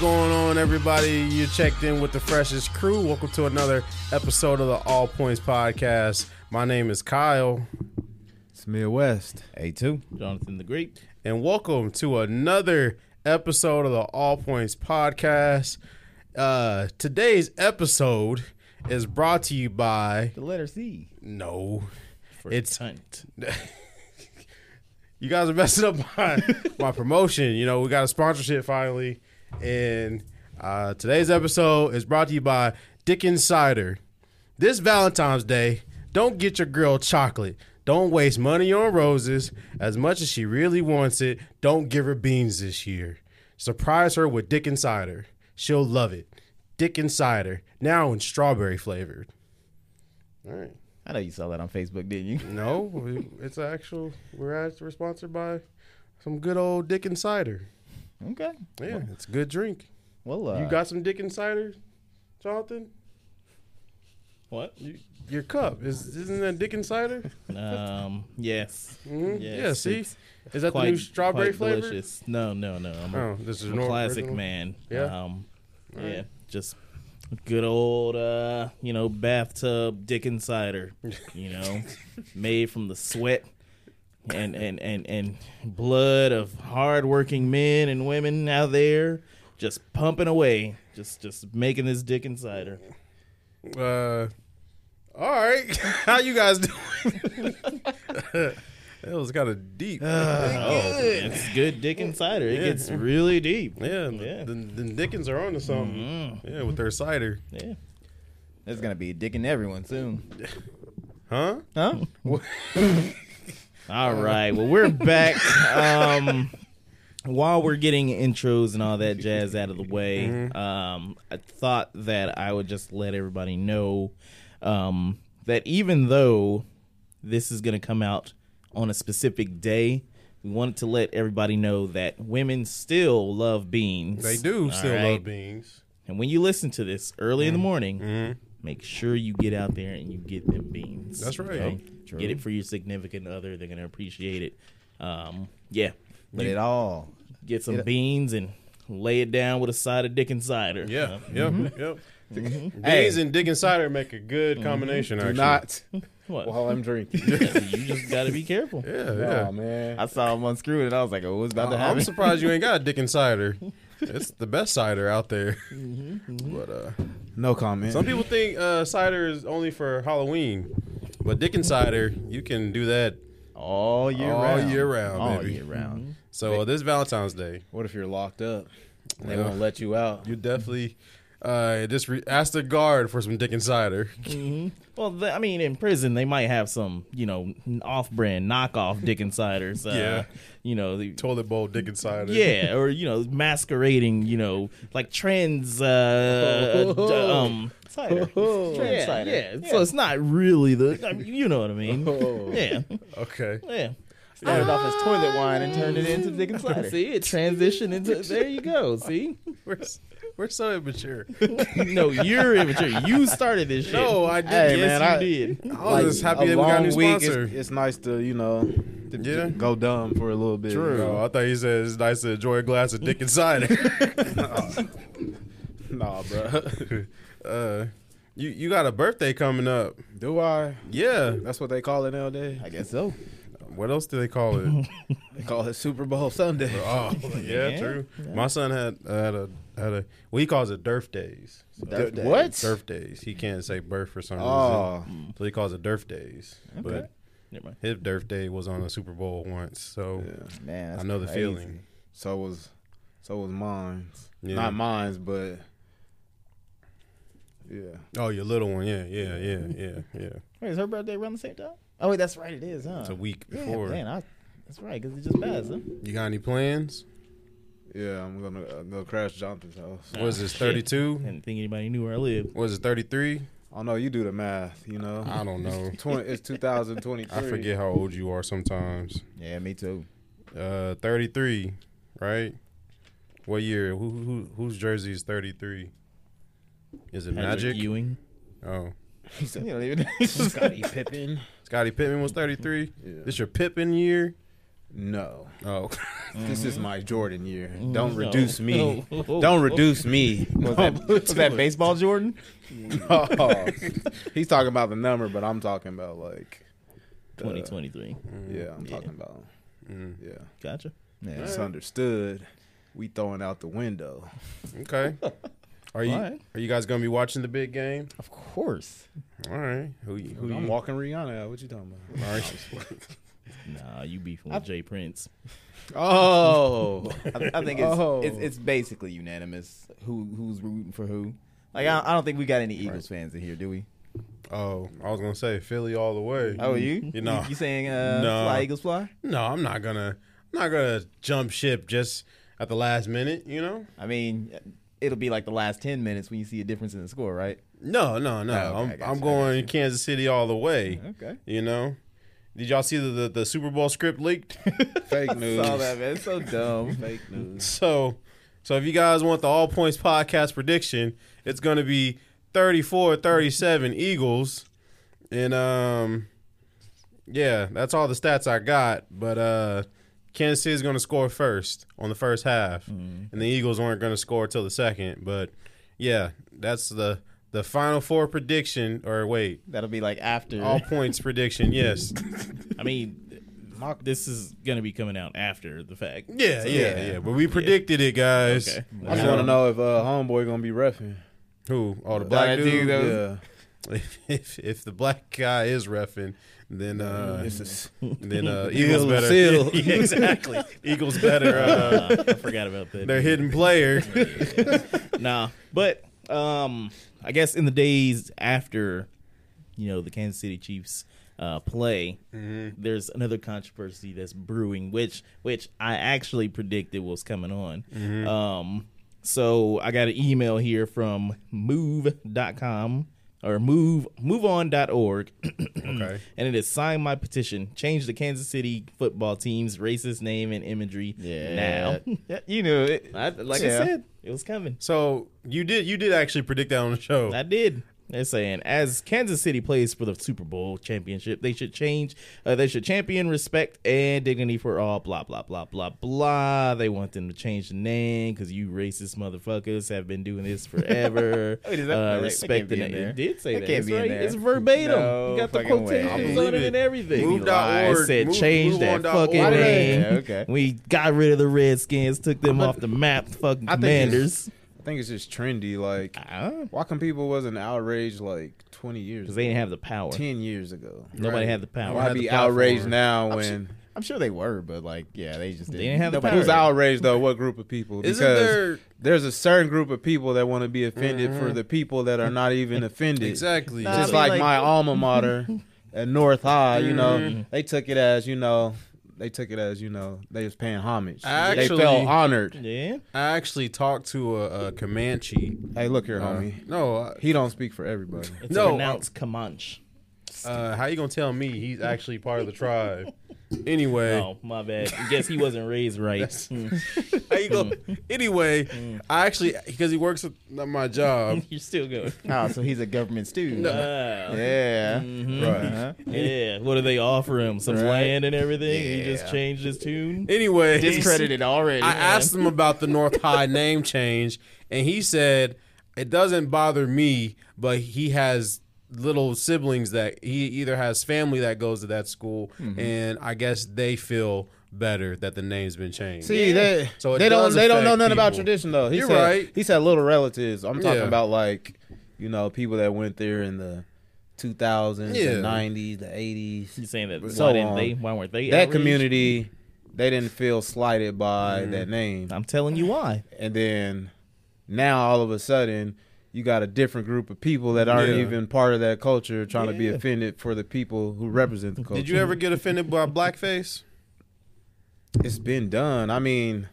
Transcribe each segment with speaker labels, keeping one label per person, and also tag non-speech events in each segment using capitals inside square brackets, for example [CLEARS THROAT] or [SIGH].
Speaker 1: going on, everybody? You checked in with the freshest crew. Welcome to another episode of the All Points Podcast. My name is Kyle,
Speaker 2: It's Midwest.
Speaker 3: A2.
Speaker 4: Jonathan the Great.
Speaker 1: and welcome to another episode of the All Points Podcast. Uh, today's episode is brought to you by
Speaker 3: The letter C.
Speaker 1: no,
Speaker 4: For
Speaker 1: It's-
Speaker 4: cunt.
Speaker 1: you guys are messing up my, my promotion. You know, we got a sponsorship finally. And uh, today's episode is brought to you by Dick Insider. This Valentine's Day, don't get your girl chocolate. Don't waste money on roses. As much as she really wants it, don't give her beans this year. Surprise her with Dick Insider. She'll love it. Dick Insider, now in strawberry flavored. All right.
Speaker 3: I know you saw that on Facebook, didn't you?
Speaker 1: No, we- it's an actual. We're act- we're sponsored by some good old Dick and Cider.
Speaker 3: Okay.
Speaker 1: Yeah, it's a good drink.
Speaker 3: Well, uh,
Speaker 1: you got some Dick and Cider, Jonathan?
Speaker 4: What?
Speaker 1: Your cup is isn't that Dick and Cider?
Speaker 4: [LAUGHS] Um. Yes.
Speaker 3: Mm-hmm.
Speaker 1: Mhm.
Speaker 4: Yes,
Speaker 1: yeah. See,
Speaker 4: it's
Speaker 1: is that the new strawberry flavor?
Speaker 4: Delicious. No, no, no. I'm a,
Speaker 1: Oh, this is
Speaker 4: I'm a
Speaker 1: normal
Speaker 4: classic
Speaker 1: original?
Speaker 4: man.
Speaker 1: Yeah?
Speaker 4: Um, Yeah. Just good old, uh, you know, bathtub dick
Speaker 1: [LAUGHS]
Speaker 4: and cider. You know, made from the sweat and and and and blood of hardworking men and women out there, just pumping away, just just making this dick and cider.
Speaker 1: Uh, all right. [LAUGHS] How you guys doing? that was kind of deep.
Speaker 4: Oh, it's good dick and cider. It gets really deep.
Speaker 1: yeah,
Speaker 4: Yeah.
Speaker 1: The, the Dickens are on to something.
Speaker 4: Mm,
Speaker 1: Yeah, with their cider,
Speaker 4: yeah.
Speaker 3: there's going to be a dick in everyone soon.
Speaker 1: huh?
Speaker 3: Huh?
Speaker 4: All right. Well, we're back. Um, while we're getting intros and all that jazz out of the way,
Speaker 1: Mm-hmm.
Speaker 4: um, I thought that I would just let everybody know um, that even though this is going to come out on a specific day, we wanted to let everybody know that women still love beans.
Speaker 1: They do
Speaker 4: All
Speaker 1: still
Speaker 4: right?
Speaker 1: love beans.
Speaker 4: And when you listen to this early
Speaker 1: Mm-hmm.
Speaker 4: in the morning, make sure you get out there and you get them beans.
Speaker 1: That's right.
Speaker 3: True.
Speaker 4: Get it for your significant other. They're going to appreciate it. Um, yeah.
Speaker 3: But it all.
Speaker 4: Get some
Speaker 3: Yeah.
Speaker 4: beans and lay it down with a side of dick and cider.
Speaker 1: Yeah, yep, yep. Beans
Speaker 3: Hey.
Speaker 1: and dick and cider make a good combination.
Speaker 2: Do
Speaker 1: Actually,
Speaker 3: [LAUGHS]
Speaker 2: not
Speaker 4: What?
Speaker 2: while I'm drinking.
Speaker 4: you just got
Speaker 1: [LAUGHS]
Speaker 4: to be careful.
Speaker 1: Yeah,
Speaker 2: Oh
Speaker 1: yeah.
Speaker 2: man. Uh,
Speaker 3: I saw him unscrew it and I was like, oh, what's about to
Speaker 1: I'm
Speaker 3: happen?
Speaker 1: surprised you ain't got a dick and cider. It's the best cider out there. But uh,
Speaker 2: No comment.
Speaker 1: some people think uh, cider is only for Halloween, but dick and cider you can do that
Speaker 4: Uh,
Speaker 3: all year
Speaker 1: all
Speaker 3: round.
Speaker 1: year round,
Speaker 3: all
Speaker 1: baby.
Speaker 3: year round.
Speaker 1: So uh, this Valentine's Day,
Speaker 2: Mm-hmm. what if you're locked up? They
Speaker 1: Yeah.
Speaker 2: won't let you out.
Speaker 1: you definitely uh, just re- ask the guard for some dick and cider. [LAUGHS]
Speaker 4: Well, th- I mean, in prison they might have some, you know, off-brand knockoff dick and ciders. Uh,
Speaker 1: Yeah.
Speaker 4: You know, the,
Speaker 1: Toilet bowl dick and cider.
Speaker 4: Yeah, or you know, masquerading, you know, like trans
Speaker 3: [LAUGHS]
Speaker 4: uh, d- um cider. yeah,
Speaker 3: cider.
Speaker 4: yeah. So it's not really the I mean, you know what I mean.
Speaker 3: [LAUGHS] Oh.
Speaker 4: Yeah.
Speaker 1: Okay.
Speaker 4: Yeah.
Speaker 3: Started off as toilet wine and turned it into
Speaker 1: [LAUGHS]
Speaker 3: dick and cider.
Speaker 4: See, it transitioned into there you go, see?
Speaker 1: We're, s- we're so immature.
Speaker 4: no, you're immature. You started this shit.
Speaker 1: No, oh, I did.
Speaker 2: Hey,
Speaker 4: yes,
Speaker 2: man,
Speaker 4: you
Speaker 2: I-
Speaker 4: did.
Speaker 1: I was just happy that we got a new
Speaker 2: week,
Speaker 1: sponsor.
Speaker 2: It's, it's nice to you know to
Speaker 1: Yeah.
Speaker 2: to go dumb for a little bit. you
Speaker 1: No, [LAUGHS]
Speaker 2: know?
Speaker 1: I thought he said it's nice to enjoy a glass of dick and cider.
Speaker 2: Nah, bro.
Speaker 1: [LAUGHS] uh, you you got a birthday coming up.
Speaker 2: [LAUGHS] Do I?
Speaker 1: Yeah.
Speaker 2: That's what they call it nowadays.
Speaker 3: I guess so.
Speaker 1: What else do they call it?
Speaker 2: They call it Super Bowl Sunday. [LAUGHS]
Speaker 1: oh, yeah, true. My son had had a had a well, he calls it Derf days. So,
Speaker 3: Derf days.
Speaker 2: What?
Speaker 1: Derf days. He can't say birth for some reason,
Speaker 2: Oh.
Speaker 1: so he calls it Derf days. But
Speaker 4: Never mind.
Speaker 1: his Derf day was on a Super Bowl once, so
Speaker 3: Man,
Speaker 1: I
Speaker 3: that's
Speaker 1: know the
Speaker 3: crazy.
Speaker 1: feeling.
Speaker 2: So was so was mine's.
Speaker 1: Yeah.
Speaker 2: Not mine's, but yeah.
Speaker 1: Oh, your little one, yeah, yeah, yeah, yeah, yeah.
Speaker 3: Wait, is her birthday around the same time? Oh, wait, that's right. It is, huh?
Speaker 4: Uh,
Speaker 1: It's a week
Speaker 3: Yeah,
Speaker 1: before.
Speaker 3: man, I, that's right, because it just passed, huh?
Speaker 1: You got any plans?
Speaker 2: Yeah, I'm gonna uh, go crash Jonathan's house.
Speaker 1: What is this?
Speaker 4: shit.
Speaker 1: Thirty two?
Speaker 4: Didn't think anybody knew where I lived.
Speaker 1: What is it? Thirty three?
Speaker 2: I know you do the math. You know,
Speaker 1: I
Speaker 2: [LAUGHS]
Speaker 1: don't know.
Speaker 2: Twenty- it's 2023.
Speaker 1: I forget how old you are sometimes.
Speaker 3: Yeah, me too.
Speaker 1: Uh, 33, right? What year? Who, who whose jersey is 33? Is it
Speaker 4: Patrick
Speaker 1: Magic?
Speaker 4: Ewing.
Speaker 1: Oh,
Speaker 3: you don't even
Speaker 2: Scotty Pippen.
Speaker 1: Scottie Pittman was 33.
Speaker 2: Yeah.
Speaker 1: This your Pittman year?
Speaker 2: No,
Speaker 1: Oh,
Speaker 2: this is my Jordan year. [LAUGHS] Don't
Speaker 4: Mm, No.
Speaker 2: reduce me.
Speaker 4: [LAUGHS] No.
Speaker 2: Don't reduce me.
Speaker 3: Was that, was that baseball Jordan?
Speaker 2: No. [LAUGHS] He's talking about the number, but I'm talking about like the-
Speaker 4: 2023.
Speaker 2: Yeah, I'm
Speaker 4: Yeah.
Speaker 2: talking about.
Speaker 1: Mm.
Speaker 2: Yeah,
Speaker 4: Gotcha.
Speaker 2: man, it's understood. We throwing out the window.
Speaker 1: okay. Are you
Speaker 4: Alright.
Speaker 1: are you guys gonna be watching the big game?
Speaker 4: Of course.
Speaker 1: All right. Who you- who
Speaker 2: I'm
Speaker 1: you?
Speaker 2: walking Rihanna. out. What you talking about?
Speaker 1: All right. [LAUGHS]
Speaker 4: Nah, you beefing with Jay Prince.
Speaker 2: Oh,
Speaker 3: [LAUGHS] I, I think it's,
Speaker 2: Oh.
Speaker 3: it's it's basically unanimous who who's rooting for who. Like I, I don't think we got any Eagles fans in here, do we?
Speaker 1: Oh, I was gonna say Philly all the way.
Speaker 3: Oh, you?
Speaker 1: You
Speaker 3: [LAUGHS]
Speaker 1: know.
Speaker 3: you, saying uh,
Speaker 1: No.
Speaker 3: fly Eagles fly?
Speaker 1: No, I'm not gonna. I'm not gonna jump ship just at the last minute. You know.
Speaker 3: I mean, it'll be like the last ten minutes when you see a difference in the score, right?
Speaker 1: No, no, no.
Speaker 3: Oh, okay, I
Speaker 1: I'm,
Speaker 3: got
Speaker 1: I'm
Speaker 3: you, I Mm-hmm.
Speaker 1: going Kansas City all the way.
Speaker 3: Okay.
Speaker 1: You know. Did y'all see the, the, the Super Bowl script leaked? [LAUGHS]
Speaker 2: fake news.
Speaker 3: Saw that man. It's
Speaker 4: [LAUGHS]
Speaker 3: so dumb.
Speaker 2: Fake news.
Speaker 1: so, so if you guys want the All Points podcast prediction, it's going to be 34-37 Eagles, and um, yeah, that's all the stats I got. But uh, Kansas City's going to score first on the first half,
Speaker 3: Mm-hmm.
Speaker 1: and the Eagles aren't going to score till the second. But yeah, that's the the final four prediction. Or wait,
Speaker 3: That'll be like after.
Speaker 1: all points prediction. Yes.
Speaker 4: I mean, this is gonna be coming out after the fact.
Speaker 1: Yeah,
Speaker 4: So-
Speaker 1: yeah, yeah, But we predicted it, guys.
Speaker 4: Okay.
Speaker 2: I just want to know if uh, homeboy gonna be refing.
Speaker 1: Who? Oh, the
Speaker 3: I
Speaker 1: black
Speaker 3: do
Speaker 1: dude.
Speaker 3: though.
Speaker 2: Yeah,
Speaker 1: [LAUGHS] If, if if the black guy is refing, then uh,
Speaker 2: it's just
Speaker 1: then uh,
Speaker 2: Deal
Speaker 1: Eagles
Speaker 2: is
Speaker 1: better. [LAUGHS]
Speaker 2: sealed.
Speaker 1: Yeah, exactly. Eagles better. Uh,
Speaker 4: Uh, I forgot
Speaker 1: [LAUGHS]
Speaker 4: about that.
Speaker 1: their hidden player.
Speaker 4: Nah, but um, I guess in the days after, you know, the Kansas City Chiefs uh, play,
Speaker 3: Mm-hmm.
Speaker 4: there's another controversy that's brewing, which which I actually predicted was coming on.
Speaker 3: Mm-hmm.
Speaker 4: Um, so I got an email here from move.com or move [CLEARS THROAT] moveon.org
Speaker 1: okay.
Speaker 4: and it is sign my petition change the Kansas City football team's racist name and imagery
Speaker 3: Yeah.
Speaker 4: now [LAUGHS]
Speaker 3: you knew it.
Speaker 4: I, like
Speaker 3: Yeah.
Speaker 4: I said it was coming
Speaker 1: So you did you did actually predict that on the show.
Speaker 4: I did. They're saying as Kansas City plays for the Super Bowl championship, they should change. Uh, they should champion respect and dignity for all. Blah blah blah blah blah. They want them to change the name because you racist motherfuckers have been doing this forever.
Speaker 3: [LAUGHS] Wait, is that-
Speaker 4: uh,
Speaker 3: that- that can't
Speaker 4: respect
Speaker 3: be
Speaker 4: the
Speaker 3: in
Speaker 4: name.
Speaker 3: there.
Speaker 4: It did say
Speaker 3: That
Speaker 4: that.
Speaker 3: can't
Speaker 4: it's,
Speaker 3: be in
Speaker 4: right-
Speaker 3: there.
Speaker 4: it's verbatim.
Speaker 3: No
Speaker 4: you got the
Speaker 3: fucking way. I
Speaker 4: quotations
Speaker 1: believe
Speaker 4: on it and
Speaker 1: it.
Speaker 4: everything.
Speaker 1: Move dot
Speaker 4: Lies,
Speaker 1: org.
Speaker 4: said
Speaker 1: Move-
Speaker 4: change
Speaker 1: move on
Speaker 4: that
Speaker 1: dot
Speaker 4: fucking
Speaker 1: org.
Speaker 4: name.
Speaker 3: Yeah, okay.
Speaker 4: We got rid of the Redskins, took them off the map. Fucking
Speaker 2: I think it's-
Speaker 4: Commanders.
Speaker 2: I think it's just trendy. Like,
Speaker 4: Ah,
Speaker 2: why come people wasn't outraged like 20 years,
Speaker 4: Because they
Speaker 2: ago,
Speaker 4: didn't have the power.
Speaker 2: 10 years ago?
Speaker 4: Nobody had the power.
Speaker 2: Why
Speaker 1: had the
Speaker 2: be
Speaker 1: platform.
Speaker 2: outraged now when
Speaker 3: I'm sure they were, but like, yeah, they just didn't.
Speaker 4: didn't have the
Speaker 3: Nobody
Speaker 4: power.
Speaker 2: who's outraged though? What group of people? Because
Speaker 1: Isn't there
Speaker 2: there's a certain group of people that want to be offended for the people that are not even offended.
Speaker 1: exactly?
Speaker 3: Nah, I
Speaker 2: Just
Speaker 3: mean,
Speaker 2: like,
Speaker 3: like-
Speaker 2: my
Speaker 1: [LAUGHS]
Speaker 2: alma mater at North High,
Speaker 1: Mm-hmm.
Speaker 2: you know, they took it as you know. They took it as you know they was paying homage.
Speaker 1: Actually-
Speaker 2: they felt honored.
Speaker 4: Yeah.
Speaker 1: I actually talked to a, a Comanche.
Speaker 2: Hey, look here,
Speaker 1: Uh,
Speaker 2: homie.
Speaker 1: no, I-
Speaker 2: He don't speak
Speaker 1: [LAUGHS]
Speaker 2: for everybody. [LAUGHS]
Speaker 4: It's
Speaker 1: No,
Speaker 4: no, pronounced Comanche.
Speaker 1: uh, how you gonna tell me he's actually part of the [LAUGHS] tribe? Anyway,
Speaker 4: Oh, my bad. Guess he wasn't raised right.
Speaker 1: That's- Mm. [LAUGHS] how you go? Anyway, I actually because he works at my
Speaker 4: [LAUGHS]
Speaker 1: job.
Speaker 4: [LAUGHS] You're still going.
Speaker 3: Oh, so he's a government student.
Speaker 4: Wow.
Speaker 3: Yeah. Uh-huh.
Speaker 1: Right.
Speaker 4: Mm-hmm. Yeah. What do they offer him? Some land and everything? He just
Speaker 3: Yeah.
Speaker 4: changed his tune?
Speaker 1: Anyway,
Speaker 3: Discredited already.
Speaker 1: I asked him about the North High name change, and he said it doesn't bother me, but he has little siblings that he either has family that goes to that school, and I guess they feel better that the name's been changed.
Speaker 2: See, they
Speaker 1: So it
Speaker 2: they don't
Speaker 1: does
Speaker 2: they don't know
Speaker 1: affect
Speaker 2: nothing about
Speaker 1: people.
Speaker 2: tradition though. He
Speaker 1: You're
Speaker 2: said,
Speaker 1: right.
Speaker 2: He said little relatives. I'm talking
Speaker 1: Yeah.
Speaker 2: about like, you know, people that went there in the 2000s,
Speaker 1: Yeah.
Speaker 2: the 90s, the 80s.
Speaker 4: He's saying that.
Speaker 2: So
Speaker 4: why didn't
Speaker 2: on.
Speaker 4: they? Why weren't they?
Speaker 2: That
Speaker 4: outraged?
Speaker 2: community, they didn't feel slighted by
Speaker 1: Mm-hmm.
Speaker 2: that name.
Speaker 4: I'm telling you why.
Speaker 2: And then now all of a sudden, you got a different group of people that aren't
Speaker 1: Yeah.
Speaker 2: even part of that culture trying to be
Speaker 4: Yeah.
Speaker 2: offended for the people who represent the culture.
Speaker 1: Did you ever get offended by blackface?
Speaker 2: it's been done. I mean,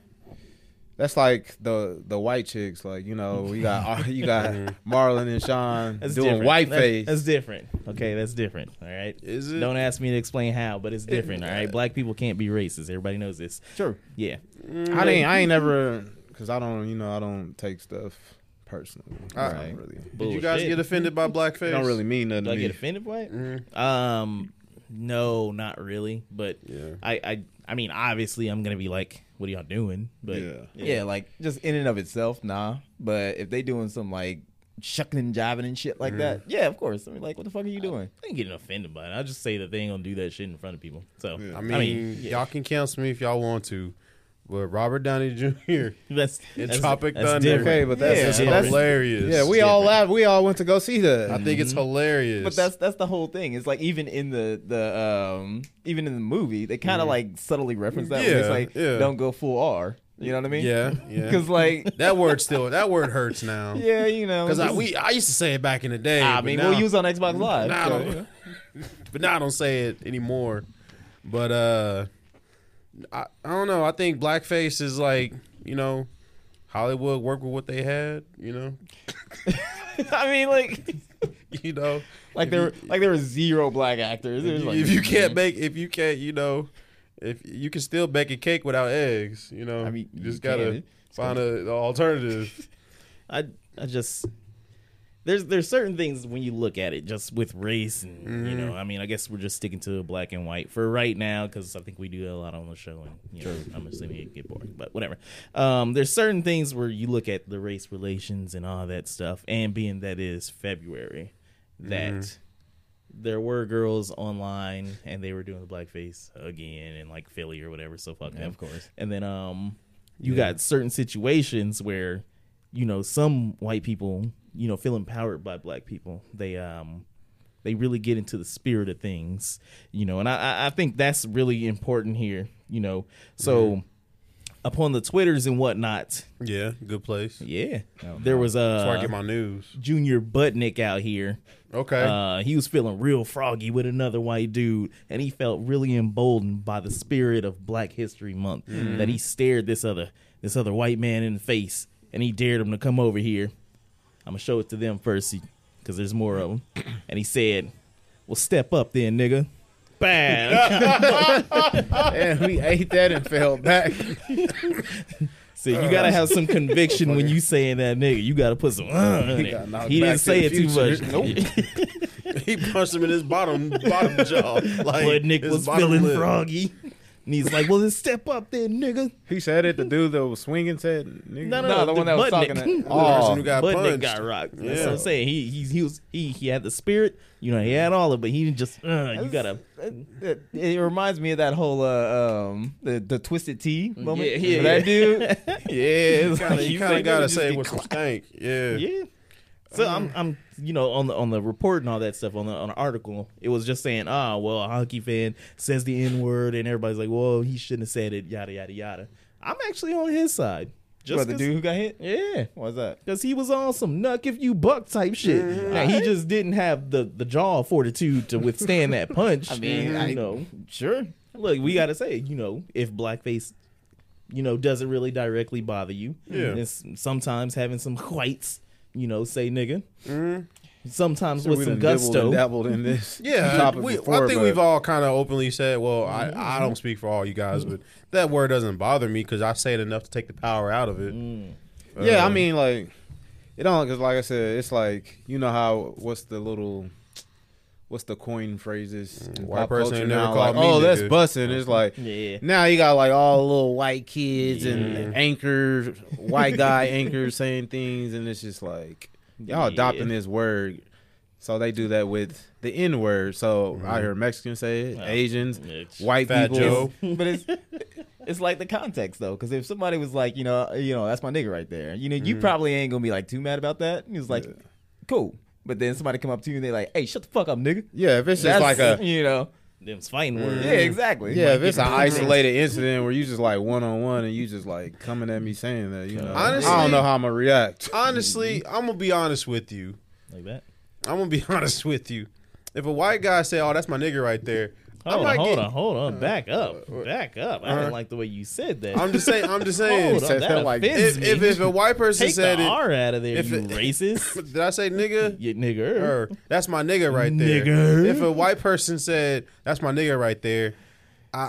Speaker 2: that's like the the white chicks. Like you know, you got you got Marlon and Sean
Speaker 4: That's
Speaker 2: doing
Speaker 4: different.
Speaker 2: white
Speaker 4: That-
Speaker 2: face.
Speaker 4: That's different. Okay, that's different. All right.
Speaker 1: Is it?
Speaker 4: Don't ask me to explain how, but it's different. all right. Black people can't be racist. Everybody knows this.
Speaker 3: Sure.
Speaker 4: Yeah.
Speaker 2: I ain't I ain't never because I don't you know I don't take stuff personally. I
Speaker 3: Right.
Speaker 2: don't really
Speaker 1: Did you guys
Speaker 4: Bullshit.
Speaker 1: get offended by blackface?
Speaker 2: it don't really mean nothing.
Speaker 4: Do
Speaker 2: To
Speaker 4: I
Speaker 2: me.
Speaker 1: Mm-hmm.
Speaker 4: get offended by it? Um, no, not really. But
Speaker 1: Yeah.
Speaker 4: I, I, I mean, obviously, I'm gonna be like, "What are y'all doing?" But
Speaker 2: Yeah.
Speaker 3: Yeah, like just in and of itself, nah. But if they doing some like shucking and jiving and shit like that, yeah, of course. Mm-hmm. I mean, like, what the fuck are you doing?
Speaker 4: I ain't getting offended by it. I just say that they ain't gonna do that shit in front of people. So
Speaker 2: Yeah.
Speaker 1: I
Speaker 4: I
Speaker 1: mean,
Speaker 4: mean, yeah.
Speaker 1: y'all can cancel me if y'all want to, but Robert Downey [LAUGHS] Jr.
Speaker 4: that's,
Speaker 1: in
Speaker 4: that's-
Speaker 1: Tropic
Speaker 4: that's
Speaker 1: Thunder.
Speaker 4: different.
Speaker 2: Okay, but that's
Speaker 1: It's
Speaker 3: Yeah, that's-
Speaker 1: hilarious.
Speaker 2: yeah. We all
Speaker 4: different.
Speaker 2: laughed. We all went to go see that.
Speaker 1: I think it's hilarious.
Speaker 3: Mm-hmm. But that's that's the whole thing. It's like even in the the um even in the movie, they kind of like subtly reference that. when it's
Speaker 1: Yeah,
Speaker 3: like
Speaker 1: yeah.
Speaker 3: don't go full R. You know what I mean? [LAUGHS]
Speaker 1: yeah, yeah.
Speaker 3: Because like
Speaker 1: that word still that word hurts now.
Speaker 3: [LAUGHS] yeah, you know.
Speaker 1: Because I,
Speaker 3: this-
Speaker 1: we I used to say it back in the day.
Speaker 3: I
Speaker 1: but
Speaker 3: mean,
Speaker 1: now,
Speaker 3: we'll use on Xbox Live.
Speaker 1: now I
Speaker 3: so,
Speaker 1: don't- [LAUGHS]
Speaker 3: you know.
Speaker 1: but now I don't say it anymore. But uh, I I don't know. I think blackface is like you know Hollywood work with what they had. You know, [LAUGHS]
Speaker 3: [LAUGHS] I mean, like
Speaker 1: you know.
Speaker 3: like there like there were zero black actors. It was like,
Speaker 1: if you can't
Speaker 4: [LAUGHS]
Speaker 1: make if you can't you know if you can still bake a cake without eggs you know
Speaker 3: I mean,
Speaker 1: you
Speaker 3: you
Speaker 1: just gotta
Speaker 3: can.
Speaker 1: find a, an
Speaker 4: [LAUGHS]
Speaker 1: alternative
Speaker 4: I I just there's there's certain things when you look at it just with race and you
Speaker 3: Mm-hmm.
Speaker 4: know I mean I guess we're just sticking to black and white for right now because I think we do a lot on the show and you know, I'm assuming it get boring but whatever. Um, there's certain things where you look at the race relations and all that stuff and being that it is February that.
Speaker 3: Mm-hmm.
Speaker 4: There were girls online, and they were doing the blackface again, in like Philly or whatever. So fuck them,
Speaker 3: of course.
Speaker 4: and then um you got certain situations where you know some white people you know feel empowered by black people they um they really get into the spirit of things you know and i I- i think that's really important here you know so
Speaker 1: Mm-hmm.
Speaker 4: upon the twitters and whatnot
Speaker 1: yeah good place
Speaker 4: yeah there was
Speaker 1: Oh, that's where i
Speaker 4: uh,
Speaker 1: get my news
Speaker 4: junior buttnick out here
Speaker 1: okay
Speaker 4: uh, he was feeling real froggy with another white dude, and he felt really emboldened by the spirit of Black History Month that he stared this other this other white man in the face, and he dared him to come over here. I'm gonna show it to them first, because there's more of them. And he said, "Well, step up then, nigga." Bam.
Speaker 2: [LAUGHS] and we ate that and fell back.
Speaker 4: so
Speaker 3: Uh.
Speaker 4: you gotta have some conviction when you saying that, nigga. [LAUGHS] You gotta put some.
Speaker 3: [LAUGHS]
Speaker 4: Uh, in
Speaker 2: He got
Speaker 4: it.
Speaker 2: knocked
Speaker 4: he didn't
Speaker 2: back to
Speaker 4: say
Speaker 2: the
Speaker 4: it too much.
Speaker 2: future.
Speaker 1: [LAUGHS]
Speaker 2: [LAUGHS]
Speaker 1: he punched him in his bottom
Speaker 4: [LAUGHS]
Speaker 1: bottom jaw like
Speaker 4: But Nick
Speaker 1: his
Speaker 4: was
Speaker 1: bottom
Speaker 4: feeling
Speaker 1: lip.
Speaker 4: froggy. And he's like, well, then step up then, nigga.
Speaker 2: He said it. The dude that was swinging said, "Nigga."
Speaker 4: No, no,
Speaker 3: No,
Speaker 4: no,
Speaker 3: the one that was talking
Speaker 4: [LAUGHS] Budnick.
Speaker 2: [LAUGHS]
Speaker 3: to-
Speaker 1: the
Speaker 3: Oh,
Speaker 1: person who got
Speaker 4: Budnick
Speaker 1: punched
Speaker 4: got rocked. That's
Speaker 1: Yeah.
Speaker 4: what I'm saying. He he he was he he had the spirit. You know, he had all of, it, but he didn't just. Uh, you gotta.
Speaker 3: It, it- uh, it reminds me of that whole uh, um the, the twisted T moment.
Speaker 4: Mm, Yeah, yeah,
Speaker 3: that dude.
Speaker 4: [LAUGHS] yeah,
Speaker 1: you
Speaker 4: it's [LAUGHS]
Speaker 1: kind
Speaker 4: like
Speaker 1: of
Speaker 4: you
Speaker 1: gotta,
Speaker 4: think niggas
Speaker 1: say
Speaker 4: get
Speaker 1: with some stank yeah
Speaker 4: yeah. So I'm, I'm, you know, on the on the report and all that stuff on the on the article, it was just saying, ah, well, a hockey fan says the n word, and everybody's like, well, he shouldn't have said it, yada yada yada. I'm actually on his side, just
Speaker 3: What, the
Speaker 4: 'cause-
Speaker 3: dude who got hit?
Speaker 4: yeah,
Speaker 3: What's that?
Speaker 4: Cause he was on some nuck if you buck type shit. Now he just didn't have the, the jaw fortitude to withstand that punch. I
Speaker 3: mean,
Speaker 4: you
Speaker 3: I-
Speaker 4: know,
Speaker 3: [LAUGHS]
Speaker 4: sure. Look, we gotta say, you know, if blackface, you know, doesn't really directly bother you,
Speaker 1: Yeah.
Speaker 4: then s- sometimes having some whites, you know, say nigga,
Speaker 1: Mm-hmm.
Speaker 4: sometimes with
Speaker 2: we
Speaker 4: some
Speaker 2: done dibbled and
Speaker 4: gusto.
Speaker 2: dabbled in [LAUGHS] this.
Speaker 1: Yeah,
Speaker 2: topic
Speaker 1: we,
Speaker 2: before,
Speaker 1: I think
Speaker 2: but
Speaker 1: we've all kind of openly said, "Well, I,
Speaker 4: Mm-hmm.
Speaker 1: I don't speak for all you guys, but that word doesn't bother me because I say it enough to take the power out of it."
Speaker 4: Mm-hmm. Mm,
Speaker 2: Yeah, I mean, like it don't because, like I said, it's like you know how what's the little what's the coin phrases? in
Speaker 1: White
Speaker 2: pop
Speaker 1: person
Speaker 2: culture
Speaker 1: ain't never
Speaker 2: now,
Speaker 1: called
Speaker 2: like,
Speaker 1: me
Speaker 2: Oh, that's
Speaker 1: nigga."
Speaker 2: bussing. It's like
Speaker 4: Yeah.
Speaker 2: now you got like all the little white kids and anchor white guy anchors saying things, and it's just like y'all
Speaker 4: Yeah.
Speaker 2: adopting this word. So they do that with the N word. So I hear Mexicans say it, Asians,
Speaker 4: it's
Speaker 2: white
Speaker 1: Fat
Speaker 2: people.
Speaker 1: Joe. [LAUGHS]
Speaker 3: But it's it's like the context though, because if somebody was like, you know, uh, you know, that's my nigga right there. You know,
Speaker 1: Mm-hmm.
Speaker 3: you probably ain't gonna be like too mad about that. And he was like, cool. But then somebody come up to you and they like, hey, shut the fuck up, nigga.
Speaker 2: Yeah, if it's just
Speaker 3: That's
Speaker 2: like a
Speaker 3: [LAUGHS] you know,
Speaker 4: Them's fighting
Speaker 1: Mm-hmm.
Speaker 4: words.
Speaker 3: yeah, exactly.
Speaker 2: Yeah, if it's an isolated incident where you just like one on one and you just like coming at me saying that, you know,
Speaker 1: Honestly-
Speaker 2: I don't know how I'm gonna react.
Speaker 1: Honestly,
Speaker 4: Mm-hmm.
Speaker 1: I'm gonna be honest with you.
Speaker 4: like that.
Speaker 1: I'm gonna be [LAUGHS] honest with you. If a white guy say, "Oh, that's my nigga right there," I
Speaker 4: Hold
Speaker 1: might
Speaker 4: on, hold
Speaker 1: get-
Speaker 4: on, hold on, back up, back up. I
Speaker 1: Uh,
Speaker 4: didn't like the way you said that.
Speaker 1: I'm just saying. I'm just saying.
Speaker 4: [LAUGHS] hold
Speaker 2: He
Speaker 4: on,
Speaker 2: said
Speaker 4: that
Speaker 2: that like-
Speaker 4: offends
Speaker 1: If,
Speaker 4: me.
Speaker 1: if if a white person
Speaker 4: Take
Speaker 1: said
Speaker 4: the
Speaker 1: it,
Speaker 4: R out of there,
Speaker 1: if
Speaker 4: you
Speaker 1: it- [LAUGHS]
Speaker 4: racist.
Speaker 1: did I say nigga?
Speaker 4: you nigger.
Speaker 1: Or that's my nigga right there.
Speaker 4: Nigga.
Speaker 1: If a white person said, "That's my nigga right there,"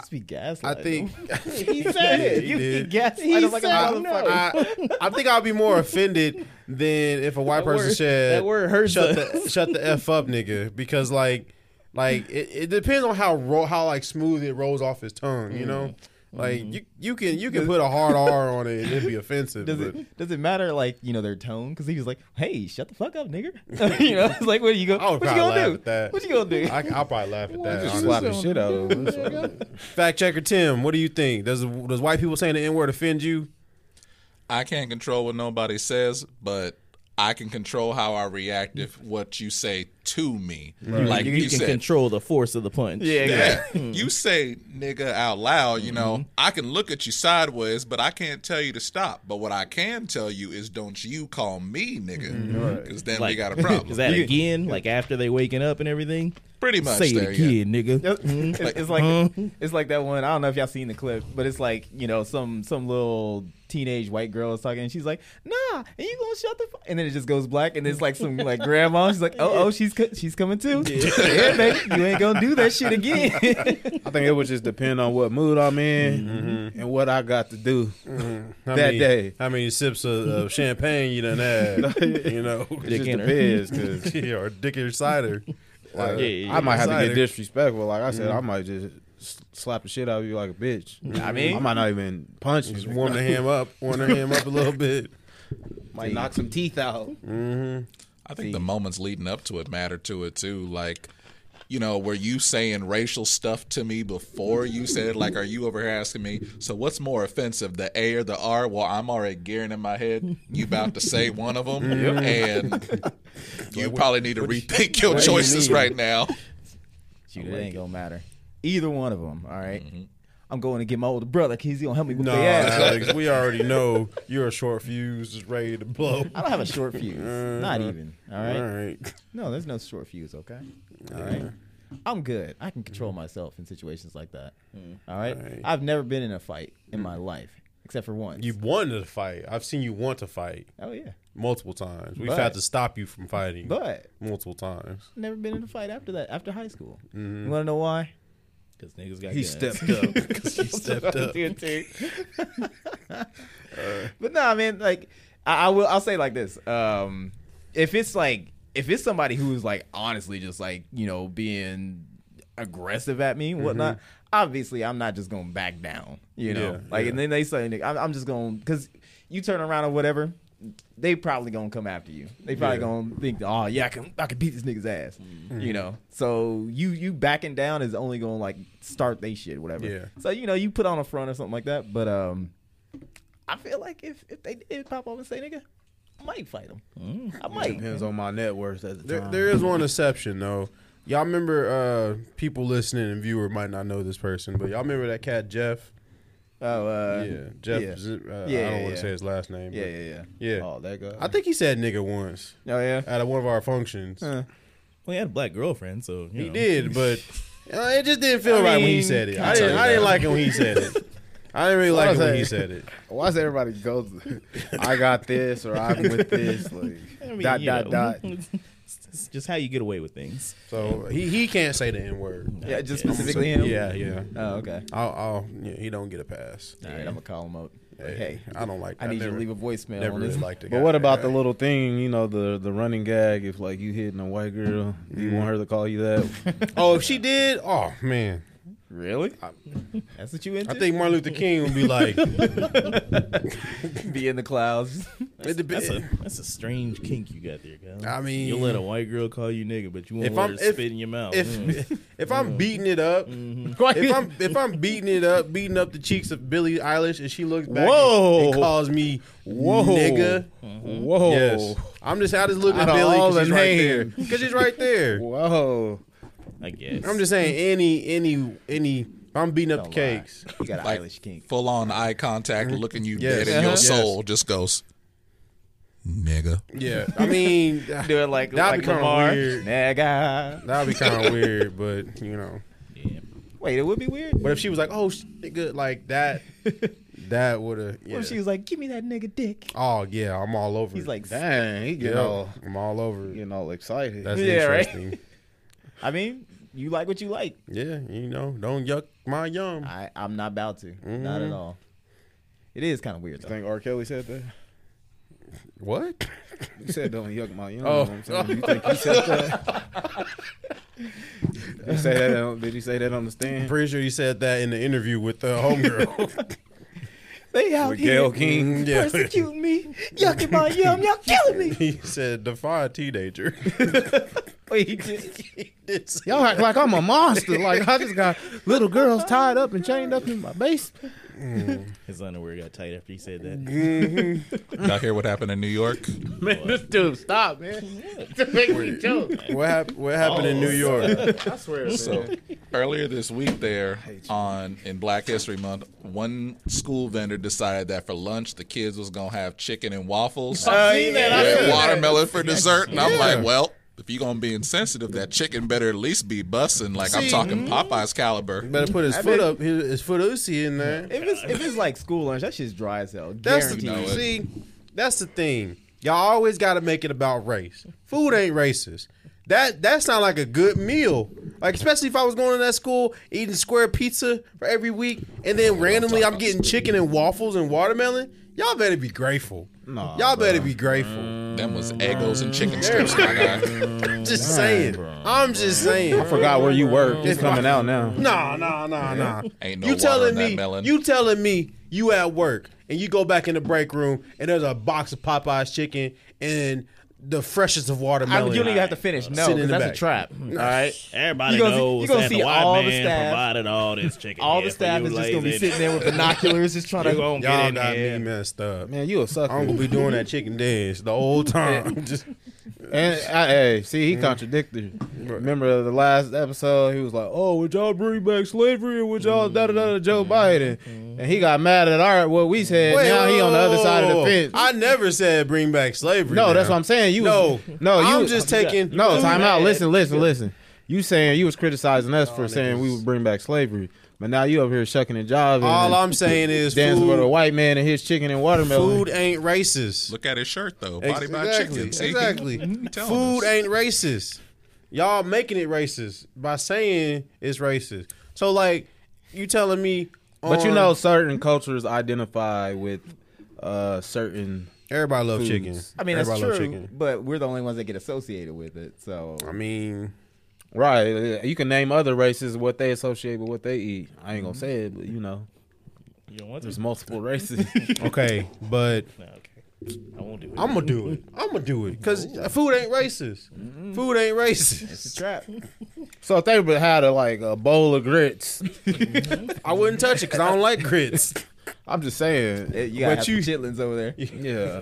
Speaker 3: Speak gaslighting.
Speaker 1: I
Speaker 4: [LAUGHS]
Speaker 1: think
Speaker 4: He said
Speaker 1: [LAUGHS] Yeah,
Speaker 4: it.
Speaker 1: he
Speaker 4: You he
Speaker 1: did.
Speaker 4: guessed.
Speaker 3: He
Speaker 4: I don't like
Speaker 3: said
Speaker 4: how
Speaker 1: I,
Speaker 4: the
Speaker 3: no.
Speaker 4: fuck-
Speaker 1: I, I think I'll be more offended than if a white
Speaker 4: That
Speaker 1: person
Speaker 4: word-
Speaker 1: said
Speaker 4: that word hurts
Speaker 1: Shut
Speaker 4: us."
Speaker 1: the shut the f up, nigga, because like Like it, it depends on how ro- how like smooth it rolls off his tongue. You know,
Speaker 3: Mm-hmm.
Speaker 1: like you you can you can put a hard R on it and it'd be offensive.
Speaker 3: Does
Speaker 1: but [LAUGHS]
Speaker 3: it does it matter like you know their tone? Because he was like, "Hey, shut the fuck
Speaker 1: [LAUGHS]
Speaker 3: up, nigga." [LAUGHS] you know, it's like, what you go?
Speaker 1: I would
Speaker 3: What you
Speaker 1: probably laugh
Speaker 3: gonna do?
Speaker 1: at that.
Speaker 3: What you gonna do?
Speaker 1: I, I'll probably laugh at
Speaker 3: [LAUGHS]
Speaker 1: that.
Speaker 2: Just
Speaker 1: honestly.
Speaker 2: slap the shit out of him.
Speaker 1: Fact checker Tim, what do you think? Does does white people saying the N word offend you?
Speaker 5: I can't control what nobody says, but I can control how I react if what you say to me. Like
Speaker 4: you,
Speaker 5: you,
Speaker 4: can
Speaker 5: said,
Speaker 4: control Hmm. the force of the punch. [LAUGHS]
Speaker 5: Yeah. you say nigga out loud, you know,
Speaker 4: Mm-hmm.
Speaker 5: I can look at you sideways, but I can't tell you to stop. But what I can tell you is don't you call me
Speaker 4: Mm-hmm.
Speaker 5: nigga, because then we
Speaker 4: Like, [LAUGHS]
Speaker 5: got a problem.
Speaker 4: Is that again? Like after they waking up and everything?
Speaker 5: Pretty much
Speaker 4: Say
Speaker 5: there,
Speaker 4: it
Speaker 5: yeah.
Speaker 4: again, nigga.
Speaker 3: it's, it's Mm-hmm. like it's like that one. I don't know if y'all seen the clip, but it's like you know some some little teenage white girl is talking, and she's like, "Nah, and you gonna shut the," fu-" and then it just goes black, and it's like some like grandma. She's like, "Oh, oh, she's co- she's coming too. Yeah. baby, you ain't gonna do that shit again."
Speaker 2: I think it would just depend on what mood I'm in and what I got to do.
Speaker 1: How
Speaker 2: That
Speaker 1: many,
Speaker 2: day.
Speaker 1: how many sips of, of champagne you done
Speaker 3: [LAUGHS]
Speaker 1: had? you know,
Speaker 2: It just
Speaker 4: Dick in her.
Speaker 2: depends
Speaker 1: [LAUGHS]
Speaker 2: 'cause, [LAUGHS]
Speaker 1: Yeah, or dick or [LAUGHS] cider. Uh,
Speaker 2: like,
Speaker 4: yeah,
Speaker 2: I might have to
Speaker 1: Cider.
Speaker 2: get disrespectful. Like I said, I might just s- slap the shit out of you like a bitch. I
Speaker 3: mean-
Speaker 2: I might not even punch
Speaker 1: Just
Speaker 2: you.
Speaker 1: warm the ham up, warm the ham up a little [LAUGHS] bit.
Speaker 2: Might knock some teeth out.
Speaker 5: I think the moments leading up to it matter to it too. Like, you know, were you saying racial stuff to me before you said it? Like, are you over here asking me, so what's more offensive, the A or the R? Well, I'm already gearing in my head, you about to say one of them, [LAUGHS] and you probably need to rethink your choices right now.
Speaker 3: [LAUGHS] Shoot, [LAUGHS] it ain't gonna matter. Mm-hmm. Either one of them. All right? I'm going to get my older brother because he's gonna help me with
Speaker 1: No,
Speaker 3: the ass. [LAUGHS]
Speaker 1: Alex, we already know you're a short fuse, just ready to blow.
Speaker 3: I don't have a short fuse. Not even. All right?
Speaker 1: All right.
Speaker 3: No, there's no short fuse. Okay. All right. I'm good. I can control myself in situations like that. All, right?
Speaker 1: All Mm. right. Mm.
Speaker 3: I've never been in a fight in my life except for once.
Speaker 1: You wanted to fight. I've seen you want to fight
Speaker 3: Oh yeah.
Speaker 1: multiple times. We've
Speaker 3: But-
Speaker 1: had to stop you from fighting
Speaker 3: But
Speaker 1: multiple [LAUGHS] times.
Speaker 3: never been in a fight after that. After high school.
Speaker 1: Mm-hmm.
Speaker 3: You want to know why?
Speaker 4: Because niggas got
Speaker 2: He
Speaker 4: guns.
Speaker 2: stepped up.
Speaker 1: Because you stepped up.
Speaker 3: but nah, man. Like I, I will. I'll say like this. Um, if it's like if it's somebody who's like honestly just like you know being aggressive at me and
Speaker 1: Mm-hmm.
Speaker 3: whatnot, obviously I'm not just gonna back down. You know,
Speaker 1: Yeah,
Speaker 3: like
Speaker 1: yeah.
Speaker 3: and then they say "Nigga, I'm, I'm just gonna because you turn around or whatever. They probably gonna come after you. They probably
Speaker 1: Yeah. Mm-hmm.
Speaker 3: gonna think, oh yeah, I can I can beat this nigga's ass, you know. So you you backing down is only gonna like start they shit, whatever.
Speaker 1: Yeah.
Speaker 3: So you know you put on a front or something like that, but um, I feel like if, if they did pop up and say nigga, I might fight them. I might.
Speaker 2: Depends on my net worth at the
Speaker 1: There,
Speaker 2: time.
Speaker 1: there is one exception though. Y'all remember uh, people listening and viewer might not know this person, but y'all remember that cat Jeff?
Speaker 3: Oh uh, yeah,
Speaker 1: yeah, Jeff.
Speaker 3: yeah.
Speaker 1: Z- uh, I don't
Speaker 3: Yeah,
Speaker 1: want to
Speaker 3: yeah.
Speaker 1: say his last name.
Speaker 3: yeah,
Speaker 1: but-
Speaker 3: yeah,
Speaker 1: yeah.
Speaker 2: oh, that guy.
Speaker 1: I think he said nigga once
Speaker 3: Oh yeah.
Speaker 1: at one of our functions.
Speaker 3: Uh,
Speaker 4: Well, he had a black girlfriend, so you
Speaker 1: He
Speaker 4: know.
Speaker 1: did, but uh, it just didn't feel
Speaker 3: I
Speaker 1: right when he
Speaker 3: mean,
Speaker 1: said it.
Speaker 3: can
Speaker 1: I
Speaker 3: I tell
Speaker 1: didn't,
Speaker 3: you
Speaker 1: I didn't
Speaker 3: that?
Speaker 1: like it when he said it. I didn't really
Speaker 3: [LAUGHS]
Speaker 1: like it
Speaker 2: was
Speaker 1: when
Speaker 2: I-
Speaker 1: he said it.
Speaker 2: Why does everybody go? I got this, or I'm with this. Like
Speaker 4: I mean,
Speaker 2: dot
Speaker 4: you
Speaker 2: dot
Speaker 4: know,
Speaker 2: dot.
Speaker 4: [LAUGHS] it's- it's just how you get away with things.
Speaker 1: So he, he can't say the N word.
Speaker 3: Yeah, just
Speaker 4: Yeah.
Speaker 3: specifically him.
Speaker 1: Yeah, yeah.
Speaker 3: Oh okay.
Speaker 1: I'll, I'll, yeah, he don't get a pass.
Speaker 3: All right, I'm gonna call him up. Like,
Speaker 1: Hey,
Speaker 3: hey,
Speaker 1: I don't like.
Speaker 3: I need
Speaker 1: never,
Speaker 3: you to leave a voicemail.
Speaker 1: Never
Speaker 3: on
Speaker 1: really
Speaker 3: this.
Speaker 1: liked it.
Speaker 2: But what
Speaker 1: [LAUGHS]
Speaker 2: about the little thing? You know, the the running gag. If like you hitting a white girl, do you want her to call you that?
Speaker 1: Oh, if she did, oh man,
Speaker 3: Really? That's what you into?
Speaker 1: I think Martin Luther King would be like. it
Speaker 3: [LAUGHS] be in the [LAUGHS] clouds.
Speaker 4: That's
Speaker 1: depends.
Speaker 4: a that's a strange kink you got there, guy.
Speaker 1: I mean-
Speaker 4: you let a white girl call you nigga, but you won't
Speaker 1: If
Speaker 4: let
Speaker 1: I'm-
Speaker 4: her
Speaker 1: if-
Speaker 4: spit in your mouth. Mm.
Speaker 1: If if I'm beating it up, if I'm if I'm beating it up, beating up the cheeks of Billie Eilish, and she looks back
Speaker 2: Whoa.
Speaker 1: and, and calls me nigga.
Speaker 3: Mm-hmm.
Speaker 2: Whoa,
Speaker 1: Yes, I'm just I just looking at
Speaker 2: Out of
Speaker 1: Billie
Speaker 2: all the
Speaker 1: because she's right there.
Speaker 2: names.
Speaker 1: Because she's right
Speaker 3: [LAUGHS]
Speaker 1: there.
Speaker 2: whoa.
Speaker 4: I guess
Speaker 1: I'm just saying any any any. I'm beating up the
Speaker 3: Don't lie.
Speaker 1: cakes.
Speaker 3: You got an
Speaker 5: Like-
Speaker 3: Irish kink.
Speaker 5: Full on eye contact, looking you
Speaker 1: Yes.
Speaker 5: dead in your
Speaker 1: Uh-huh.
Speaker 5: soul, just goes, nigga.
Speaker 1: [LAUGHS] Yeah, I mean
Speaker 3: Do it like
Speaker 1: That'd
Speaker 3: like
Speaker 1: be kinda
Speaker 3: Lamar.
Speaker 1: weird.
Speaker 3: Nigga.
Speaker 1: that'd be kind of weird, but you know.
Speaker 4: yeah.
Speaker 3: Wait, it would be [LAUGHS] weird.
Speaker 1: But if she was like, "Oh, sh- nigga," like that, that would have. Yeah.
Speaker 3: What if she was like, "Give me that nigga dick"?
Speaker 1: oh yeah, I'm all over.
Speaker 3: He's
Speaker 1: it.
Speaker 3: like,
Speaker 2: Dang, he
Speaker 1: yeah,
Speaker 2: get all
Speaker 1: I'm all over. it.
Speaker 2: getting all excited. [LAUGHS]
Speaker 1: That's
Speaker 3: Yeah, right.
Speaker 1: interesting.
Speaker 3: I mean, you like what you like.
Speaker 1: Yeah, you know, don't yuck my yum.
Speaker 3: I, I'm not about to. Not
Speaker 2: Mm-hmm.
Speaker 3: at all. It is kind of weird
Speaker 2: you
Speaker 3: though.
Speaker 2: think R. Kelly said that?
Speaker 1: what?
Speaker 2: You said don't yuck my yum.
Speaker 1: Oh.
Speaker 2: I'm saying, you think he said that? Did you say that? On, did you say that on the
Speaker 1: [LAUGHS]
Speaker 2: stand?
Speaker 1: Pretty sure you said that in the interview with the homegirl. [LAUGHS]
Speaker 3: They out
Speaker 2: With
Speaker 3: here
Speaker 2: Gail King. [LAUGHS]
Speaker 1: Yeah.
Speaker 3: persecuting me. Y'all get my yum. Y'all killing me.
Speaker 1: he said, "Defy a teenager."
Speaker 3: [LAUGHS]
Speaker 1: [LAUGHS]
Speaker 3: Wait,
Speaker 1: It's-
Speaker 2: Y'all act like I'm a monster. Like I just got little girls tied up and chained up in my basement.
Speaker 4: His underwear got tight after he said that.
Speaker 5: Y'all hear what happened in New York?
Speaker 6: Man, this dude, stop, man. to make me joke.
Speaker 1: what, hap- what happened
Speaker 3: Oh.
Speaker 1: in New York?
Speaker 3: [LAUGHS]
Speaker 6: I swear, man.
Speaker 5: So earlier this week, there on in Black History Month, one school vendor decided that for lunch the kids was gonna have chicken and waffles with watermelon for dessert, and I'm like, well. If you're gonna be insensitive, that chicken better at least be busting. Like I'm
Speaker 1: Mm-hmm.
Speaker 5: talking Popeyes caliber.
Speaker 1: Better put his foot up, his, his foot Uzi in there.
Speaker 3: if it's if it's like school lunch, that shit's dry as hell.
Speaker 1: That's the
Speaker 3: Guaranteed.
Speaker 5: know it.
Speaker 1: see. That's the thing. Y'all always got to make it about race. Food ain't racist. That that sound like a good meal. Like especially if I was going to that school eating square pizza for every week, and then randomly I'm getting chicken and waffles and watermelon. Y'all better be grateful.
Speaker 2: Nah,
Speaker 1: Y'all
Speaker 2: bro.
Speaker 1: better be grateful.
Speaker 5: Them was Eggos and chicken strips, my
Speaker 1: [LAUGHS]
Speaker 5: guy.
Speaker 2: Mm,
Speaker 1: Just saying. I'm just saying.
Speaker 2: I forgot where you work. It's coming out now.
Speaker 1: [LAUGHS] Nah, nah, nah, nah.
Speaker 5: Ain't no
Speaker 1: you
Speaker 5: water
Speaker 1: telling
Speaker 5: in that
Speaker 1: me?
Speaker 5: melon.
Speaker 1: You telling me you at work and you go back in the break room and there's a box of Popeyes chicken and the freshest of
Speaker 3: I,
Speaker 1: watermelon.
Speaker 3: you don't even have to finish. No,
Speaker 1: Sitting in
Speaker 3: 'cause
Speaker 1: the
Speaker 3: that's
Speaker 1: back.
Speaker 3: a trap.
Speaker 4: All right, everybody
Speaker 3: You gonna see-
Speaker 4: knows
Speaker 3: you gonna
Speaker 4: that
Speaker 3: see
Speaker 4: the white
Speaker 3: all the
Speaker 4: man
Speaker 3: staff-
Speaker 4: provided all this chicken.
Speaker 3: All
Speaker 4: here
Speaker 3: the
Speaker 4: for
Speaker 3: staff
Speaker 4: you
Speaker 3: is just gonna be
Speaker 4: lazy-
Speaker 3: sitting there with binoculars, just trying
Speaker 4: You
Speaker 3: to.
Speaker 4: gonna
Speaker 1: Y'all
Speaker 4: get in
Speaker 1: got me
Speaker 4: here.
Speaker 1: messed up.
Speaker 2: Man, you a sucker.
Speaker 1: I'm gonna be doing that chicken dance the
Speaker 2: [LAUGHS]
Speaker 1: whole time. [LAUGHS] Just
Speaker 2: And I, hey, see, he contradicted. Remember the last episode? He was like, "Oh, would y'all bring back slavery? Or would y'all da da da da Joe Biden?" And he got mad at our what we said.
Speaker 1: Mm-hmm. Wait,
Speaker 2: now he on the other side of the
Speaker 1: whoa,
Speaker 2: fence.
Speaker 1: I never said bring back slavery.
Speaker 2: no,
Speaker 1: now.
Speaker 2: that's what I'm saying. You
Speaker 1: No,
Speaker 2: was, no, you
Speaker 1: I'm
Speaker 2: was-
Speaker 1: just taking
Speaker 2: no time out.
Speaker 3: mad.
Speaker 2: Listen, listen, listen. You saying you was criticizing us for saying we would bring back slavery, but now you over here shucking and jiving,
Speaker 1: All
Speaker 2: and
Speaker 1: I'm saying is
Speaker 2: dancing with a
Speaker 1: food,
Speaker 2: white man and his chicken and watermelon.
Speaker 1: food ain't racist.
Speaker 5: Look at his shirt though, body by
Speaker 1: Exactly,
Speaker 5: chicken. See?
Speaker 1: exactly.
Speaker 5: He telling
Speaker 1: Food
Speaker 5: us.
Speaker 1: ain't racist. Y'all making it racist by saying it's racist. So like you telling me
Speaker 2: But you
Speaker 1: on-
Speaker 2: know, certain cultures identify with uh, certain.
Speaker 1: everybody loves
Speaker 2: foods.
Speaker 1: chicken.
Speaker 3: I mean, that's
Speaker 1: everybody
Speaker 3: true,
Speaker 1: love chicken.
Speaker 3: but we're the only ones that get associated with it. So
Speaker 1: I mean,
Speaker 2: Right. You can name other races what they associate with what they eat. I ain't
Speaker 1: Mm-hmm.
Speaker 2: gonna say it, but you know,
Speaker 4: You don't want
Speaker 2: there's
Speaker 1: [LAUGHS]
Speaker 4: this?
Speaker 2: multiple races.
Speaker 1: okay, but
Speaker 4: No, okay. I won't do it.
Speaker 1: I'm gonna do it. I'm gonna do it because food ain't racist. Food ain't racist.
Speaker 3: it's a trap.
Speaker 2: so if they would had a like a bowl of grits,
Speaker 1: I wouldn't touch it because I don't like grits.
Speaker 2: I'm just saying.
Speaker 3: It- you got
Speaker 1: But
Speaker 3: have
Speaker 1: you-
Speaker 3: you, chitlins over there.
Speaker 2: Yeah.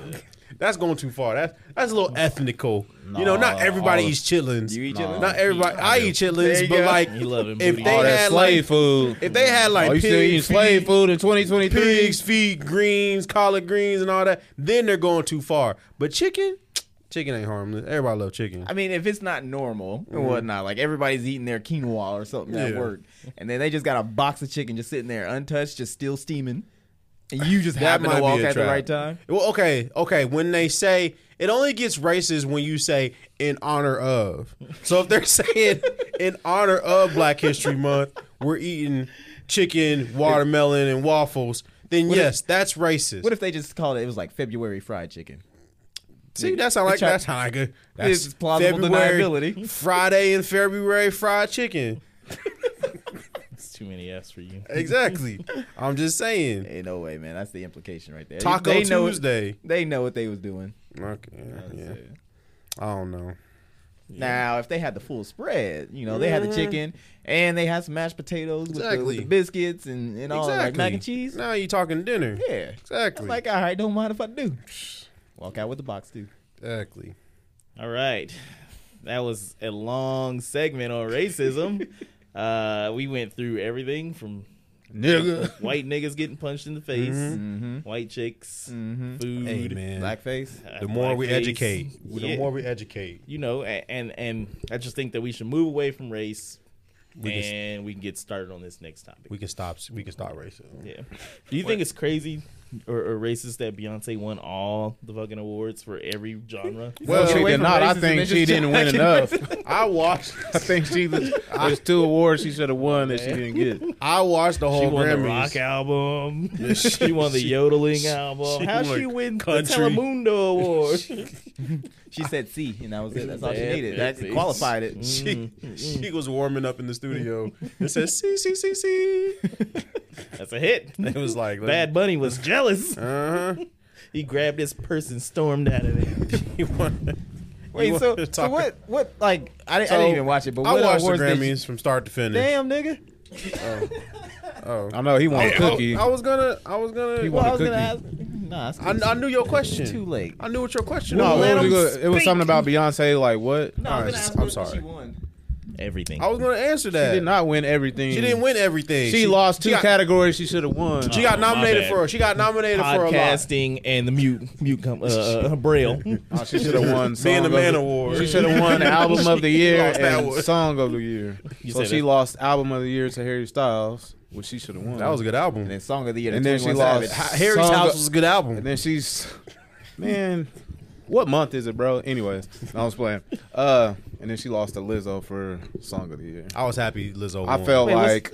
Speaker 1: That's going too far. That's that's a little ethnical. you know, not
Speaker 2: Nah,
Speaker 1: everybody
Speaker 2: all-
Speaker 1: eats chitlins.
Speaker 3: You eat
Speaker 2: Nah.
Speaker 3: chitlins?
Speaker 1: not everybody. I, eat
Speaker 3: There
Speaker 1: chitlins,
Speaker 3: you
Speaker 1: but
Speaker 3: go.
Speaker 1: like
Speaker 4: You loving
Speaker 1: if
Speaker 4: booty.
Speaker 1: they
Speaker 2: All that
Speaker 1: had like
Speaker 2: slave food.
Speaker 1: If they had like
Speaker 2: oh, you still eating
Speaker 1: pigs,
Speaker 2: slave
Speaker 1: feet,
Speaker 2: food in 2023?
Speaker 1: pigs feet, greens, collard greens, and all that, then they're going too far. But chicken, chicken ain't harmless. Everybody love chicken.
Speaker 3: I mean, if it's not normal and whatnot, like everybody's eating their quinoa or something at
Speaker 1: Mm-hmm. Yeah.
Speaker 3: work, and then they just got a box of chicken just sitting there untouched, just still steaming, and you just happen
Speaker 1: might
Speaker 3: to
Speaker 1: be
Speaker 3: walk
Speaker 1: a
Speaker 3: at
Speaker 1: trap.
Speaker 3: the right time.
Speaker 1: Well, okay, okay. When they say it only gets racist when you say in honor of. So if they're [LAUGHS] saying in honor of Black History Month, we're eating chicken, watermelon, and waffles. Then yes, that's racist.
Speaker 3: What if they just called it? It was like February fried chicken.
Speaker 1: See, that's how like
Speaker 3: try-
Speaker 1: that's how [LAUGHS] I good. That's
Speaker 3: is plausible
Speaker 1: February,
Speaker 3: deniability.
Speaker 1: Friday and February fried [LAUGHS] chicken.
Speaker 4: It's too many F's for you.
Speaker 1: Exactly. I'm just saying.
Speaker 3: Ain't no way, man. That's the implication right there.
Speaker 1: Taco
Speaker 3: they know
Speaker 1: Tuesday.
Speaker 3: they know what they was doing.
Speaker 1: Okay. Yeah. I don't know.
Speaker 3: Now, if they had the full spread, you know, they had the chicken and they had some mashed potatoes with, the,
Speaker 1: Exactly.
Speaker 3: with the biscuits and, and all that, like mac and cheese.
Speaker 1: Now you talking dinner.
Speaker 3: Yeah.
Speaker 1: Exactly.
Speaker 3: Like, all right, don't mind if I do. Walk out with the box too.
Speaker 1: exactly.
Speaker 4: All right. That was a long segment
Speaker 1: [LAUGHS]
Speaker 4: on racism. uh, we went through everything from
Speaker 2: Nigga.
Speaker 4: white niggas getting punched in the face, white chicks, food,
Speaker 1: Mm-hmm. Hey man.
Speaker 3: Blackface.
Speaker 4: uh,
Speaker 1: the more we
Speaker 4: blackface.
Speaker 1: educate, the
Speaker 4: Yeah.
Speaker 1: more we educate.
Speaker 4: you know, a- and and I just think that we should move away from race,
Speaker 1: can s-
Speaker 4: and we can get started on this next topic.
Speaker 1: We can stop. We can stop racism.
Speaker 4: yeah. Do you think it's crazy or, or racist that Beyonce won all the fucking awards for every genre?
Speaker 2: Well, she
Speaker 3: away
Speaker 2: did
Speaker 3: from
Speaker 2: not. I
Speaker 3: racism
Speaker 2: think
Speaker 3: and
Speaker 2: she
Speaker 3: just
Speaker 2: didn't win
Speaker 3: jacking
Speaker 2: enough.
Speaker 1: I watched.
Speaker 2: [LAUGHS] I think she was, there's two awards she should have won that she didn't get.
Speaker 1: I watched the
Speaker 4: She
Speaker 1: whole
Speaker 4: won the
Speaker 1: Grammys.
Speaker 4: rock album. [LAUGHS] she won the yodeling album. How
Speaker 1: won
Speaker 4: she win
Speaker 1: country.
Speaker 4: the Telemundo award?
Speaker 3: [LAUGHS] She said C, and that was it. That's all she
Speaker 4: Yeah,
Speaker 3: needed.
Speaker 4: that's
Speaker 3: That
Speaker 4: it.
Speaker 3: qualified
Speaker 1: [LAUGHS]
Speaker 3: it.
Speaker 1: She,
Speaker 3: Mm-hmm.
Speaker 1: she was warming up in the
Speaker 3: [LAUGHS]
Speaker 1: studio and said, "See, see, see, see."
Speaker 4: [LAUGHS] That's a hit.
Speaker 1: It was like
Speaker 4: [LAUGHS] Bad Bunny was jealous.
Speaker 1: Uh huh. [LAUGHS]
Speaker 4: He grabbed his purse and stormed out of there.
Speaker 1: He won.
Speaker 3: Wait,
Speaker 1: You
Speaker 3: so,
Speaker 1: wanna
Speaker 3: so
Speaker 1: talk-
Speaker 3: what? What like I didn't, I didn't
Speaker 1: So,
Speaker 3: even watch it, but
Speaker 1: I
Speaker 3: what
Speaker 1: watched the
Speaker 3: awards did
Speaker 1: Grammys from start to
Speaker 3: She,
Speaker 1: finish. Oh.
Speaker 3: damn, Oh, nigga.
Speaker 2: I know he won a cookie.
Speaker 1: I, I was gonna. I was gonna.
Speaker 2: He
Speaker 3: Well,
Speaker 2: won
Speaker 3: I
Speaker 2: a
Speaker 3: was
Speaker 2: cookie.
Speaker 3: gonna ask. Nah, it's
Speaker 1: I, I knew your question.
Speaker 3: too late.
Speaker 1: I knew what your question
Speaker 2: No,
Speaker 1: was.
Speaker 2: it was,
Speaker 4: him
Speaker 2: good- it was
Speaker 4: speak.
Speaker 2: something about Beyonce. Like what?
Speaker 3: No, I was gonna
Speaker 1: Alright,
Speaker 3: ask
Speaker 1: I'm
Speaker 3: her if
Speaker 1: sorry.
Speaker 3: She won.
Speaker 4: Everything.
Speaker 1: I was gonna answer that.
Speaker 2: She did not win everything.
Speaker 1: She didn't win everything.
Speaker 2: She, lost two
Speaker 1: got-
Speaker 2: categories she should have won.
Speaker 1: She got
Speaker 4: Oh, my
Speaker 1: nominated
Speaker 4: bad.
Speaker 1: for. She got nominated for a lot.
Speaker 4: Podcasting and the mute mute com- uh, uh, braille.
Speaker 2: Oh, she should have won.
Speaker 1: Being
Speaker 2: Song
Speaker 1: the
Speaker 2: of
Speaker 1: man
Speaker 2: the-
Speaker 1: award.
Speaker 2: She should have won album of the year
Speaker 1: lost that
Speaker 2: and
Speaker 1: one.
Speaker 2: song of the year.
Speaker 4: You
Speaker 2: so
Speaker 4: said
Speaker 2: she
Speaker 4: it.
Speaker 2: lost album of the year to Harry Styles, which she should have won.
Speaker 1: That was a good album.
Speaker 3: And then song of the year.
Speaker 2: And then she
Speaker 3: 21
Speaker 2: lost.
Speaker 3: Savage.
Speaker 1: Harry's
Speaker 2: Song
Speaker 1: House
Speaker 2: of-
Speaker 1: was a good
Speaker 2: And
Speaker 1: album.
Speaker 2: then she's, man, what month is it, bro? Anyways, no, I was playing. Uh, and then she lost to Lizzo for song of the year.
Speaker 1: I was happy Lizzo.
Speaker 2: I
Speaker 1: won.
Speaker 2: felt
Speaker 4: Wait, what's-
Speaker 2: like,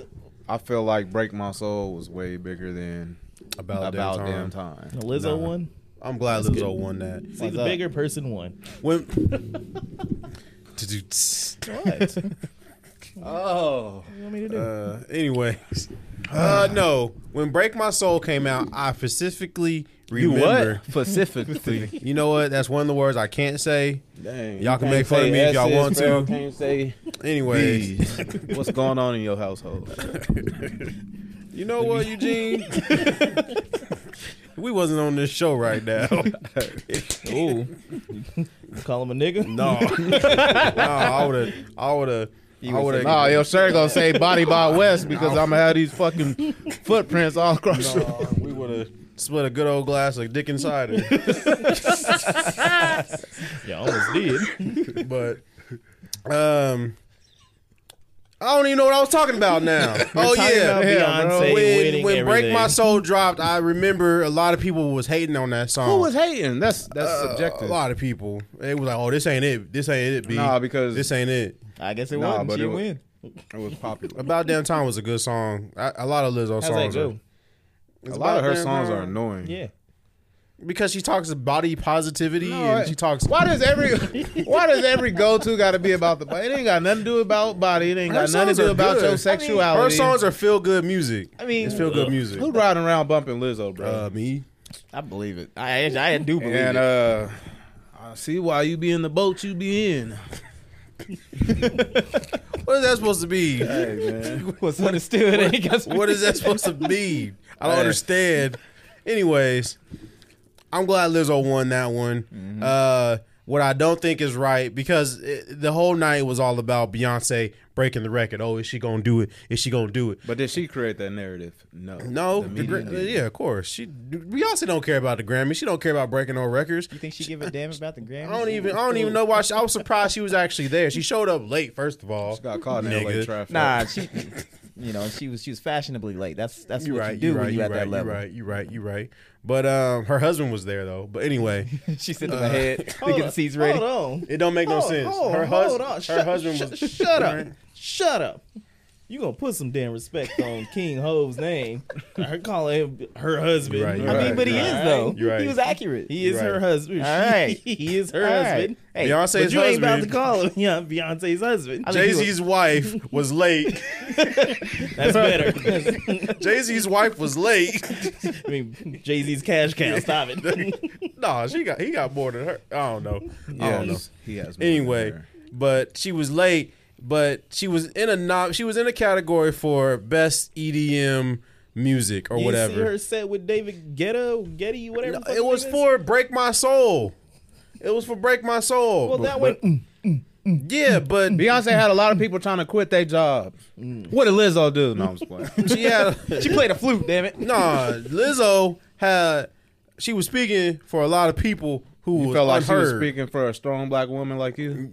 Speaker 2: I felt like Break My Soul was way bigger than
Speaker 1: about,
Speaker 2: About
Speaker 1: damn
Speaker 2: Damn
Speaker 1: time.
Speaker 2: Time.
Speaker 4: Lizzo won.
Speaker 1: I'm glad Lizzo won that.
Speaker 2: [LAUGHS]
Speaker 4: See, the
Speaker 3: up?
Speaker 4: bigger person won.
Speaker 1: When
Speaker 4: What? you
Speaker 2: Oh,
Speaker 4: want me to do?
Speaker 1: uh,
Speaker 2: [SIGHS]
Speaker 1: anyways, uh, no. When Break My Soul came out, I specifically
Speaker 2: you
Speaker 1: remember.
Speaker 2: what specifically?
Speaker 1: You, know what? That's one of the words I can't say.
Speaker 2: [LAUGHS] Dang,
Speaker 1: Y'all can make fun of me if y'all want to.
Speaker 2: Can't say
Speaker 1: Anyways, [LAUGHS]
Speaker 2: Jeez. what's going on in your household.
Speaker 1: you know
Speaker 2: [LAUGHS]
Speaker 1: what, Eugene? [LAUGHS] we wasn't on this show right
Speaker 2: [LAUGHS]
Speaker 1: now.
Speaker 4: Ooh. [LAUGHS] Call him a nigga?
Speaker 1: No, no, [LAUGHS] I would have, I would have, I would have.
Speaker 2: Nah, yo, sure gonna say body by
Speaker 1: [LAUGHS]
Speaker 2: West because I'm gonna have these fucking footprints all across. the
Speaker 1: Nah, we would have split a good old glass of dick and cider.
Speaker 2: [LAUGHS]
Speaker 4: You almost did.
Speaker 1: but um, I don't even know what I was talking about
Speaker 2: [LAUGHS]
Speaker 1: now. oh
Speaker 4: Talking
Speaker 1: yeah,
Speaker 4: about
Speaker 2: Yeah,
Speaker 4: Beyonce
Speaker 2: bro.
Speaker 1: when,
Speaker 4: winning
Speaker 1: when Break
Speaker 4: everything.
Speaker 1: My Soul dropped, I remember a lot of people was hating on that song.
Speaker 2: Who was hating? That's that's
Speaker 1: Uh,
Speaker 2: subjective.
Speaker 1: A lot of people. It was like, oh, this ain't it. This ain't it. B.
Speaker 2: Nah, because-
Speaker 1: this ain't it.
Speaker 3: I guess it
Speaker 2: Nah,
Speaker 3: wasn't.
Speaker 2: but
Speaker 3: She
Speaker 2: it was-
Speaker 3: win.
Speaker 2: It was popular.
Speaker 1: About Damn Time was a good song. I, a lot of Lizzo
Speaker 4: How's that
Speaker 1: songs.
Speaker 4: go?
Speaker 2: A lot of her songs are annoying.
Speaker 4: Yeah.
Speaker 1: because she talks body positivity
Speaker 2: No,
Speaker 1: and
Speaker 2: it-
Speaker 1: she talks.
Speaker 2: Why does every [LAUGHS] why does every go to got to be about the body? It ain't got nothing to do about body. It ain't
Speaker 1: Her
Speaker 2: got nothing
Speaker 1: songs
Speaker 2: to do
Speaker 1: are
Speaker 2: about
Speaker 1: good. I
Speaker 2: your
Speaker 1: mean,
Speaker 2: sexuality.
Speaker 1: Her songs are feel good music.
Speaker 3: I mean,
Speaker 1: It's feel good music.
Speaker 2: Who riding around bumping Lizzo, bro?
Speaker 1: Uh, me.
Speaker 3: I believe [LAUGHS] it. I I do believe
Speaker 2: and [LAUGHS]
Speaker 3: it.
Speaker 2: uh, I see why you be in the boat you be in.
Speaker 1: What is that supposed to be?
Speaker 2: Hey man,
Speaker 3: What's understood ain't got
Speaker 1: What is that supposed to mean? I don't
Speaker 2: Hey.
Speaker 1: understand. Anyways, I'm glad Lizzo won that one.
Speaker 2: Mm-hmm.
Speaker 1: Uh, what I don't think is right because it, the whole night was all about Beyonce breaking the record. Oh, is she gonna do it? Is she gonna do it?
Speaker 2: but did she create that narrative? No,
Speaker 1: No,
Speaker 2: The
Speaker 1: the
Speaker 2: media
Speaker 1: gra-
Speaker 2: did.
Speaker 1: yeah, of course. She Beyonce don't care about the Grammy. She don't care about breaking no records.
Speaker 3: You think she give a damn about the Grammys?
Speaker 1: I don't
Speaker 4: [LAUGHS]
Speaker 1: even. I don't even know why. She, I was surprised she was actually there. She showed up late. First of all,
Speaker 2: She got caught in LA
Speaker 1: Nigga.
Speaker 2: traffic.
Speaker 3: [LAUGHS] Nah, she. You know, she was she was fashionably late. That's that's
Speaker 1: You
Speaker 3: what
Speaker 1: right,
Speaker 3: you do
Speaker 1: you
Speaker 3: when
Speaker 1: right,
Speaker 3: you
Speaker 1: you
Speaker 3: at
Speaker 1: right,
Speaker 3: that
Speaker 1: you
Speaker 3: level.
Speaker 1: right, you right, you right. But um, her husband was there though. But anyway,
Speaker 3: [LAUGHS] she sent
Speaker 1: Uh, [LAUGHS]
Speaker 3: him ahead to get the seats ready.
Speaker 4: Hold on.
Speaker 1: it don't make no
Speaker 4: Hold-
Speaker 1: sense.
Speaker 4: hold-
Speaker 1: her
Speaker 4: hold
Speaker 1: husband,
Speaker 4: on.
Speaker 1: her
Speaker 4: Shut-
Speaker 1: husband
Speaker 4: shut-
Speaker 1: was.
Speaker 4: [LAUGHS] shut up. Shut up. You gonna put some damn respect on King Hove's name? Her calling him her husband.
Speaker 1: You're right, you're
Speaker 3: I
Speaker 1: right.
Speaker 3: mean, but he
Speaker 1: You're
Speaker 3: is
Speaker 4: right.
Speaker 3: though.
Speaker 1: You're right.
Speaker 3: He was accurate.
Speaker 4: He is
Speaker 1: You're
Speaker 4: her
Speaker 1: right.
Speaker 4: husband.
Speaker 3: All right.
Speaker 4: he is her
Speaker 3: All right.
Speaker 4: husband.
Speaker 3: Hey,
Speaker 1: Beyonce's
Speaker 4: but you ain't about to
Speaker 1: husband,
Speaker 4: call him yeah, Beyonce's husband.
Speaker 3: I mean,
Speaker 1: Jay Z's wife was late.
Speaker 4: That's better.
Speaker 1: [LAUGHS]
Speaker 4: [LAUGHS]
Speaker 1: Jay Z's wife was late. [LAUGHS]
Speaker 4: I mean, Jay Z's cash cow. Stop it.
Speaker 1: Nah, she got he got more than her. I don't know. I don't know.
Speaker 2: Yes, Oh, he has. more
Speaker 1: Anyway,
Speaker 2: than her.
Speaker 1: but she was late. But she was in a nom- she was in a category for best EDM music or
Speaker 4: You
Speaker 1: [LAUGHS] whatever.
Speaker 4: see her set with David Guetta, Getty, whatever. the
Speaker 1: No,
Speaker 4: fuck
Speaker 1: it
Speaker 4: his
Speaker 1: was
Speaker 4: name is?
Speaker 1: for break my soul. It was for break my soul.
Speaker 4: Well, that went.
Speaker 1: yeah,
Speaker 4: [LAUGHS]
Speaker 1: but
Speaker 2: Beyonce had a lot of people trying to quit their jobs. What did Lizzo do? No, I'm just playing.
Speaker 1: she had
Speaker 3: she played a flute. Damn it.
Speaker 1: nah. Lizzo had she was speaking for a lot of people who
Speaker 2: You
Speaker 1: was
Speaker 2: felt like she
Speaker 1: unheard.
Speaker 2: was speaking for a strong black woman like you.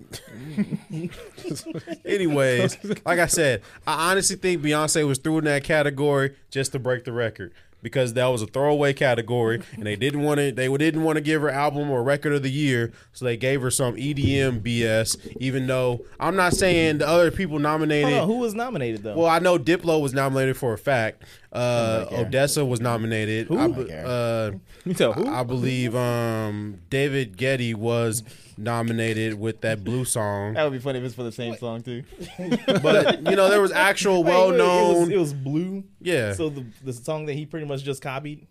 Speaker 2: [LAUGHS]
Speaker 1: Anyways, like I said, I honestly think Beyonce was through in that category just to break the record because that was a throwaway category, and they didn't want to. They didn't want to give her album or record of the year, so they gave her some E EDM BS. Even though I'm not saying the other people nominated.
Speaker 4: Hold on, who was nominated though?
Speaker 1: Well, I know Diplo was nominated for a fact. Uh, Odessa was nominated. I, be- uh, I believe um, David Getty was nominated with that blue song.
Speaker 3: That would be funny if it's for the same song too.
Speaker 1: But you know, there was actual
Speaker 4: It was,
Speaker 1: well-known.
Speaker 4: it was blue.
Speaker 1: Yeah,
Speaker 4: So the the song that he pretty much just copied.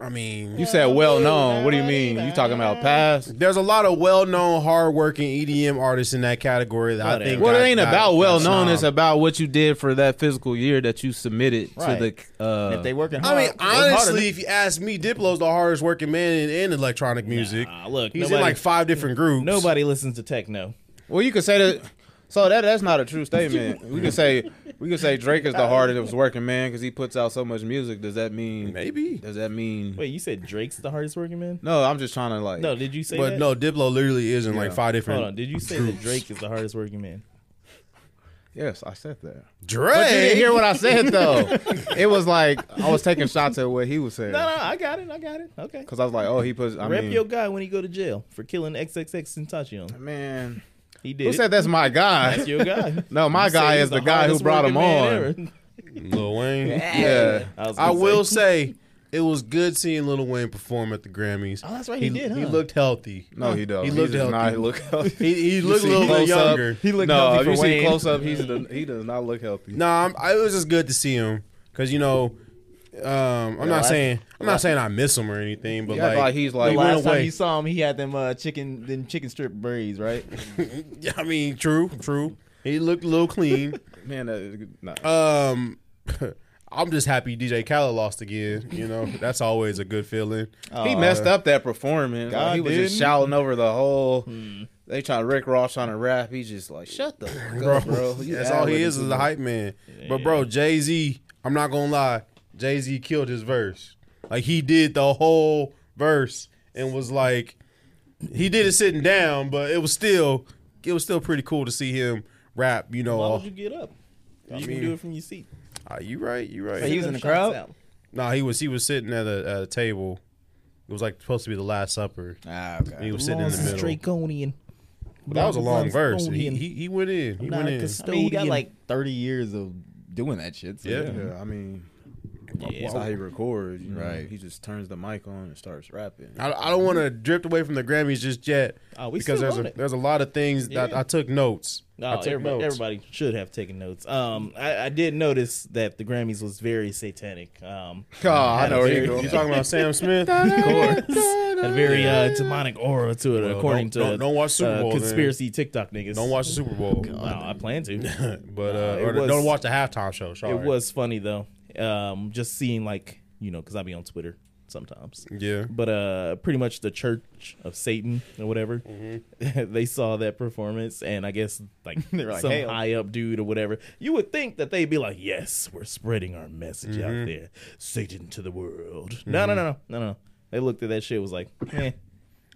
Speaker 1: I mean,
Speaker 2: You said well known. What do you mean? You talking about past?
Speaker 1: there's a lot of well-known, hard-working EDM artists in that category that I
Speaker 4: Whatever.
Speaker 1: think.
Speaker 2: Well, it
Speaker 1: got-
Speaker 2: ain't
Speaker 1: got-
Speaker 2: about
Speaker 1: got
Speaker 2: well known. It's
Speaker 1: snubbed.
Speaker 2: about what you did for that fiscal year that you submitted to
Speaker 3: Right.
Speaker 2: the. Uh,
Speaker 3: if they working
Speaker 1: I
Speaker 3: hard,
Speaker 1: mean,
Speaker 3: it's harder
Speaker 1: honestly, if you ask me, Diplo's the hardest working man in, in electronic music.
Speaker 4: Nah, look,
Speaker 1: He's in
Speaker 4: nobody-
Speaker 1: like five different groups.
Speaker 4: [LAUGHS] Nobody listens to techno.
Speaker 2: Well, you could say that. So that that's not a true statement. We could say we could say Drake is the hardest working man because he puts out so much music. Does that mean?
Speaker 1: maybe,
Speaker 2: Does that mean?
Speaker 4: Wait, you said Drake's the hardest working man?
Speaker 2: No, I'm just trying to like.
Speaker 4: No, did you say
Speaker 1: but
Speaker 4: that?
Speaker 1: no, Diplo literally is in like
Speaker 2: Yeah.
Speaker 1: five
Speaker 4: Hold
Speaker 1: different.
Speaker 4: on, did you say that Drake is the hardest working man?
Speaker 2: Yes, I said that.
Speaker 1: Dre.
Speaker 2: But you didn't hear what I said though. it was like I was taking shots at what he was saying
Speaker 4: No, no, I got it. I got it. Okay.
Speaker 2: because I was like, oh, he puts. I
Speaker 4: Rep
Speaker 2: mean,
Speaker 4: your guy when he go to jail for killing XXX Tentacion.
Speaker 2: man,
Speaker 4: He did.
Speaker 2: who
Speaker 4: it.
Speaker 2: said that's my guy?
Speaker 4: That's
Speaker 1: [LAUGHS]
Speaker 4: your guy.
Speaker 2: no, my
Speaker 4: You say
Speaker 2: guy
Speaker 4: he's
Speaker 2: is the guy who
Speaker 4: hardest
Speaker 2: brought him
Speaker 4: working man
Speaker 2: on.
Speaker 4: ever. [LAUGHS]
Speaker 1: Lil Wayne.
Speaker 2: Yeah.
Speaker 4: I, was
Speaker 1: I
Speaker 4: gonna
Speaker 1: will
Speaker 4: say- [LAUGHS]
Speaker 1: say it was good seeing Lil Wayne perform at the Grammys.
Speaker 4: Oh, that's right. He, did. Huh?
Speaker 1: He looked healthy.
Speaker 2: No, he does.
Speaker 1: He looked
Speaker 2: does
Speaker 1: healthy.
Speaker 2: not look healthy.
Speaker 1: He, he looked a
Speaker 2: see
Speaker 1: little bit
Speaker 2: close up.
Speaker 1: younger.
Speaker 3: He looked
Speaker 2: no,
Speaker 3: healthy
Speaker 2: if you
Speaker 3: for
Speaker 2: see
Speaker 3: Wayne.
Speaker 2: close up, [LAUGHS] he's the, he does not look healthy.
Speaker 1: No, I'm, I, it was just good to see him because you know, um, I'm not saying I'm not saying I miss him or anything, but
Speaker 2: He act
Speaker 1: like,
Speaker 2: like he's like
Speaker 1: he
Speaker 3: last
Speaker 1: went
Speaker 3: time
Speaker 1: away. [LAUGHS]
Speaker 3: you saw him, he had them uh, chicken, them chicken strip braids, [LAUGHS] right?
Speaker 1: I mean, true, true. He looked a little
Speaker 2: [LAUGHS]
Speaker 1: clean.
Speaker 2: man. That, nah.
Speaker 1: um, [LAUGHS] I'm just happy DJ Khaled lost again. You know, that's always a good feeling.
Speaker 2: Uh, he messed up that performance. Like,
Speaker 3: God
Speaker 2: he was just
Speaker 3: didn't.
Speaker 2: shouting over the whole. They try Rick Ross trying to rap. He's just like,
Speaker 1: [LAUGHS]
Speaker 2: shut the fuck up, bro. You
Speaker 1: That's all he
Speaker 2: ad-libbing
Speaker 1: is is
Speaker 2: too
Speaker 1: a
Speaker 2: much.
Speaker 1: hype man. But bro, Jay Z, I'm not gonna lie, Jay Z killed his verse. Like he did the whole verse and was like, he did it sitting down, but it was still, it was still pretty cool to see him rap. You know,
Speaker 4: Why would
Speaker 1: all,
Speaker 4: you
Speaker 1: you,
Speaker 4: get up? You
Speaker 1: mean-
Speaker 4: can do it from your seat.
Speaker 1: you right, you right.
Speaker 3: He was in the crowd?
Speaker 1: nah, he was he was sitting at a, at a table. It was like supposed to be the Last Supper.
Speaker 3: Ah,
Speaker 1: And he
Speaker 3: okay.
Speaker 1: was sitting in the middle.
Speaker 4: Draconian.
Speaker 1: But that was a long verse. and He, he he went in. He
Speaker 4: Not
Speaker 1: went
Speaker 4: a
Speaker 1: in.
Speaker 4: cust-
Speaker 3: I mean, he got like 30 years of doing that shit. So
Speaker 1: Yeah.
Speaker 2: Yeah, I mean, Hmm.
Speaker 4: Yeah.
Speaker 2: that's how he records. You know?
Speaker 3: Right.
Speaker 2: He just turns the mic on and starts rapping.
Speaker 1: I, I don't want to drift away from the Grammys just yet
Speaker 4: Oh, we
Speaker 1: because
Speaker 4: still
Speaker 1: there's
Speaker 4: on
Speaker 1: a,
Speaker 4: it.
Speaker 1: there's a lot of things that
Speaker 4: Yeah.
Speaker 1: I took notes. I
Speaker 4: No,
Speaker 1: took
Speaker 4: everybody,
Speaker 1: notes.
Speaker 4: everybody should have taken notes. Um, I, I did notice that the Grammys was very satanic.
Speaker 1: [LAUGHS]
Speaker 4: Um,
Speaker 2: Oh, I know where you're
Speaker 1: You
Speaker 2: going.
Speaker 1: talking about
Speaker 4: [LAUGHS]
Speaker 1: Sam Smith?
Speaker 4: a very uh, demonic aura to it,
Speaker 1: Well,
Speaker 4: according
Speaker 1: don't-
Speaker 4: to
Speaker 1: don't- don't watch Super
Speaker 4: uh,
Speaker 1: Bowl, then.
Speaker 4: conspiracy TikTok niggas.
Speaker 1: Don't watch the Super Bowl,
Speaker 4: No, I plan to.
Speaker 1: [LAUGHS] but uh,
Speaker 4: it
Speaker 1: or the-
Speaker 4: was-
Speaker 1: don't watch the halftime show. Sorry.
Speaker 4: it was funny though. Um, just seeing like you know, because I be on Twitter sometimes.
Speaker 1: yeah.
Speaker 4: but uh pretty much the church of satan or whatever
Speaker 1: Mm-hmm.
Speaker 4: [LAUGHS] they saw that performance and i guess like
Speaker 1: [LAUGHS]
Speaker 3: They're like,
Speaker 4: some
Speaker 3: "Hell."
Speaker 4: high up dude or whatever you would think that they'd be like yes we're spreading our message
Speaker 1: Mm-hmm.
Speaker 4: out there satan to the world no no no no no no they looked at that shit was like eh.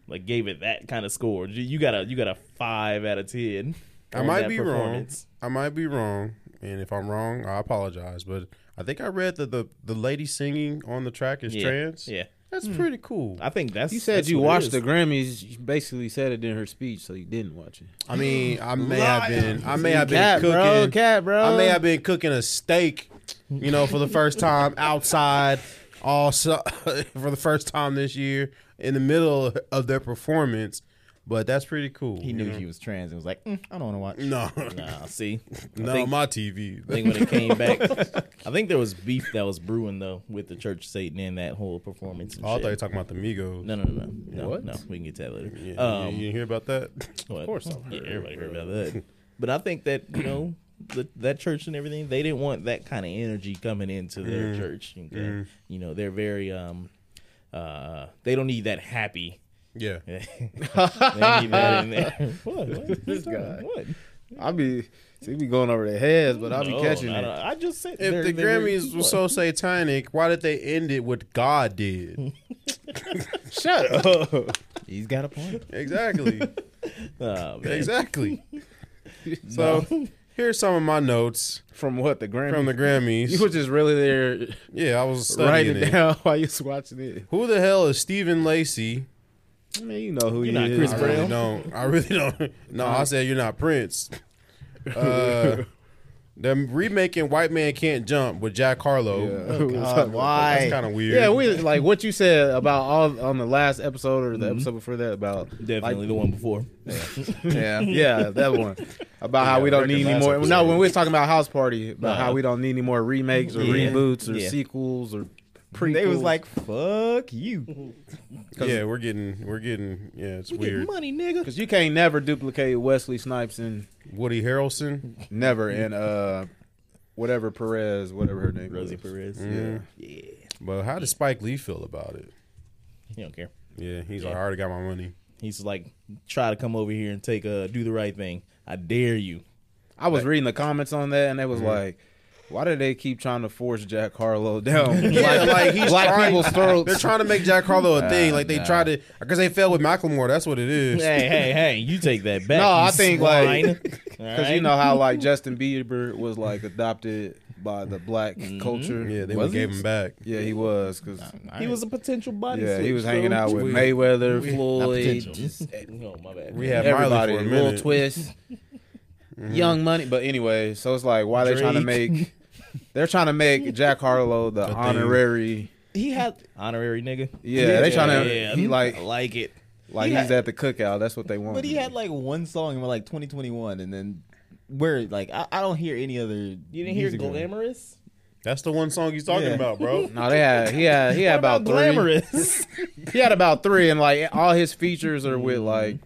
Speaker 4: like gave it that kind of score you, you got a you got a five out of ten
Speaker 1: I
Speaker 4: on
Speaker 1: might
Speaker 4: that
Speaker 1: be wrong.
Speaker 4: performance.
Speaker 1: I might be wrong, and if I'm wrong, I apologize. But I think I read that the the lady singing on the track is
Speaker 4: yeah.
Speaker 1: trans.
Speaker 4: yeah Hmm.
Speaker 1: that's pretty cool.
Speaker 4: i think that's
Speaker 2: You said
Speaker 4: that's
Speaker 2: you
Speaker 4: what it
Speaker 2: watched
Speaker 4: is.
Speaker 2: the Grammys. You basically said it in her speech, so you didn't watch it.
Speaker 1: I mean, I may have been, I may have been
Speaker 2: Cat,
Speaker 1: cooking,
Speaker 2: bro, cat, bro.
Speaker 1: I may have been cooking a steak, you know, for the first time outside, all su- [LAUGHS] for the first time this year in the middle of their performance. But that's pretty cool.
Speaker 3: He knew he was trans and was like, mm, I don't want to watch.
Speaker 1: [LAUGHS] No,
Speaker 4: nah
Speaker 1: [LAUGHS]
Speaker 4: see
Speaker 1: no,
Speaker 4: think-
Speaker 1: my TV.
Speaker 4: I think when it came back, I think there was beef that was brewing though with the church Satan in that whole performance. And
Speaker 1: Oh, I thought you were
Speaker 4: shit.
Speaker 1: talking about the Migos.
Speaker 4: No, no, no, no, no,
Speaker 2: What?
Speaker 4: no. We can get to that later.
Speaker 1: Yeah,
Speaker 4: um,
Speaker 1: you didn't hear about that? [LAUGHS]
Speaker 4: of course, yeah, everybody heard about that. But I think that you know the, that church and everything, they didn't want that kind of energy coming into their church. Okay? You know, they're very um, uh, they don't need that happy. [LAUGHS]
Speaker 1: Yeah.
Speaker 4: they need that in there. What? What? This
Speaker 2: guy.
Speaker 4: What?
Speaker 2: I be see we going over their heads, but I be
Speaker 4: No,
Speaker 2: catching
Speaker 4: Oh, I,
Speaker 2: it.
Speaker 4: don't- I just said
Speaker 1: If
Speaker 4: they're-
Speaker 1: the
Speaker 4: they're very-
Speaker 1: Grammys were
Speaker 4: what?
Speaker 1: so satanic, why did they end it with God
Speaker 4: [LAUGHS]
Speaker 1: did?
Speaker 2: Shut up.
Speaker 1: [LAUGHS]
Speaker 3: He's got a point.
Speaker 1: exactly.
Speaker 2: [LAUGHS]
Speaker 4: Oh, man.
Speaker 1: Exactly. so Here's some of my notes
Speaker 2: From what the Grammy?
Speaker 1: from the Grammys.
Speaker 2: you were just really [LAUGHS] there
Speaker 1: yeah, I was
Speaker 2: writing
Speaker 1: studying
Speaker 2: it
Speaker 1: it.
Speaker 2: down while you was watching it.
Speaker 1: Who the hell is Stephen Lacey?
Speaker 2: I mean, you know who
Speaker 4: You're
Speaker 2: you
Speaker 4: not
Speaker 2: is.
Speaker 4: Chris
Speaker 1: I
Speaker 2: bro.
Speaker 1: really don't. I really don't. No, I said you're not
Speaker 2: [LAUGHS]
Speaker 1: Prince. Uh, they're remaking White Man Can't Jump with Jack Harlow. Oh,
Speaker 2: Yeah. [LAUGHS]
Speaker 1: That's kind of weird.
Speaker 2: Yeah, we like what you said about all on the last episode or the episode before that about
Speaker 4: Definitely
Speaker 2: like-
Speaker 4: the one before. [LAUGHS]
Speaker 2: [LAUGHS]
Speaker 5: Yeah.
Speaker 2: yeah that one about how we
Speaker 1: I
Speaker 2: don't
Speaker 1: reckon
Speaker 2: need any
Speaker 1: last
Speaker 2: more. No,
Speaker 1: episode.
Speaker 2: when we was talking about House Party, about
Speaker 4: Uh-huh.
Speaker 2: how we don't need any more remakes or
Speaker 4: Yeah.
Speaker 2: reboots or
Speaker 4: Yeah.
Speaker 2: sequels or prequels.
Speaker 3: They was like, "Fuck you."
Speaker 1: yeah, we're getting, we're getting, yeah, it's weird.
Speaker 4: money, nigga.
Speaker 2: because you can't never duplicate Wesley Snipes and
Speaker 1: Woody Harrelson.
Speaker 2: never and uh whatever Perez, whatever her name
Speaker 4: Rosie
Speaker 2: was.
Speaker 4: Perez.
Speaker 2: Yeah.
Speaker 1: But how does Spike Lee feel about it?
Speaker 4: He don't care.
Speaker 1: Yeah, he's like, I already got my money.
Speaker 4: He's like, try to come over here and take a do the right thing. I dare you.
Speaker 2: I was reading the comments on that, and they was like, "Why do they keep trying to force Jack Harlow [LAUGHS] down?
Speaker 1: Yeah,
Speaker 2: Black,
Speaker 1: like he's
Speaker 2: black
Speaker 1: trying-
Speaker 2: people's
Speaker 1: They're
Speaker 2: throats."
Speaker 1: trying to make Jack Harlow a thing. Like they tried to, because they failed with Macklemore. That's what it is.
Speaker 4: hey, hey, hey! You take that back.
Speaker 2: No,
Speaker 4: you
Speaker 2: I
Speaker 4: [LAUGHS]
Speaker 2: think, like-
Speaker 4: swine.
Speaker 2: Because you know how
Speaker 1: [LAUGHS]
Speaker 2: like Justin Bieber was like adopted by the black culture.
Speaker 1: Mm-hmm. Yeah, they
Speaker 3: Was
Speaker 1: gave
Speaker 3: he?
Speaker 1: him back.
Speaker 2: Yeah, he was because
Speaker 4: he was a potential body.
Speaker 2: yeah, he
Speaker 4: switch,
Speaker 2: was
Speaker 4: so-
Speaker 2: hanging out with
Speaker 1: We-
Speaker 2: Mayweather,
Speaker 4: Not
Speaker 2: Floyd,
Speaker 4: potential.
Speaker 2: just
Speaker 4: [LAUGHS] No, my bad.
Speaker 1: We had
Speaker 2: everybody,
Speaker 1: Miley for a
Speaker 2: Lil
Speaker 1: minute.
Speaker 2: Twist, [LAUGHS] Young Money. But anyway, so it's like, why they trying to
Speaker 4: Drake.
Speaker 2: make? They're trying to make Jack Harlow the
Speaker 1: thing.
Speaker 2: honorary.
Speaker 4: He had honorary nigga.
Speaker 2: Yeah, they trying to he like
Speaker 4: I like it.
Speaker 2: like
Speaker 3: He
Speaker 2: he's
Speaker 3: had-
Speaker 2: at the cookout. That's what
Speaker 1: [LAUGHS]
Speaker 2: they want.
Speaker 1: Oh,
Speaker 3: [LAUGHS] But he had like one song in like 2021, and then where like I, I don't hear any other. You
Speaker 4: You didn't hear glamorous?
Speaker 1: That's the one song he's talking
Speaker 3: Yeah.
Speaker 1: about, bro.
Speaker 2: No, they had he had he had
Speaker 4: How
Speaker 2: about,
Speaker 4: [LAUGHS]
Speaker 2: three.
Speaker 4: glamorous.
Speaker 2: He had about three, and like all his features are with like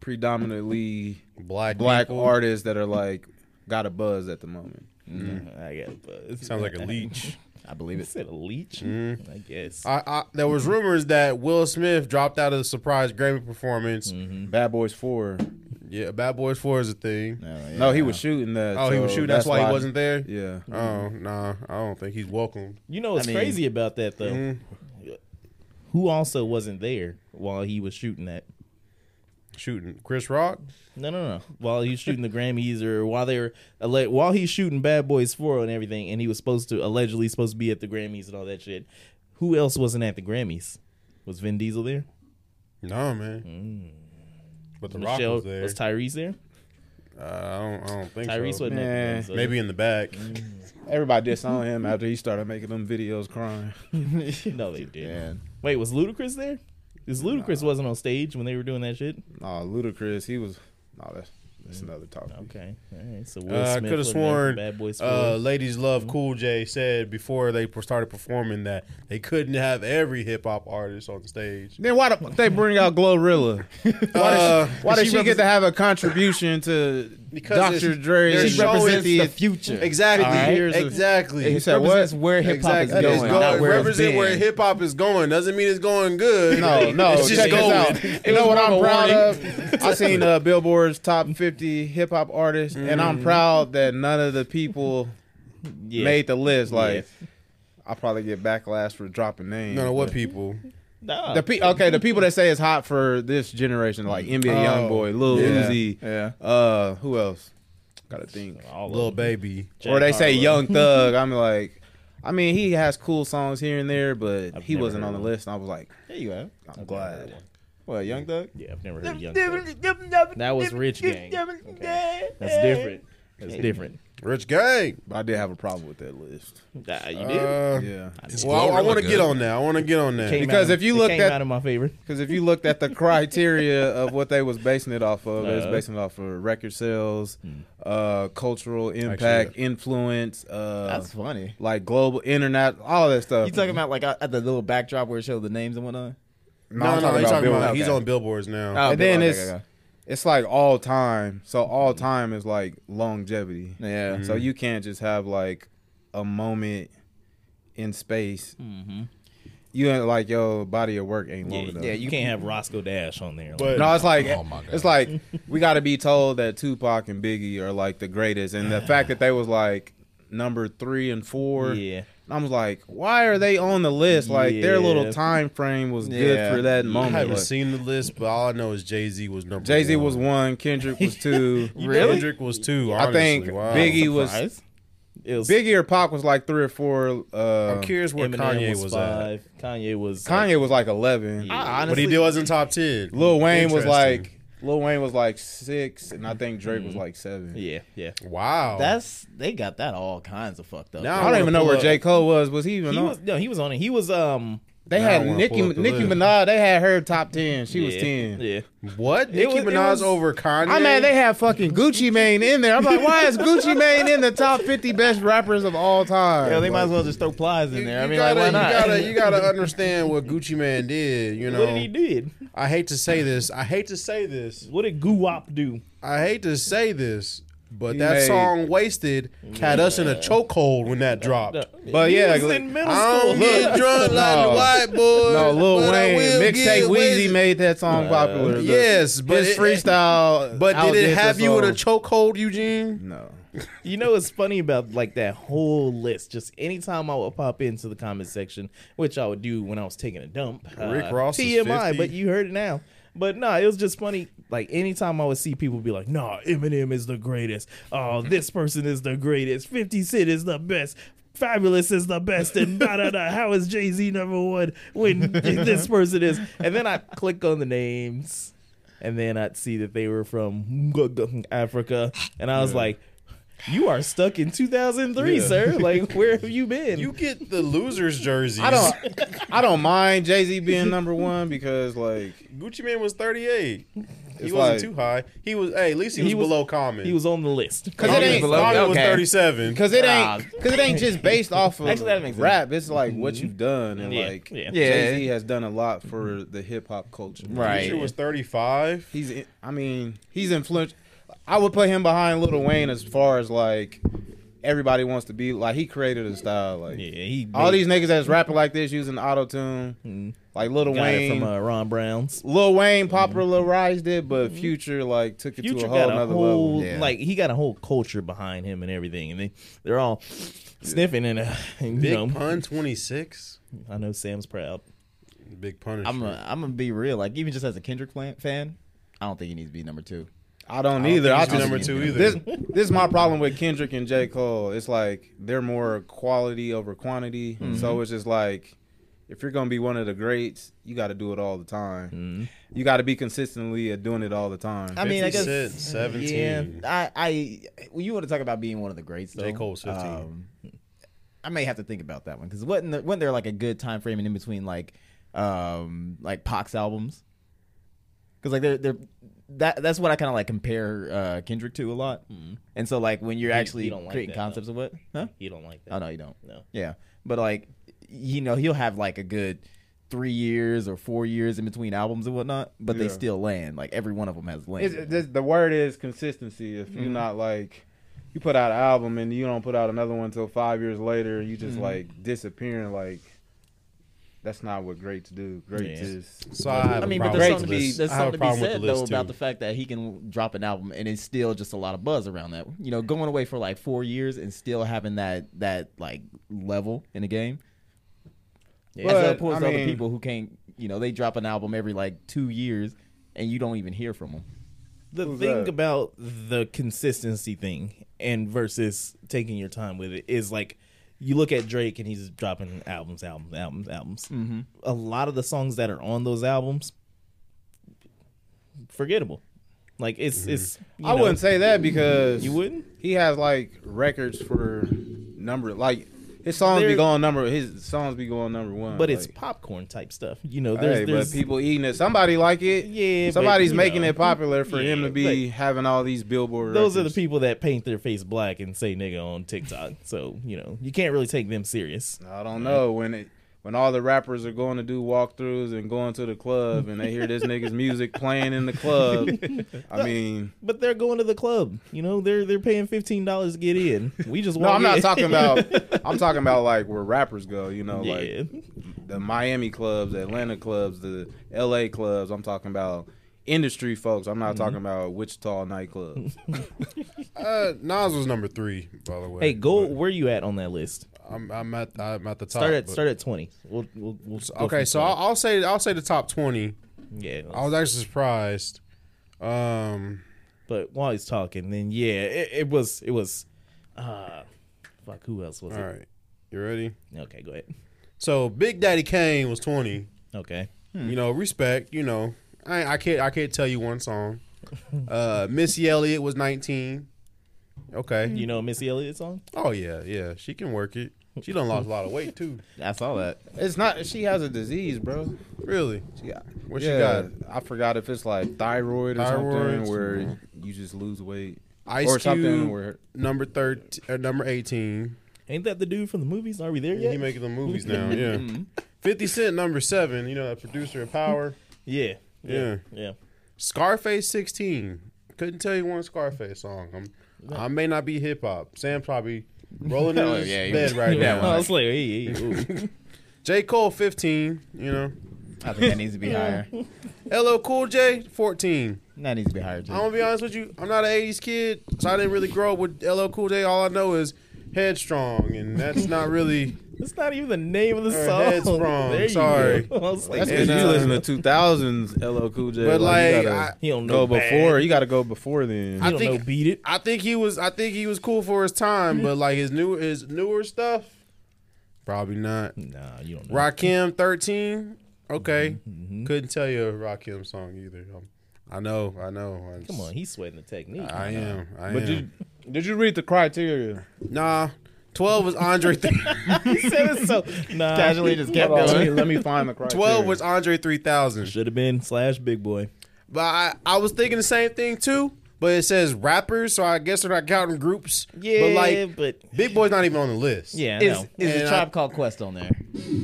Speaker 2: predominantly
Speaker 1: Black
Speaker 2: black
Speaker 1: people.
Speaker 2: artists that are like got a buzz at the moment.
Speaker 4: I guess. But
Speaker 1: sounds like a leech. Mm.
Speaker 3: I believe
Speaker 4: You
Speaker 3: it.
Speaker 4: said a leech. I guess.
Speaker 1: I, I, there was rumors that Will Smith dropped out of the surprise Grammy performance.
Speaker 2: Bad Boys Four.
Speaker 1: Yeah, Bad Boys Four is a thing.
Speaker 2: No, he was shooting that.
Speaker 1: Oh, he
Speaker 2: so
Speaker 1: was shooting. That's, why, he wasn't there.
Speaker 2: Yeah,
Speaker 1: Oh nah, I don't think he's welcome.
Speaker 4: You know what's
Speaker 3: I mean-
Speaker 4: crazy about that though? Who also wasn't there while he was shooting that?
Speaker 1: Shooting Chris Rock.
Speaker 4: No, no, no. While he was shooting the Grammys, or while they were alle- while he's shooting Bad Boys Four and everything, and he was supposed to allegedly supposed to be at the Grammys and all that shit. Who else wasn't at the Grammys? Was Vin Diesel there?
Speaker 1: No man. But the
Speaker 4: Michelle
Speaker 1: Rock was there.
Speaker 4: Tyrese there?
Speaker 1: uh, I don't. I don't think
Speaker 4: Tyrese
Speaker 1: so.
Speaker 4: wasn't at the
Speaker 2: Man.
Speaker 4: Grammys, so-
Speaker 1: Maybe in the back.
Speaker 2: everybody disowned him after he started making them videos crying.
Speaker 4: [LAUGHS] no, they did.
Speaker 2: Yeah,
Speaker 4: Wait, was Ludacris there? Because Ludacris wasn't on stage when they were doing that shit.
Speaker 2: no, Ludacris. He was. No, that's that's another topic.
Speaker 4: Okay, all right. So Will
Speaker 1: Uh, I
Speaker 4: Smith
Speaker 1: could have
Speaker 4: wasn't there for
Speaker 1: sworn
Speaker 4: Bad Boys Four.
Speaker 1: uh, Ladies Love Cool J said before they per- started performing that they couldn't have every hip hop artist on [LAUGHS] stage.
Speaker 2: Then why the fuck they bring out [LAUGHS] Glorilla?
Speaker 1: Uh,
Speaker 2: Why does she, get to have a contribution to
Speaker 1: Because
Speaker 2: Dr.
Speaker 1: it's-
Speaker 2: Dre?
Speaker 1: they're
Speaker 2: She
Speaker 1: showing
Speaker 2: represents
Speaker 1: the
Speaker 2: the
Speaker 3: future.
Speaker 1: exactly.
Speaker 2: All right.
Speaker 1: Exactly.
Speaker 2: You said what?
Speaker 3: where hip hop
Speaker 1: Exactly. It's
Speaker 3: is going,
Speaker 1: go-
Speaker 3: not
Speaker 1: it
Speaker 3: where it's
Speaker 1: represent
Speaker 3: been.
Speaker 1: where hip hop is going. Doesn't mean it's going good.
Speaker 2: No, no.
Speaker 1: it's just
Speaker 2: check this
Speaker 1: going.
Speaker 2: out. You know what I'm proud of? I seen uh, Billboard's top 50 hip hop artists, and
Speaker 1: Mm-hmm.
Speaker 2: I'm proud that none of the people
Speaker 4: yeah.
Speaker 2: made the list. Like, I probably get backlash for dropping names.
Speaker 1: No, no, what
Speaker 2: but-
Speaker 1: people?
Speaker 4: Nah.
Speaker 2: The pe- okay, the people that say it's hot for this generation, like NBA
Speaker 1: Oh,
Speaker 2: YoungBoy, Lil
Speaker 1: yeah,
Speaker 2: Uzi,
Speaker 5: Yeah.
Speaker 2: uh, who else? Gotta think.
Speaker 4: All of
Speaker 1: Little
Speaker 4: them.
Speaker 1: baby.
Speaker 4: Jack
Speaker 2: or they say
Speaker 4: Harlow.
Speaker 2: Young Thug. I'm like, I mean, he has cool songs here and there, but he
Speaker 4: never
Speaker 2: wasn't
Speaker 4: heard
Speaker 2: on the
Speaker 4: of
Speaker 2: list. And I was like,
Speaker 3: There you go.
Speaker 2: I'm glad.
Speaker 3: What, Young Thug?
Speaker 4: Yeah, I've never heard Young Thug. That was Rich Gang. Okay. That's different. That's different.
Speaker 1: Rich Gang.
Speaker 2: But I did have a problem with that list.
Speaker 4: Nah, you did.
Speaker 1: Uh,
Speaker 2: [LAUGHS] Yeah,
Speaker 5: Is
Speaker 1: well, I,
Speaker 5: Glorilla
Speaker 1: want to
Speaker 5: good?
Speaker 1: get on that. I want to get on
Speaker 4: Came
Speaker 1: that.
Speaker 4: out
Speaker 2: because
Speaker 4: in-
Speaker 2: if you
Speaker 4: it
Speaker 2: look
Speaker 4: came
Speaker 2: at-
Speaker 4: out in my favor,
Speaker 2: because if you looked at the criteria of what they was basing it off of, it was
Speaker 4: Uh-huh.
Speaker 2: basing it off of record sales, uh, cultural impact, influence, uh,
Speaker 3: That's funny.
Speaker 2: like global internet, all that stuff.
Speaker 3: You talking about like at the little backdrop where it showed the names and whatnot?
Speaker 2: No,
Speaker 1: No,
Speaker 2: I'm
Speaker 1: no, he's talking
Speaker 2: Billboard.
Speaker 1: about. He's
Speaker 2: Okay.
Speaker 1: on billboards now.
Speaker 3: Oh,
Speaker 2: and then
Speaker 3: okay,
Speaker 2: it's
Speaker 3: okay, okay.
Speaker 2: it's like all time. So all time is like longevity.
Speaker 3: Yeah.
Speaker 2: So you can't just have like a moment in space. You ain't like your body of work ain't long
Speaker 4: yeah,
Speaker 2: enough.
Speaker 4: yeah, you can't have Roscoe Dash on there.
Speaker 1: But
Speaker 2: no, it's like
Speaker 5: Oh, my God.
Speaker 2: [LAUGHS] it's like we got to be told that Tupac and Biggie are like the greatest, and the fact that they was like number three and four
Speaker 4: yeah,
Speaker 2: And I was like, why are they on the list? Like their
Speaker 4: Yeah.
Speaker 2: little time frame was
Speaker 3: Yeah.
Speaker 2: good for that
Speaker 1: I
Speaker 2: moment.
Speaker 1: haven't
Speaker 2: Like,
Speaker 1: seen the list, but all I know is Jay Z was number.
Speaker 2: Jay Z
Speaker 1: one.
Speaker 2: was one, Kendrick was two.
Speaker 3: Really?
Speaker 1: Kendrick was two.
Speaker 2: I
Speaker 1: honestly.
Speaker 2: think
Speaker 1: Wow.
Speaker 2: Biggie was
Speaker 4: Surprise. It was
Speaker 2: Biggie or Pac was like three or four. Uh,
Speaker 1: I'm curious where
Speaker 4: Eminem
Speaker 1: Kanye
Speaker 4: was,
Speaker 1: was, uh, at,
Speaker 4: five. Kanye was uh,
Speaker 2: Kanye was like eleven.
Speaker 3: I honestly,
Speaker 1: but he wasn't top ten.
Speaker 2: Lil Wayne was
Speaker 1: Interesting.
Speaker 2: like Lil Wayne was like six, and I think Drake
Speaker 1: Mm.
Speaker 2: was like seven.
Speaker 4: Yeah, yeah.
Speaker 1: wow.
Speaker 3: That's they got that all kinds of fucked up.
Speaker 1: Now-
Speaker 2: I don't
Speaker 1: Oh. I
Speaker 2: even know
Speaker 1: wanna
Speaker 2: where
Speaker 1: pull
Speaker 2: J Cole was. Was he even
Speaker 4: He
Speaker 2: on?
Speaker 4: was no, he was on it. He was um
Speaker 2: they
Speaker 1: Now I
Speaker 2: had
Speaker 1: wanna
Speaker 2: Nicki
Speaker 1: pull up the
Speaker 2: Nicki
Speaker 1: list.
Speaker 2: Minaj. They had her top ten. She was
Speaker 4: yeah,
Speaker 2: ten.
Speaker 4: Yeah.
Speaker 1: what? Nicki
Speaker 4: was- it
Speaker 1: Minaj
Speaker 4: was-
Speaker 1: over Kanye?
Speaker 2: I mean, they had fucking Gucci Mane in there. I'm like, why is Gucci Mane in the top 50 best rappers of all time?
Speaker 3: Hell, they might as well just throw plies in
Speaker 1: You,
Speaker 3: there. I
Speaker 1: you
Speaker 3: mean,
Speaker 1: gotta,
Speaker 3: like, why
Speaker 1: you
Speaker 3: not?
Speaker 1: gotta, you [LAUGHS] gotta understand what Gucci Man did. You know,
Speaker 4: What did he did?
Speaker 1: I hate to say this. I hate to say this.
Speaker 4: What did Guwap do?
Speaker 1: I hate to say this, but
Speaker 2: He
Speaker 1: that
Speaker 2: made-
Speaker 1: song "Wasted" had us in a chokehold when that dropped.
Speaker 2: but yeah,
Speaker 4: he was
Speaker 2: like-
Speaker 4: in middle
Speaker 1: I
Speaker 4: school.
Speaker 1: don't get drunk like
Speaker 2: No.
Speaker 1: the white boys.
Speaker 2: no, Lil
Speaker 1: but I
Speaker 2: Wayne
Speaker 1: will
Speaker 2: mixtape
Speaker 1: get
Speaker 2: Weezy
Speaker 1: wasted.
Speaker 2: made that song popular. The-
Speaker 1: Yes, but
Speaker 2: his
Speaker 1: it-
Speaker 2: freestyle.
Speaker 1: But did
Speaker 2: outdid
Speaker 1: it
Speaker 2: the
Speaker 1: have you in a
Speaker 2: song.
Speaker 1: chokehold, Eugene?
Speaker 2: no.
Speaker 4: [LAUGHS] You know what's funny about like that whole list? Just anytime I would pop into the comment section, which I would do when I was taking a dump. uh,
Speaker 1: Rick Ross is
Speaker 4: TMI,
Speaker 1: 50.
Speaker 4: but you heard it now. But no, it was just funny. Like anytime I would see people be like, "Nah, Eminem is the greatest.
Speaker 1: [LAUGHS]
Speaker 4: Oh, this person is the greatest. Fifty Cent is the best." Fabulous is the best, and da da da. How is Jay Z number one
Speaker 1: [LAUGHS]
Speaker 4: when this person is? And then I click on the names, and then I'd see that they were from [LAUGHS] Africa, and I was like, "You are stuck in 2003,
Speaker 2: [LAUGHS]
Speaker 4: sir. Like, where have you been?"
Speaker 1: You get the losers jerseys.
Speaker 2: I don't. I don't mind Jay
Speaker 1: [LAUGHS]
Speaker 2: Z being number one because like
Speaker 1: Gucci Man was 38.
Speaker 2: It's
Speaker 1: he wasn't
Speaker 2: like-
Speaker 1: too high. He was. Hey, at least he was,
Speaker 4: He was-
Speaker 1: below Common.
Speaker 4: he was on the list.
Speaker 2: because it ain't
Speaker 1: Common was
Speaker 3: okay.
Speaker 1: 37.
Speaker 2: because it
Speaker 3: Ah.
Speaker 2: ain't because it ain't
Speaker 4: [LAUGHS]
Speaker 2: just based off of
Speaker 3: Actually, that makes sense.
Speaker 2: rap. It's like what you've done
Speaker 4: Mm-hmm.
Speaker 2: and
Speaker 4: Yeah,
Speaker 2: like
Speaker 4: yeah.
Speaker 2: Jay Z has done a lot for the hip hop culture.
Speaker 1: Gucci
Speaker 3: Right.
Speaker 1: was 35.
Speaker 2: He's in- I mean he's influential. I would put him behind Lil Wayne as far as like everybody wants to be like he created a style like
Speaker 4: Yeah, he
Speaker 2: all
Speaker 4: made-
Speaker 2: these niggas that's rapping like this using auto tune like Lil
Speaker 4: Mm-hmm. got
Speaker 2: Wayne
Speaker 4: it from uh, Ron Brown's.
Speaker 2: Lil Wayne popularized it, but Future like took it to
Speaker 4: Mm-hmm. Future
Speaker 2: a whole
Speaker 4: got a
Speaker 2: nother
Speaker 4: whole
Speaker 2: level. Yeah.
Speaker 4: like he got a whole culture behind him and everything, and they they're all sniffing and, uh, and, [LAUGHS] you
Speaker 1: Big
Speaker 4: know
Speaker 1: Pun 26.
Speaker 4: I know Sam's proud.
Speaker 1: Big Pun.
Speaker 3: I'm gonna, I'm gonna be real. Like even just as a Kendrick fan- fan, I don't think he needs to be number two.
Speaker 2: I don't either. I
Speaker 1: He's
Speaker 2: just,
Speaker 1: number two either.
Speaker 2: This this is my problem with Kendrick and J Cole. It's like they're more quality over quantity. So it's just like if you're gonna be one of the greats, you got to do it all the time. You got to be consistently at doing it all the time.
Speaker 3: I mean,
Speaker 1: 50
Speaker 3: I guess
Speaker 1: Cent, 17.
Speaker 3: Yeah, I, I when you want to talk about being one of the greats, though,
Speaker 1: J. Cole's 15.
Speaker 3: um, I may have to think about that one because wasn't there, wasn't there like a good time frame in between like um like Pac's albums? Because like they're they're that that's what I kind of like compare uh Kendrick to a lot, and so like when you're
Speaker 4: Mm-hmm.
Speaker 3: actually
Speaker 4: you don't like
Speaker 3: creating
Speaker 4: that,
Speaker 3: concepts of what, huh?
Speaker 4: You don't like that.
Speaker 3: Oh no, you don't.
Speaker 4: No.
Speaker 3: Yeah, but like, you know, he'll have like a good three years or four years in between albums and whatnot, but they
Speaker 2: Yeah.
Speaker 3: still land. Like every one of them has land.
Speaker 2: It's, it's- the word is consistency. If you're not like you put out an album and you don't put out another one until five years later, you just like disappearing. Like that's not what greats do. Greats
Speaker 4: Yeah.
Speaker 2: is
Speaker 1: So I, have a
Speaker 3: I mean, but
Speaker 1: problem
Speaker 3: there's
Speaker 1: with
Speaker 3: something,
Speaker 1: the
Speaker 3: to be,
Speaker 1: list.
Speaker 3: there's
Speaker 1: I have a
Speaker 3: something to be
Speaker 1: problem with
Speaker 3: said
Speaker 1: the
Speaker 3: though
Speaker 1: list,
Speaker 3: about
Speaker 1: too.
Speaker 3: the fact that he can drop an album and it's still just a lot of buzz around that. You know, going away for like four years and still having that that like level in the game. As
Speaker 2: But,
Speaker 3: opposed
Speaker 2: I
Speaker 3: to other
Speaker 2: mean-
Speaker 3: people who can't, you know, they drop an album every like two years and you don't even hear from them.
Speaker 4: the
Speaker 2: Who's
Speaker 4: thing
Speaker 2: that?
Speaker 4: about the consistency thing and versus taking your time with it is like you look at Drake and he's dropping albums, albums, albums, albums. Mm-hmm. A lot of the songs that are on those albums, forgettable. Like it's
Speaker 2: Mm-hmm.
Speaker 4: it's. you
Speaker 2: I
Speaker 4: know,
Speaker 2: wouldn't say that because
Speaker 4: You wouldn't?
Speaker 2: He has like records for number like his songs be
Speaker 4: There-
Speaker 2: going number his songs be going number one.
Speaker 4: but it's
Speaker 2: like,
Speaker 4: popcorn type stuff. You know,
Speaker 2: hey,
Speaker 4: there's, there's
Speaker 2: but people eating it. Somebody like it.
Speaker 4: Yeah, but,
Speaker 2: somebody's
Speaker 4: you
Speaker 2: making
Speaker 4: know,
Speaker 2: it popular for him
Speaker 4: yeah,
Speaker 2: to be having all these billboard.
Speaker 4: those are the
Speaker 2: records.
Speaker 4: people that paint their face black and say nigga on TikTok. So you know, you can't really take them serious.
Speaker 2: I don't know when it when all the rappers are going to do walkthroughs and going to the club and they hear this nigga's music playing in
Speaker 4: [LAUGHS]
Speaker 2: the club. I mean,
Speaker 4: But they're going to the club. You know, they're they're paying fifteen dollars to get in. We just
Speaker 2: no,
Speaker 4: walk
Speaker 2: I'm not
Speaker 4: in. [LAUGHS]
Speaker 2: talking about. I'm talking about like where rappers go. You know, like
Speaker 4: yeah.
Speaker 2: the Miami clubs, the Atlanta clubs, the LA clubs. I'm talking about industry folks. I'm not talking about Wichita nightclubs.
Speaker 1: Uh, Nas was number three, by the way.
Speaker 4: Hey, go. Where you at on that list?
Speaker 1: But I'm, I'm at I'm at the top.
Speaker 4: Start at
Speaker 1: Uh, but-
Speaker 4: start at twenty. We'll we'll, we'll go
Speaker 1: Okay,
Speaker 4: from
Speaker 1: so I'll, I'll say I'll say the top twenty.
Speaker 4: yeah.
Speaker 1: I was actually surprised. Um,
Speaker 4: But while he's talking, then yeah, it, it was it was. Uh, fuck, who else was
Speaker 1: all
Speaker 4: it?
Speaker 1: right, you ready?
Speaker 4: Okay, go ahead.
Speaker 1: So Big Daddy Kane was twenty.
Speaker 4: Okay,
Speaker 2: Hmm.
Speaker 1: You know, respect. You know, I I can't I can't tell you one song.
Speaker 2: [LAUGHS]
Speaker 1: Uh, Missy Elliott was nineteen. Okay.
Speaker 2: Hmm.
Speaker 4: you know Missy Elliott song?
Speaker 1: Oh yeah, yeah. She can work it. She done lost a lot of weight too.
Speaker 3: I saw that.
Speaker 2: It's not. She has a disease, bro.
Speaker 1: Really?
Speaker 2: She got.
Speaker 1: What she
Speaker 2: yeah, I forgot if it's like thyroid or
Speaker 1: Thyroid,
Speaker 2: something where you just lose weight
Speaker 1: Ice
Speaker 2: or something
Speaker 1: Cube,
Speaker 2: where
Speaker 1: number thirteen, uh, number eighteen.
Speaker 4: Ain't that the dude from the movies? Are we there
Speaker 1: He
Speaker 4: yet?
Speaker 1: making the movies
Speaker 2: [LAUGHS]
Speaker 1: now. Yeah.
Speaker 2: Mm-hmm.
Speaker 1: Fifty Cent, number seven. You know, that producer of Power.
Speaker 4: yeah,
Speaker 1: Yeah.
Speaker 4: yeah.
Speaker 1: Scarface 16. Couldn't tell you one Scarface song. I'm, I may not be hip hop. Sam probably rolling in
Speaker 3: [LAUGHS] Oh,
Speaker 1: his
Speaker 3: yeah, he
Speaker 1: bed
Speaker 3: was-
Speaker 1: right
Speaker 3: yeah,
Speaker 1: now.
Speaker 4: [LAUGHS] I was like, hey, hey, ooh.
Speaker 1: J. Cole 15, you know.
Speaker 3: I think that needs [LAUGHS] to be higher.
Speaker 1: LL Cool J 14.
Speaker 3: That needs to be higher too.
Speaker 1: I'm gonna be honest with you. I'm not an 80s kid, so I didn't really grow up with LL Cool J. All I know is Headstrong, and that's not really.
Speaker 4: it's not even the name of the
Speaker 1: Her
Speaker 4: song.
Speaker 1: head's wrong,
Speaker 4: There you
Speaker 1: sorry.
Speaker 4: go. [LAUGHS] I was like,
Speaker 2: that's
Speaker 1: And,
Speaker 2: because you
Speaker 1: uh,
Speaker 2: listen to two thousands LL Cool J.
Speaker 1: But
Speaker 2: you
Speaker 1: like, I,
Speaker 2: gotta
Speaker 4: he don't know
Speaker 2: go before.
Speaker 4: Bad.
Speaker 2: You got to go before then.
Speaker 1: I
Speaker 4: He don't
Speaker 1: think-
Speaker 4: know beat it.
Speaker 1: I think he was. I think he was cool for his time, but like his new his newer stuff, probably not.
Speaker 4: Nah, you don't know.
Speaker 1: Rakim 13. Okay.
Speaker 4: Mm-hmm,
Speaker 1: Couldn't tell you a Rakim song either. Um, I know, I know. I just-
Speaker 4: Come on, he's sweating the technique.
Speaker 1: I am. I
Speaker 2: but
Speaker 1: am.
Speaker 2: did did you read the [LAUGHS] criteria?
Speaker 1: nah. 12 was
Speaker 4: [LAUGHS]
Speaker 1: Andre th-
Speaker 4: he said it so [LAUGHS] nah.
Speaker 3: Casually just kept
Speaker 2: Hold on, let,
Speaker 3: going.
Speaker 2: me, let me find the criteria.
Speaker 1: 12 was Andre 3000.
Speaker 4: Should have been slash big boy.
Speaker 1: But I, I was thinking the same thing too, but it says rappers, so I guess they're not counting groups. But like
Speaker 4: but
Speaker 1: Big Boy's not even on the list.
Speaker 4: yeah, I
Speaker 3: Is,
Speaker 4: know.
Speaker 3: is
Speaker 1: And
Speaker 3: the
Speaker 1: I-
Speaker 3: tribe called Quest on there?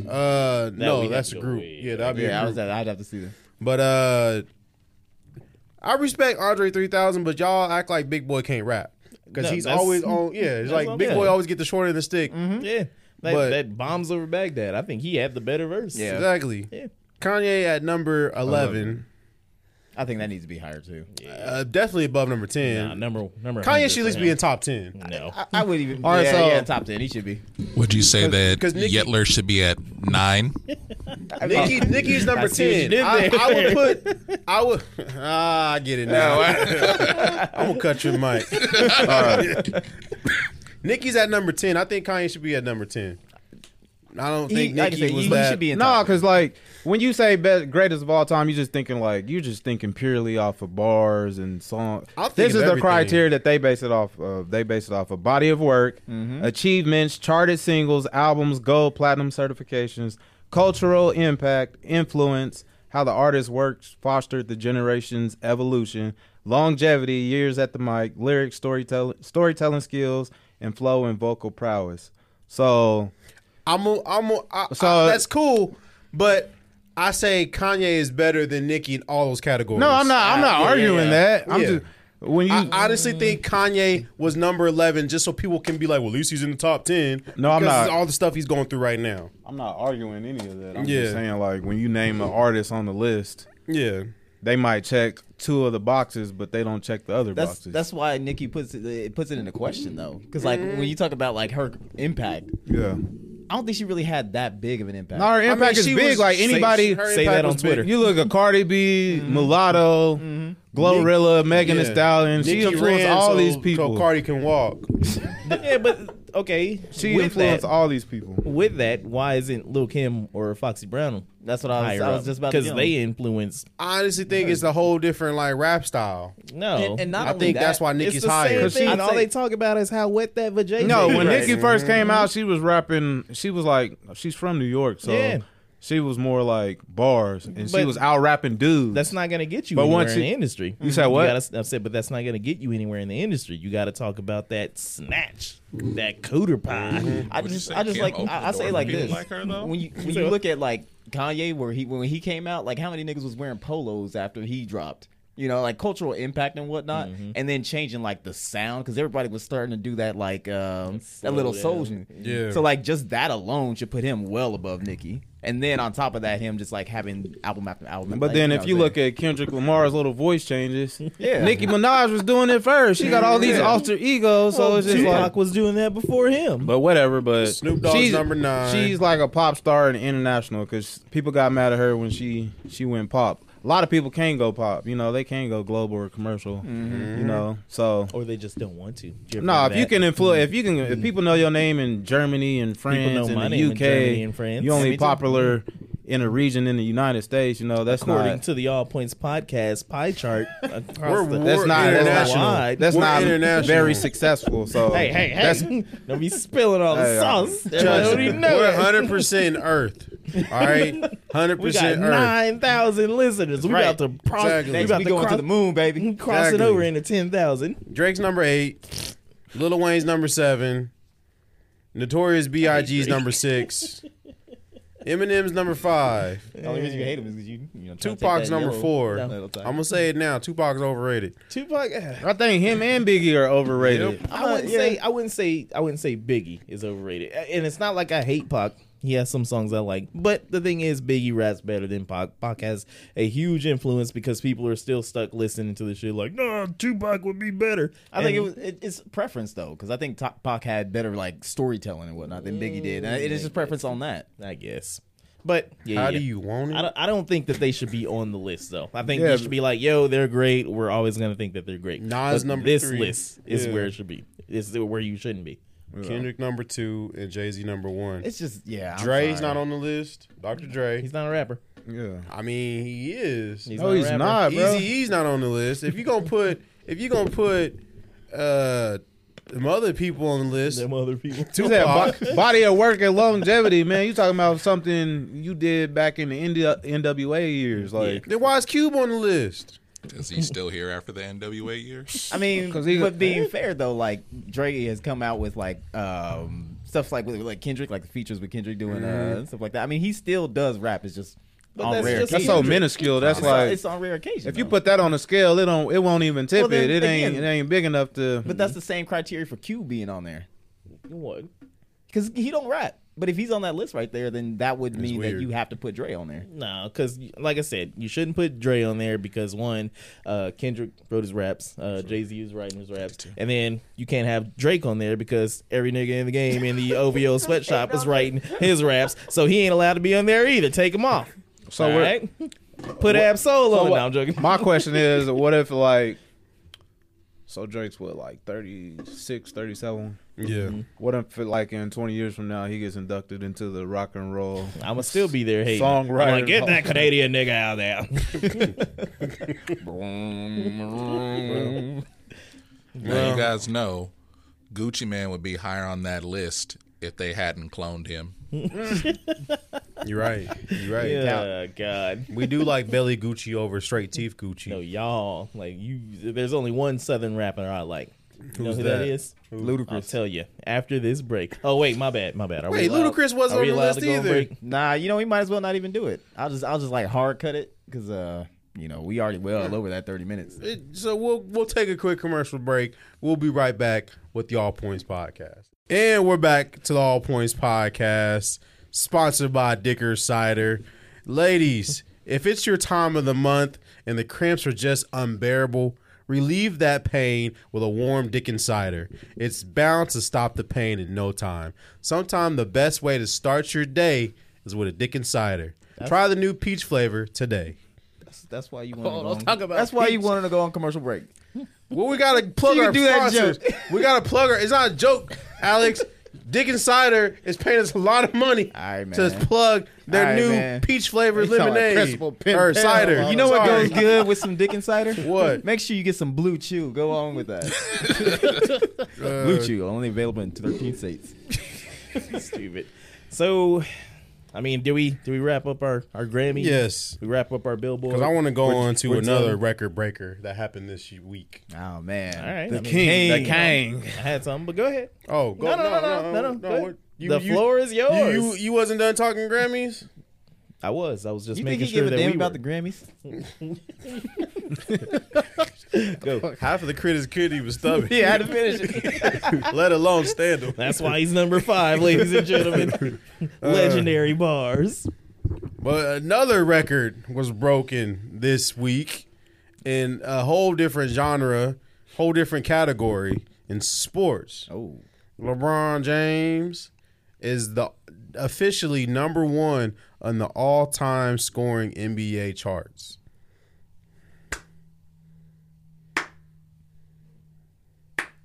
Speaker 1: Uh
Speaker 4: we
Speaker 1: no,
Speaker 4: have
Speaker 1: that's
Speaker 4: to
Speaker 1: a group.
Speaker 4: wait.
Speaker 1: Yeah, that'd be
Speaker 3: Yeah, I
Speaker 1: a
Speaker 3: was.
Speaker 1: group.
Speaker 3: At, I'd have to see this.
Speaker 1: But uh I respect Andre 3000, but y'all act like Big Boy can't rap. Because
Speaker 4: No,
Speaker 1: he's
Speaker 4: that's-
Speaker 1: always
Speaker 4: [LAUGHS]
Speaker 1: on, yeah. It's like
Speaker 4: what I'm
Speaker 1: Big
Speaker 4: saying. Mm-hmm.
Speaker 1: Boy always get the short end of the stick.
Speaker 4: Yeah, that,
Speaker 1: But-
Speaker 4: that bombs over Baghdad. I think he had the better verse.
Speaker 3: Yeah.
Speaker 1: Exactly.
Speaker 4: Yeah.
Speaker 1: Kanye at number 11,
Speaker 3: I think that needs to be higher too.
Speaker 1: uh, definitely above number 10.
Speaker 4: Nah, number number.
Speaker 1: Kanye
Speaker 4: 100
Speaker 1: should at least
Speaker 4: for
Speaker 1: be
Speaker 4: him.
Speaker 1: in top 10.
Speaker 4: No,
Speaker 3: I, I would even.
Speaker 2: All right,
Speaker 3: yeah,
Speaker 2: so-
Speaker 3: yeah, top ten. He should be.
Speaker 5: Would you say that
Speaker 1: 'cause Nicki-
Speaker 5: Yetler should be at nine?
Speaker 1: Nicki, Nicki's number
Speaker 4: see what you
Speaker 1: 10.
Speaker 4: did
Speaker 1: I,
Speaker 4: there.
Speaker 1: I would put, I
Speaker 4: [LAUGHS]
Speaker 1: would, ah, I get it now. [LAUGHS] I'm going to cut your mic. Nicki's at number 10. I think Kanye should be at number 10. I don't
Speaker 3: He,
Speaker 1: think
Speaker 3: like I
Speaker 1: Nicki
Speaker 3: said, he,
Speaker 1: was
Speaker 3: he
Speaker 1: that.
Speaker 3: should be in.
Speaker 2: No,
Speaker 3: top
Speaker 2: because like when you say best, greatest of all time, you're just thinking like you're just thinking purely off of bars and song.
Speaker 1: I'm thinking
Speaker 2: This is
Speaker 1: of
Speaker 2: the
Speaker 1: everything.
Speaker 2: criteria that they base it off of. They base it off of body of work,
Speaker 3: Mm-hmm.
Speaker 2: achievements, charted singles, albums, gold, platinum certifications, cultural impact, influence, how the artist works fostered the generation's evolution, longevity, years at the mic, lyric storytelling, storytelling skills, and flow and vocal prowess. So
Speaker 1: I'm a, I'm a, I,
Speaker 2: So-
Speaker 1: I- that's cool, but I say Kanye is better than Nicki in all those categories.
Speaker 2: No, I'm not. I'm not
Speaker 3: yeah,
Speaker 2: arguing
Speaker 3: yeah.
Speaker 2: that. I'm
Speaker 1: Yeah.
Speaker 2: just when you.
Speaker 1: I honestly think Kanye was number 11 just so people can be like, well, at least he's in the top 10.
Speaker 2: No, I'm
Speaker 1: because
Speaker 2: not.
Speaker 1: All the stuff he's going through right now.
Speaker 2: I'm not arguing any of that. I'm
Speaker 1: Yeah.
Speaker 2: just saying like when you name an artist on the list,
Speaker 1: Yeah.
Speaker 2: they might check two of the boxes, but they don't check the other
Speaker 3: That's
Speaker 2: boxes.
Speaker 3: that's why Nikki puts it, it puts it into question though, because like when you talk about like her impact,
Speaker 2: yeah.
Speaker 3: I don't think she really had that big of an impact.
Speaker 2: Now, her impact
Speaker 1: she
Speaker 2: is big.
Speaker 1: was-
Speaker 2: like
Speaker 1: she-
Speaker 2: anybody,
Speaker 1: her Mm-hmm.
Speaker 4: say
Speaker 1: impact
Speaker 4: that on
Speaker 1: was big.
Speaker 4: Twitter.
Speaker 2: you look at Cardi B, Mulatto, Glorilla, Megan
Speaker 1: Yeah.
Speaker 2: Thee Stallion. She
Speaker 1: Nicki
Speaker 2: influenced
Speaker 1: ran
Speaker 2: all
Speaker 1: so-
Speaker 2: these people.
Speaker 1: So Cardi can walk.
Speaker 4: yeah, but okay.
Speaker 2: she
Speaker 4: with
Speaker 2: influenced
Speaker 4: that,
Speaker 2: all these people.
Speaker 4: With that, why isn't Lil Kim or Foxy Brown?
Speaker 3: That's what I was,
Speaker 4: higher
Speaker 3: I was just about to
Speaker 4: because
Speaker 3: get on.
Speaker 4: they influence.
Speaker 1: I honestly think it's a whole different like rap style.
Speaker 4: No,
Speaker 3: And, and not
Speaker 1: I
Speaker 3: only
Speaker 1: think
Speaker 3: that,
Speaker 1: that's why
Speaker 4: it's
Speaker 1: Nicki's
Speaker 4: the
Speaker 1: higher.
Speaker 4: same
Speaker 2: 'Cause she-
Speaker 4: thing.
Speaker 2: I'd
Speaker 4: all
Speaker 3: say-
Speaker 4: they talk about is how wet that vagina.
Speaker 2: No,
Speaker 4: is.
Speaker 2: when
Speaker 4: Right.
Speaker 2: Nicki first came out, she was rapping. She was like, she's from New York, so
Speaker 4: Yeah.
Speaker 2: she was more like bars, and she
Speaker 4: But-
Speaker 2: was out rapping dudes.
Speaker 4: that's not gonna get you
Speaker 2: But
Speaker 4: anywhere
Speaker 2: once
Speaker 4: in
Speaker 2: you-
Speaker 4: the industry.
Speaker 2: You said what?
Speaker 4: gotta- I said, but that's not gonna get you anywhere in the industry. You got to talk about that snatch, that cooter pie.
Speaker 3: I
Speaker 2: Mm-hmm.
Speaker 5: Would you
Speaker 3: just,
Speaker 5: say
Speaker 3: I just
Speaker 5: Kim
Speaker 3: like,
Speaker 5: opened the
Speaker 3: I, I
Speaker 5: door
Speaker 3: say
Speaker 5: for
Speaker 3: like
Speaker 5: people
Speaker 3: this.
Speaker 5: like her, though?
Speaker 3: when you when you look at like Kanye, where he when he came out, like how many niggas was wearing polos after he dropped, you know, like cultural impact and whatnot,
Speaker 2: Mm-hmm.
Speaker 3: and then changing like the sound because everybody was starting to do that like um, that little
Speaker 4: down.
Speaker 3: soul. shit.
Speaker 1: Yeah.
Speaker 3: So like just that alone should put him well above Nicki. And then on top of that, him just like having album after album.
Speaker 2: But
Speaker 3: like,
Speaker 2: then
Speaker 3: know
Speaker 2: if
Speaker 3: what
Speaker 2: you
Speaker 3: I'm
Speaker 2: look
Speaker 3: saying?
Speaker 2: at Kendrick Lamar's little voice changes,
Speaker 3: Yeah.
Speaker 2: Nicki Minaj was doing it first. She got all these
Speaker 3: Yeah.
Speaker 2: alter egos, so it's just
Speaker 4: Tupac
Speaker 2: like.
Speaker 4: was doing that before him.
Speaker 2: But whatever, but
Speaker 1: Snoop Dogg's
Speaker 2: she's-
Speaker 1: number nine.
Speaker 2: She's like a pop star and international because people got mad at her when she she went pop. A lot of people can go pop, you know. They can go global or commercial, you know. So
Speaker 4: or they just don't want to. Did you ever
Speaker 2: no,
Speaker 4: hear
Speaker 2: if you
Speaker 4: that?
Speaker 2: can influence, if you can, if people know your name in Germany and France
Speaker 4: Mm-hmm. know
Speaker 2: and
Speaker 4: my
Speaker 2: the
Speaker 4: name in
Speaker 2: UK,
Speaker 4: Germany and France.
Speaker 2: you
Speaker 4: Me
Speaker 2: only
Speaker 4: too.
Speaker 2: popular in a region in the United States. You know that's
Speaker 4: according
Speaker 2: not
Speaker 4: to the All Points podcast pie
Speaker 2: [LAUGHS]
Speaker 4: chart, across
Speaker 1: We're
Speaker 4: the-
Speaker 1: war-
Speaker 2: that's not
Speaker 1: international.
Speaker 4: Worldwide.
Speaker 2: That's
Speaker 1: We're
Speaker 2: not
Speaker 1: international.
Speaker 2: very successful. So
Speaker 4: hey, hey, hey!
Speaker 2: that's-
Speaker 4: [LAUGHS] don't be spilling all the
Speaker 2: Hey, uh,
Speaker 4: sauce.
Speaker 1: Judge,
Speaker 4: Everybody already know
Speaker 1: we're
Speaker 4: it.
Speaker 1: 100% Earth. All
Speaker 4: [LAUGHS]
Speaker 1: right? 100%
Speaker 4: We got
Speaker 1: Earth.
Speaker 4: nine thousand listeners. We
Speaker 1: Right.
Speaker 4: about to cross.
Speaker 1: Exactly.
Speaker 4: We
Speaker 1: Next
Speaker 4: about
Speaker 3: we
Speaker 4: to
Speaker 3: going
Speaker 4: cross,
Speaker 3: to the
Speaker 4: [LAUGHS]
Speaker 2: [LAUGHS]
Speaker 3: moon, baby.
Speaker 4: cross it
Speaker 1: Exactly.
Speaker 4: over into ten thousand.
Speaker 1: Drake's number eight. Lil Wayne's number seven. Notorious B.I.G.'s number six. Eminem's number five.
Speaker 3: The only reason you hate him is because you, you know, trying to take
Speaker 1: Tupac's
Speaker 3: that
Speaker 1: number
Speaker 3: yellow-
Speaker 1: four.
Speaker 3: that
Speaker 1: I'm
Speaker 3: little thing.
Speaker 1: gonna say it now. Tupac's overrated.
Speaker 4: Tupac. eh,
Speaker 2: I think him and Biggie are overrated.
Speaker 4: I wouldn't say. I wouldn't say. I wouldn't say Biggie is overrated. A- And it's not like I hate Pac. He has some songs I like, but the thing is, Biggie raps better than Pac. Pac has a huge influence because people are still stuck listening to the shit like, "No, Tupac would be better."
Speaker 3: I think it
Speaker 4: And-
Speaker 3: was it, it's preference though, because I think Top Pac had better like storytelling and whatnot than Biggie did. And it is just preference on that.
Speaker 4: I guess. But yeah,
Speaker 1: How
Speaker 4: yeah.
Speaker 1: do you want it?
Speaker 4: I don't, I don't think that they should be on the list though. I think
Speaker 2: Yeah,
Speaker 4: you should be like, yo, they're great. We're always gonna think that they're great.
Speaker 1: Nas
Speaker 4: But
Speaker 1: number
Speaker 4: this
Speaker 1: three.
Speaker 4: list is
Speaker 1: Yeah.
Speaker 4: where it should be. This is where you shouldn't be.
Speaker 1: Kendrick number two and Jay Z number one.
Speaker 3: It's just yeah. I'm
Speaker 1: Dre's
Speaker 3: sorry.
Speaker 1: not on the list. Dr. Dre.
Speaker 4: He's not a rapper.
Speaker 2: Yeah.
Speaker 1: I mean, he is.
Speaker 4: He's
Speaker 2: No,
Speaker 4: not a
Speaker 2: he's
Speaker 4: rapper.
Speaker 2: not, bro.
Speaker 1: Easy E's not on the list. If you gonna put, if you gonna put, uh, them other people on the list,
Speaker 4: Them other
Speaker 2: [LAUGHS]
Speaker 4: people.
Speaker 2: You said
Speaker 1: Tupac.
Speaker 2: bo- body of work and longevity, man. You talking about something you did back in the India, NWA years, like
Speaker 1: then why is Cube on the list?
Speaker 5: Is he still here after the NWA year?
Speaker 3: I
Speaker 2: [LAUGHS]
Speaker 3: mean,
Speaker 2: 'Cause he-
Speaker 3: but being fair though, like Dre has come out with like um stuff like with like Kendrick, like the features with Kendrick doing
Speaker 2: Mm-hmm.
Speaker 3: uh stuff like that. I mean, he still does rap. It's just
Speaker 4: But
Speaker 3: on
Speaker 4: that's
Speaker 3: rare.
Speaker 4: just-
Speaker 2: that's
Speaker 3: occasions.
Speaker 2: so minuscule. That's
Speaker 3: it's, on,
Speaker 2: like
Speaker 3: it's on rare occasions.
Speaker 2: if you
Speaker 3: though.
Speaker 2: put that on a scale, it don't, it won't even tip
Speaker 3: Well,
Speaker 2: it.
Speaker 3: then
Speaker 2: It ain't,
Speaker 3: again-
Speaker 2: it ain't big enough to.
Speaker 3: but that's the same criteria for Q being on there
Speaker 4: What?
Speaker 3: because he don't rap. But if he's on that list right there, then that would mean that
Speaker 1: weird.
Speaker 3: you have to put Dre on there.
Speaker 4: No, because like I said, you shouldn't put Dre on there because one, uh, Kendrick wrote his raps, uh, Jay Z was writing his raps, and then you can't have Drake on there because every nigga in the game in the OVO sweatshop is writing his raps, so he ain't allowed to be on there either. Take him off.
Speaker 2: so
Speaker 4: All
Speaker 2: we're-
Speaker 4: right, put Ab Soul on.
Speaker 2: what-
Speaker 4: No, I'm joking.
Speaker 2: My question is, what if like, so Drake's what like 36, 37?
Speaker 1: Yeah,
Speaker 4: Mm-hmm.
Speaker 2: What if like in twenty years from now he gets inducted into the rock and roll?
Speaker 4: I'ma still be there hating.
Speaker 2: Songwriter.
Speaker 4: I'm like, get that Canadian nigga out
Speaker 1: [LAUGHS]
Speaker 4: there.
Speaker 5: Now, you guys know Gucci Man would be higher on that list if they hadn't cloned him.
Speaker 1: you're right. You're right.
Speaker 4: yeah, God.
Speaker 1: We do like belly Gucci over straight teeth Gucci.
Speaker 4: No, y'all like you. There's only one Southern rapper I like. You know
Speaker 1: Who's
Speaker 4: who that,
Speaker 1: that?
Speaker 4: that is? I'll
Speaker 3: Ludicrous.
Speaker 4: tell you after this break. Oh wait, my bad, my bad. Are we
Speaker 1: Wait,
Speaker 4: allowed-
Speaker 1: Ludacris wasn't
Speaker 4: are we
Speaker 1: on the
Speaker 4: allowed
Speaker 1: list
Speaker 4: to go on
Speaker 1: either.
Speaker 4: break? [LAUGHS]
Speaker 3: Nah, you know, we might as well not even do it. I'll just I'll just like hard cut it because uh you know we already well over that thirty minutes.
Speaker 1: It- so we'll we'll take a quick commercial break. We'll be right back with the All Points Podcast. And we're back to the All Points Podcast, sponsored by Dicker Cider. Ladies, if it's your time of the month and the cramps are just unbearable, relieve that pain with a warm Dick and Cider. It's bound to stop the pain in no time. Sometimes the best way to start your day is with a Dick and Cider. Try the new peach flavor today.
Speaker 3: That's, that's why you want.
Speaker 6: Oh,
Speaker 3: to go
Speaker 6: don't
Speaker 3: on-
Speaker 6: talk about
Speaker 3: That's why you
Speaker 6: peace.
Speaker 3: wanted to go on commercial break.
Speaker 1: Well, we gotta plug
Speaker 3: You
Speaker 1: our
Speaker 3: can do that
Speaker 1: sponsors.
Speaker 3: joke.
Speaker 1: [LAUGHS] we gotta plug our. It's not a joke, Alex. Dick Insider is paying us a lot of money
Speaker 3: All right, man.
Speaker 1: to plug their
Speaker 3: All right,
Speaker 1: new
Speaker 3: man.
Speaker 1: peach flavored
Speaker 2: You sound like
Speaker 1: lemonade
Speaker 2: Principal Pimp
Speaker 1: or
Speaker 2: Pal.
Speaker 1: cider.
Speaker 3: You know what
Speaker 1: Sorry.
Speaker 3: goes good with some dick and
Speaker 2: [LAUGHS]
Speaker 3: cider?
Speaker 1: What?
Speaker 3: Make sure you get some Blue Chew. Go on with that.
Speaker 2: [LAUGHS] Uh,
Speaker 3: Blue Chew only available in thirteen states.
Speaker 4: Stupid. So, I mean, do we do we wrap up our our Grammy?
Speaker 1: Yes,
Speaker 4: We wrap up our Billboard.
Speaker 1: because I want to go on to
Speaker 4: we're
Speaker 1: another
Speaker 4: done.
Speaker 1: record breaker that happened this week.
Speaker 3: Oh man,
Speaker 4: All right,
Speaker 3: the
Speaker 4: I mean,
Speaker 3: king,
Speaker 4: hey,
Speaker 3: the king.
Speaker 4: I had something, but go ahead.
Speaker 1: Oh, go
Speaker 4: No, no, no, no, no, no, go ahead.
Speaker 1: You-
Speaker 4: the
Speaker 1: you-
Speaker 4: floor is
Speaker 1: You,
Speaker 4: yours.
Speaker 1: you you wasn't done talking Grammys.
Speaker 4: I was. I was just
Speaker 3: You think
Speaker 4: making
Speaker 3: he
Speaker 4: sure
Speaker 3: gave a
Speaker 4: that
Speaker 3: damn
Speaker 4: we
Speaker 3: about
Speaker 4: were-
Speaker 3: the Grammys?
Speaker 4: go.
Speaker 1: Half of the critics kid he was stubborn. [LAUGHS]
Speaker 3: Yeah, I had to finish it.
Speaker 1: let alone [LAUGHS] stand him. [LAUGHS]
Speaker 4: That's why he's number five, ladies and gentlemen. Legendary bars.
Speaker 1: But another record was broken this week in a whole different genre, whole different category in sports.
Speaker 3: Oh.
Speaker 1: LeBron James is the officially number one on the all-time scoring NBA charts.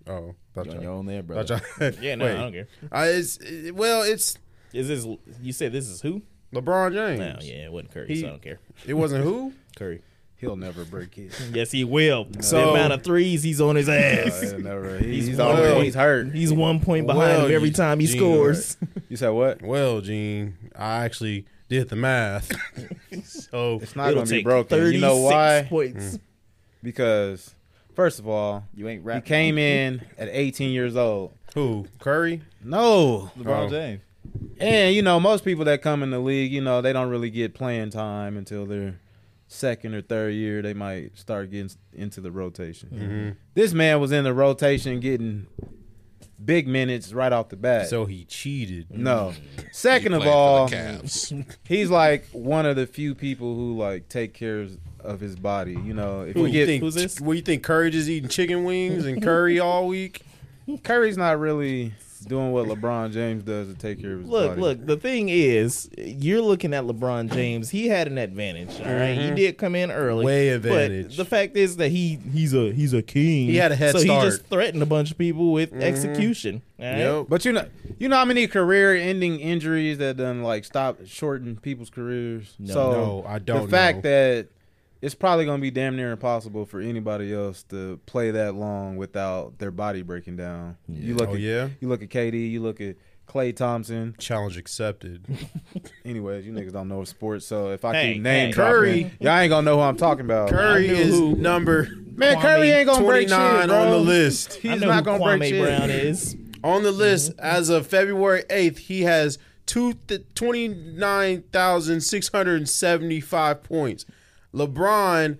Speaker 1: Oh, thought
Speaker 3: On
Speaker 1: y'all-
Speaker 3: your own there, bro.
Speaker 1: thought y'all- [LAUGHS]
Speaker 4: Yeah, no,
Speaker 1: Wait.
Speaker 4: I don't care.
Speaker 1: I- it's, it- well, it's
Speaker 4: Is this you said this is who?
Speaker 1: LeBron James.
Speaker 4: No, yeah, it wasn't Curry,
Speaker 1: He-
Speaker 4: so I don't care.
Speaker 1: It wasn't who?
Speaker 4: Curry.
Speaker 2: He'll never break his.
Speaker 4: [LAUGHS] Yes, he will. the
Speaker 1: So-
Speaker 4: amount of threes he's on his ass.
Speaker 2: He'll never. he-
Speaker 4: He's
Speaker 2: He's, already.
Speaker 1: well-
Speaker 2: He's hurt.
Speaker 4: He's one point behind
Speaker 1: Well,
Speaker 4: him every
Speaker 1: you-
Speaker 4: time he
Speaker 1: Gene,
Speaker 4: scores.
Speaker 2: You said what?
Speaker 1: Well, Gene, I actually did the
Speaker 2: [LAUGHS]
Speaker 1: math. so
Speaker 2: It's not
Speaker 4: It'll
Speaker 2: going to be
Speaker 4: take
Speaker 2: broken. You
Speaker 4: 36 [LAUGHS]
Speaker 2: know why?
Speaker 4: Points.
Speaker 2: Because first of all,
Speaker 3: You ain't
Speaker 2: he
Speaker 3: rapping.
Speaker 2: came in at 18 years old.
Speaker 1: who? Curry?
Speaker 2: No,
Speaker 3: LeBron
Speaker 1: Oh.
Speaker 3: James.
Speaker 2: and you know most people that come in the league, you know they don't really get playing time until their second or third year. They might start getting s- into the rotation.
Speaker 5: Mm-hmm.
Speaker 2: This man was in the rotation getting big minutes right off the bat.
Speaker 1: So he cheated.
Speaker 2: no.
Speaker 5: He
Speaker 2: Second of
Speaker 5: played for
Speaker 2: all,
Speaker 5: the Cavs.
Speaker 2: he's like one of the few people who like take care of his body. You know, if
Speaker 1: Who
Speaker 2: we
Speaker 1: you
Speaker 2: get
Speaker 1: think?
Speaker 4: who's this?
Speaker 1: What you think? Curry just eating chicken wings and
Speaker 2: [LAUGHS]
Speaker 1: curry all week?
Speaker 2: Curry's not really doing what LeBron James does to take care of his
Speaker 4: Look,
Speaker 2: body.
Speaker 4: look, the thing is, you're looking at LeBron James. He had an advantage, all right? He did come in early.
Speaker 1: Way
Speaker 4: but
Speaker 1: advantage.
Speaker 4: the fact is that he he's a he's a king.
Speaker 1: He had a head
Speaker 4: so
Speaker 1: start.
Speaker 4: he just threatened a bunch of people with execution. all right?
Speaker 2: But you know, you know how many career-ending injuries that done like stop shorten people's careers. No, so
Speaker 1: No, I don't
Speaker 2: Oh, The fact
Speaker 1: know.
Speaker 2: that it's probably going to be damn near impossible for anybody else to play that long without their body breaking down. You look
Speaker 1: Oh,
Speaker 2: at
Speaker 1: yeah?
Speaker 2: you look at KD, you look at Clay Thompson.
Speaker 1: Challenge accepted.
Speaker 2: Oh, Anyways, you niggas don't know sports, so if I
Speaker 4: Hey,
Speaker 2: keep name
Speaker 4: hey.
Speaker 1: Curry.
Speaker 2: dropping, y'all ain't gonna know who I'm talking about.
Speaker 1: Curry
Speaker 4: I knew
Speaker 1: is
Speaker 4: who-
Speaker 1: number
Speaker 2: man, Curry ain't gonna break shit,
Speaker 1: 29
Speaker 2: bro.
Speaker 1: on the list.
Speaker 4: I
Speaker 2: He's
Speaker 4: know
Speaker 2: not
Speaker 4: who
Speaker 2: gonna
Speaker 4: Kwame
Speaker 2: break shit.
Speaker 4: Brown is.
Speaker 1: On the list
Speaker 2: Mm-hmm.
Speaker 1: as of February 8th, he has two th- 29,675 points. LeBron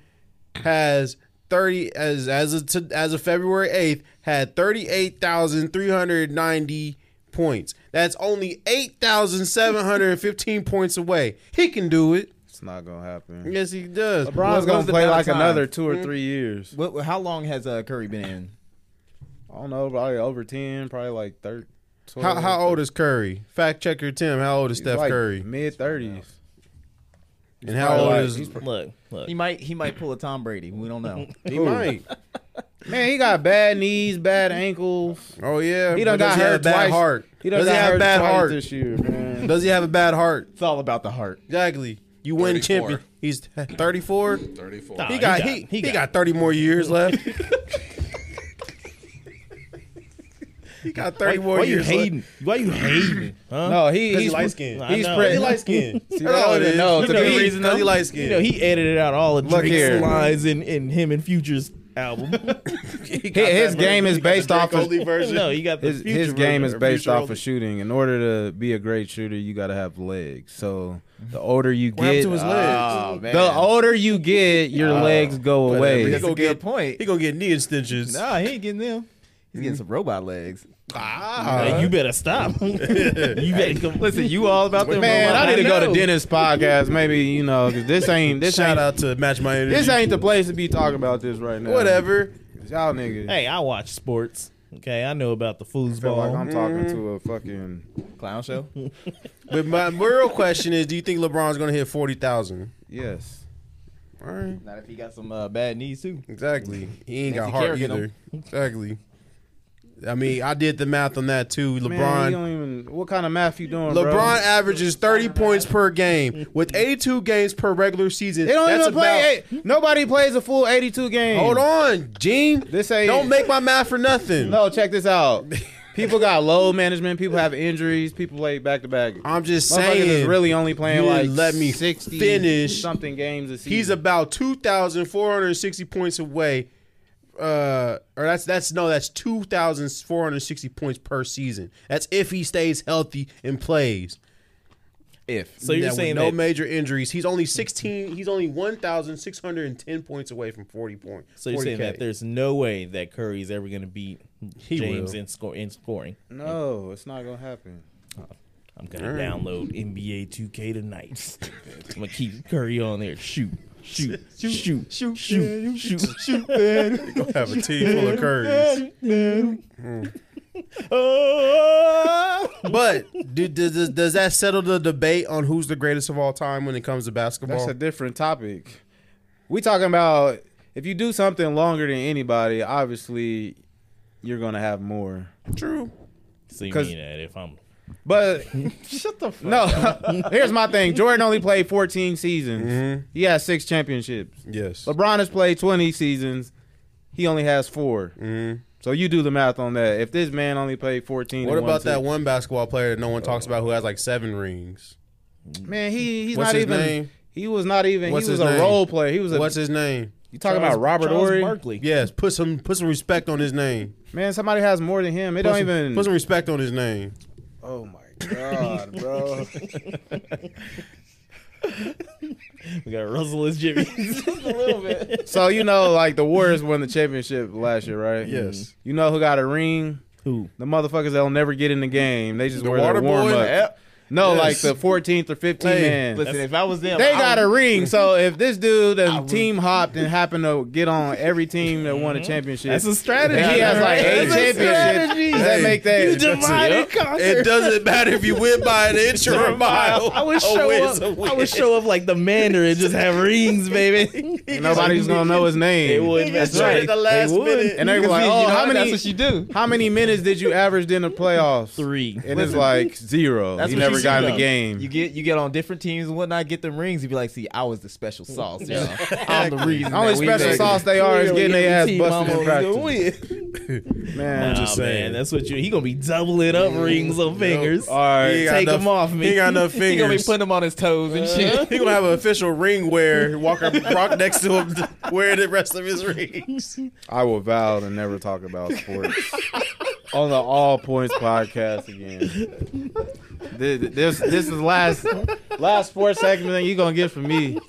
Speaker 1: has 30 as as of to, as of February 8th had 38,390 points. That's only 8,715 points away. He can do it.
Speaker 2: It's not gonna happen.
Speaker 1: Yes, he does.
Speaker 2: LeBron's
Speaker 3: What was
Speaker 2: gonna
Speaker 3: the
Speaker 2: play
Speaker 3: amount of
Speaker 2: like
Speaker 3: time?
Speaker 2: another two or three years.
Speaker 3: What, how long has uh, Curry been in?
Speaker 2: I don't know, probably over ten, probably like thirty.
Speaker 1: How, how old is Curry? Fact checker Tim, how old is Steph Curry?
Speaker 2: Mid thirties.
Speaker 1: And
Speaker 4: Oh,
Speaker 1: how old
Speaker 2: like-
Speaker 1: is
Speaker 2: he's-
Speaker 4: Look, look.
Speaker 3: He might he might pull a Tom Brady. We don't know.
Speaker 1: he might.
Speaker 2: Man, he got bad knees, bad ankles.
Speaker 1: Oh yeah.
Speaker 2: He done
Speaker 1: But does he
Speaker 2: got
Speaker 1: have
Speaker 2: hurt
Speaker 1: a bad
Speaker 2: twice.
Speaker 1: heart.
Speaker 2: He done
Speaker 1: does he
Speaker 2: got
Speaker 1: have a
Speaker 2: hurt
Speaker 1: bad
Speaker 2: twice
Speaker 1: heart?
Speaker 2: this year, man.
Speaker 1: Does he have a bad heart?
Speaker 3: It's all about the heart.
Speaker 1: Exactly. You win
Speaker 5: 34.
Speaker 1: champion. He's [LAUGHS] 34.
Speaker 5: 34.
Speaker 4: Nah,
Speaker 1: He got he, he, got, 30 more years [LAUGHS] left. he got 30 more
Speaker 4: Why you
Speaker 1: years left.
Speaker 4: hating? Why you hating? Huh?
Speaker 2: No, he
Speaker 1: Because he
Speaker 2: he's
Speaker 1: light skinned.
Speaker 4: I
Speaker 2: He's
Speaker 4: know.
Speaker 2: pre-
Speaker 1: He light skinned.
Speaker 2: See, I don't even know.
Speaker 1: You
Speaker 2: To
Speaker 1: know,
Speaker 2: be
Speaker 1: he-
Speaker 2: reasonable.
Speaker 1: because he light
Speaker 4: You know,
Speaker 1: skinned.
Speaker 4: he edited out all of
Speaker 2: Look here.
Speaker 4: Drake's lines in, in him and Future's album.
Speaker 2: his game is based off of
Speaker 4: no, you got the
Speaker 2: his,
Speaker 4: future
Speaker 2: his game
Speaker 4: version,
Speaker 2: is
Speaker 4: or
Speaker 2: based
Speaker 4: future
Speaker 2: off
Speaker 4: only.
Speaker 2: of shooting. In order to be a great shooter, you got to have legs. So the older you
Speaker 1: Mm-hmm. What happened to
Speaker 2: get, uh,
Speaker 1: his
Speaker 3: Oh
Speaker 1: legs? Uh,
Speaker 3: man.
Speaker 2: the older
Speaker 1: [LAUGHS]
Speaker 2: you get, your legs go away.
Speaker 1: He
Speaker 3: That's a
Speaker 1: gonna get-
Speaker 3: good point.
Speaker 1: He gonna get knee extensions.
Speaker 3: Nah, he ain't getting them. He's getting some robot legs.
Speaker 4: Hey, you better stop. you better
Speaker 2: [LAUGHS]
Speaker 4: come.
Speaker 3: Listen, you all about them.
Speaker 2: Man,
Speaker 3: robot
Speaker 2: I need to
Speaker 3: legs.
Speaker 2: go to
Speaker 4: know.
Speaker 2: Dennis podcast. Maybe you know 'cause this ain't this
Speaker 1: Shout
Speaker 2: ain't
Speaker 1: out to Match My Energy.
Speaker 2: this ain't the place to be talking about this right now.
Speaker 1: whatever.
Speaker 2: 'Cause y'all niggas.
Speaker 4: Hey, I watch sports. Okay, I know about the
Speaker 2: feel
Speaker 4: foosball.
Speaker 2: like I'm talking
Speaker 1: Mm-hmm.
Speaker 2: to a fucking.
Speaker 3: clown [LAUGHS] show.
Speaker 1: But my real question is, do you think LeBron's gonna hit 40,000?
Speaker 2: Yes.
Speaker 1: All right.
Speaker 3: Not if he got some uh, bad knees too.
Speaker 1: Exactly. He ain't got
Speaker 3: Nancy
Speaker 1: heart
Speaker 3: Kerrigan
Speaker 1: either. Exactly. I mean, I did the math on that too. LeBron
Speaker 2: Man, you don't even. What kind of math you doing, bro?
Speaker 1: LeBron averages 30 points per game with 82 games per regular season.
Speaker 2: They don't
Speaker 1: That's
Speaker 2: even play.
Speaker 1: about-
Speaker 2: eight- nobody plays a full 82 game.
Speaker 1: Hold on, Gene.
Speaker 2: This ain't.
Speaker 1: Don't make my math for nothing.
Speaker 2: No, check this out.
Speaker 1: [LAUGHS]
Speaker 2: People got low management. People have injuries. People play back to back.
Speaker 1: I'm just
Speaker 2: Motherfuckers
Speaker 1: saying.
Speaker 2: is really only playing
Speaker 1: you
Speaker 2: like
Speaker 1: didn't let me
Speaker 2: 60
Speaker 1: finish.
Speaker 2: something games a season.
Speaker 1: he's about 2,460 points away. Uh, or that's that's no, that's 2,460 points per season. That's if he stays healthy and plays.
Speaker 3: If
Speaker 4: so you're
Speaker 1: That with
Speaker 4: saying
Speaker 1: no
Speaker 4: that,
Speaker 1: major injuries. He's only 16. He's only 1,610 points away from 40 points.
Speaker 4: so you're saying that there's no way that Curry's ever going to beat James
Speaker 1: will.
Speaker 4: in score in scoring.
Speaker 2: no, it's not gonna happen.
Speaker 4: I'm gonna download NBA 2K tonight. [LAUGHS] I'm gonna keep Curry on there. Shoot, shoot, shoot, shoot, shoot, shoot, shoot, shoot, man.
Speaker 1: Have a tea
Speaker 2: [LAUGHS]
Speaker 1: full of curries.
Speaker 4: man. [LAUGHS] Oh,
Speaker 1: But do, does, does- does that settle the debate on who's the greatest of all time when it comes to basketball?
Speaker 2: That's a different topic. We talking about if you do something longer than anybody, obviously you're gonna have more.
Speaker 1: true.
Speaker 4: see
Speaker 2: Cause-
Speaker 4: me that if I'm
Speaker 1: [LAUGHS]
Speaker 2: But no, [LAUGHS] here's my thing. Jordan only played 14 seasons.
Speaker 1: Mm-hmm.
Speaker 2: He has six championships.
Speaker 1: Yes.
Speaker 2: LeBron has played 20 seasons. He only has 4 So you do the math on that. If this man only played 14,
Speaker 1: Mm-hmm. What
Speaker 2: and won
Speaker 1: about that
Speaker 2: six-
Speaker 1: one basketball player that no one talks about who has like seven rings?
Speaker 2: man? He he's
Speaker 1: What's
Speaker 2: not
Speaker 1: his
Speaker 2: even.
Speaker 1: name?
Speaker 2: He was not even.
Speaker 1: What's
Speaker 2: he was
Speaker 1: his
Speaker 2: a
Speaker 1: name?
Speaker 2: role player. He was a.
Speaker 1: What's his name?
Speaker 2: you talking
Speaker 4: Charles-
Speaker 2: about Robert
Speaker 4: Charles
Speaker 2: Ory?
Speaker 4: Barkley. [LAUGHS]
Speaker 1: Yes, put some put some respect on his name.
Speaker 2: Man, somebody has more than him. It
Speaker 1: Put
Speaker 2: don't
Speaker 1: some,
Speaker 2: even.
Speaker 1: put some respect on his name.
Speaker 2: Oh my god, bro!
Speaker 3: [LAUGHS]
Speaker 4: We got Russell as Jimmy. [LAUGHS]
Speaker 2: so you know, like the Warriors won the championship last year, right?
Speaker 3: Mm-hmm.
Speaker 4: Mm.
Speaker 1: Yes.
Speaker 2: You know who got a ring?
Speaker 4: Who?
Speaker 2: The motherfuckers that'll never get in the game. They just
Speaker 1: The
Speaker 2: wear their
Speaker 1: water boy
Speaker 2: warm
Speaker 1: and
Speaker 2: up.
Speaker 1: the app?
Speaker 2: No,
Speaker 1: Yes.
Speaker 2: like the 14th or 15th man.
Speaker 3: Listen, if I was them,
Speaker 2: They
Speaker 3: I
Speaker 2: got
Speaker 3: would-
Speaker 2: a ring. So if this dude
Speaker 3: I
Speaker 2: and
Speaker 3: would-
Speaker 2: team hopped and happened to get on every team that won a
Speaker 3: Mm-hmm.
Speaker 2: championship,
Speaker 4: That's a strategy.
Speaker 2: and he has like eight
Speaker 4: That's a
Speaker 2: championships. Does that
Speaker 1: Hey.
Speaker 2: make that?
Speaker 4: You divided
Speaker 1: It
Speaker 4: conquer.
Speaker 1: doesn't matter if you win by an inch or
Speaker 2: [LAUGHS]
Speaker 1: a mile.
Speaker 4: I would
Speaker 1: A
Speaker 4: show
Speaker 1: win's a
Speaker 4: up.
Speaker 1: win.
Speaker 4: I would show up like the Mandarin, just have rings, [LAUGHS] baby.
Speaker 2: Nobody's gonna know his name.
Speaker 4: They would. That's right.
Speaker 1: at the last
Speaker 4: they would.
Speaker 1: minute.
Speaker 2: And they were
Speaker 3: Because
Speaker 2: like,
Speaker 3: [LAUGHS] you-
Speaker 2: "Oh,
Speaker 3: you know
Speaker 2: how
Speaker 3: what?
Speaker 2: many?
Speaker 3: That's what you [LAUGHS] do.
Speaker 2: How many minutes did you average in the playoffs?
Speaker 4: Three.
Speaker 2: And it's like zero.
Speaker 3: That's
Speaker 2: He
Speaker 3: what
Speaker 2: never
Speaker 3: she
Speaker 2: got in
Speaker 3: said,
Speaker 2: the
Speaker 3: though.
Speaker 2: game.
Speaker 3: You get you get on different teams and whatnot, get them rings. You be like, see, I was the special sauce. Yo. [LAUGHS] I'm the reason.
Speaker 2: Only
Speaker 3: that we
Speaker 2: special
Speaker 3: made it.
Speaker 2: sauce they are is getting their ass busted in practice.
Speaker 4: practice.
Speaker 2: Man,
Speaker 4: Nah, man, that's what you. He gonna be doubling up rings on fingers.
Speaker 2: all right.
Speaker 1: He got
Speaker 4: Take
Speaker 1: enough-
Speaker 4: them off me.
Speaker 1: He got
Speaker 4: [LAUGHS]
Speaker 1: enough
Speaker 3: [LAUGHS] He gonna be
Speaker 1: fingers.
Speaker 3: putting them on his toes and [LAUGHS] shit.
Speaker 1: He gonna have an official ring wear. Walker Brock next to him wearing the rest of
Speaker 4: [LAUGHS]
Speaker 1: his rings.
Speaker 2: I will vow to never talk about sports on the All Points podcast again. Th- th- This this is last last sports segment you gonna get from
Speaker 3: [LAUGHS]
Speaker 2: me.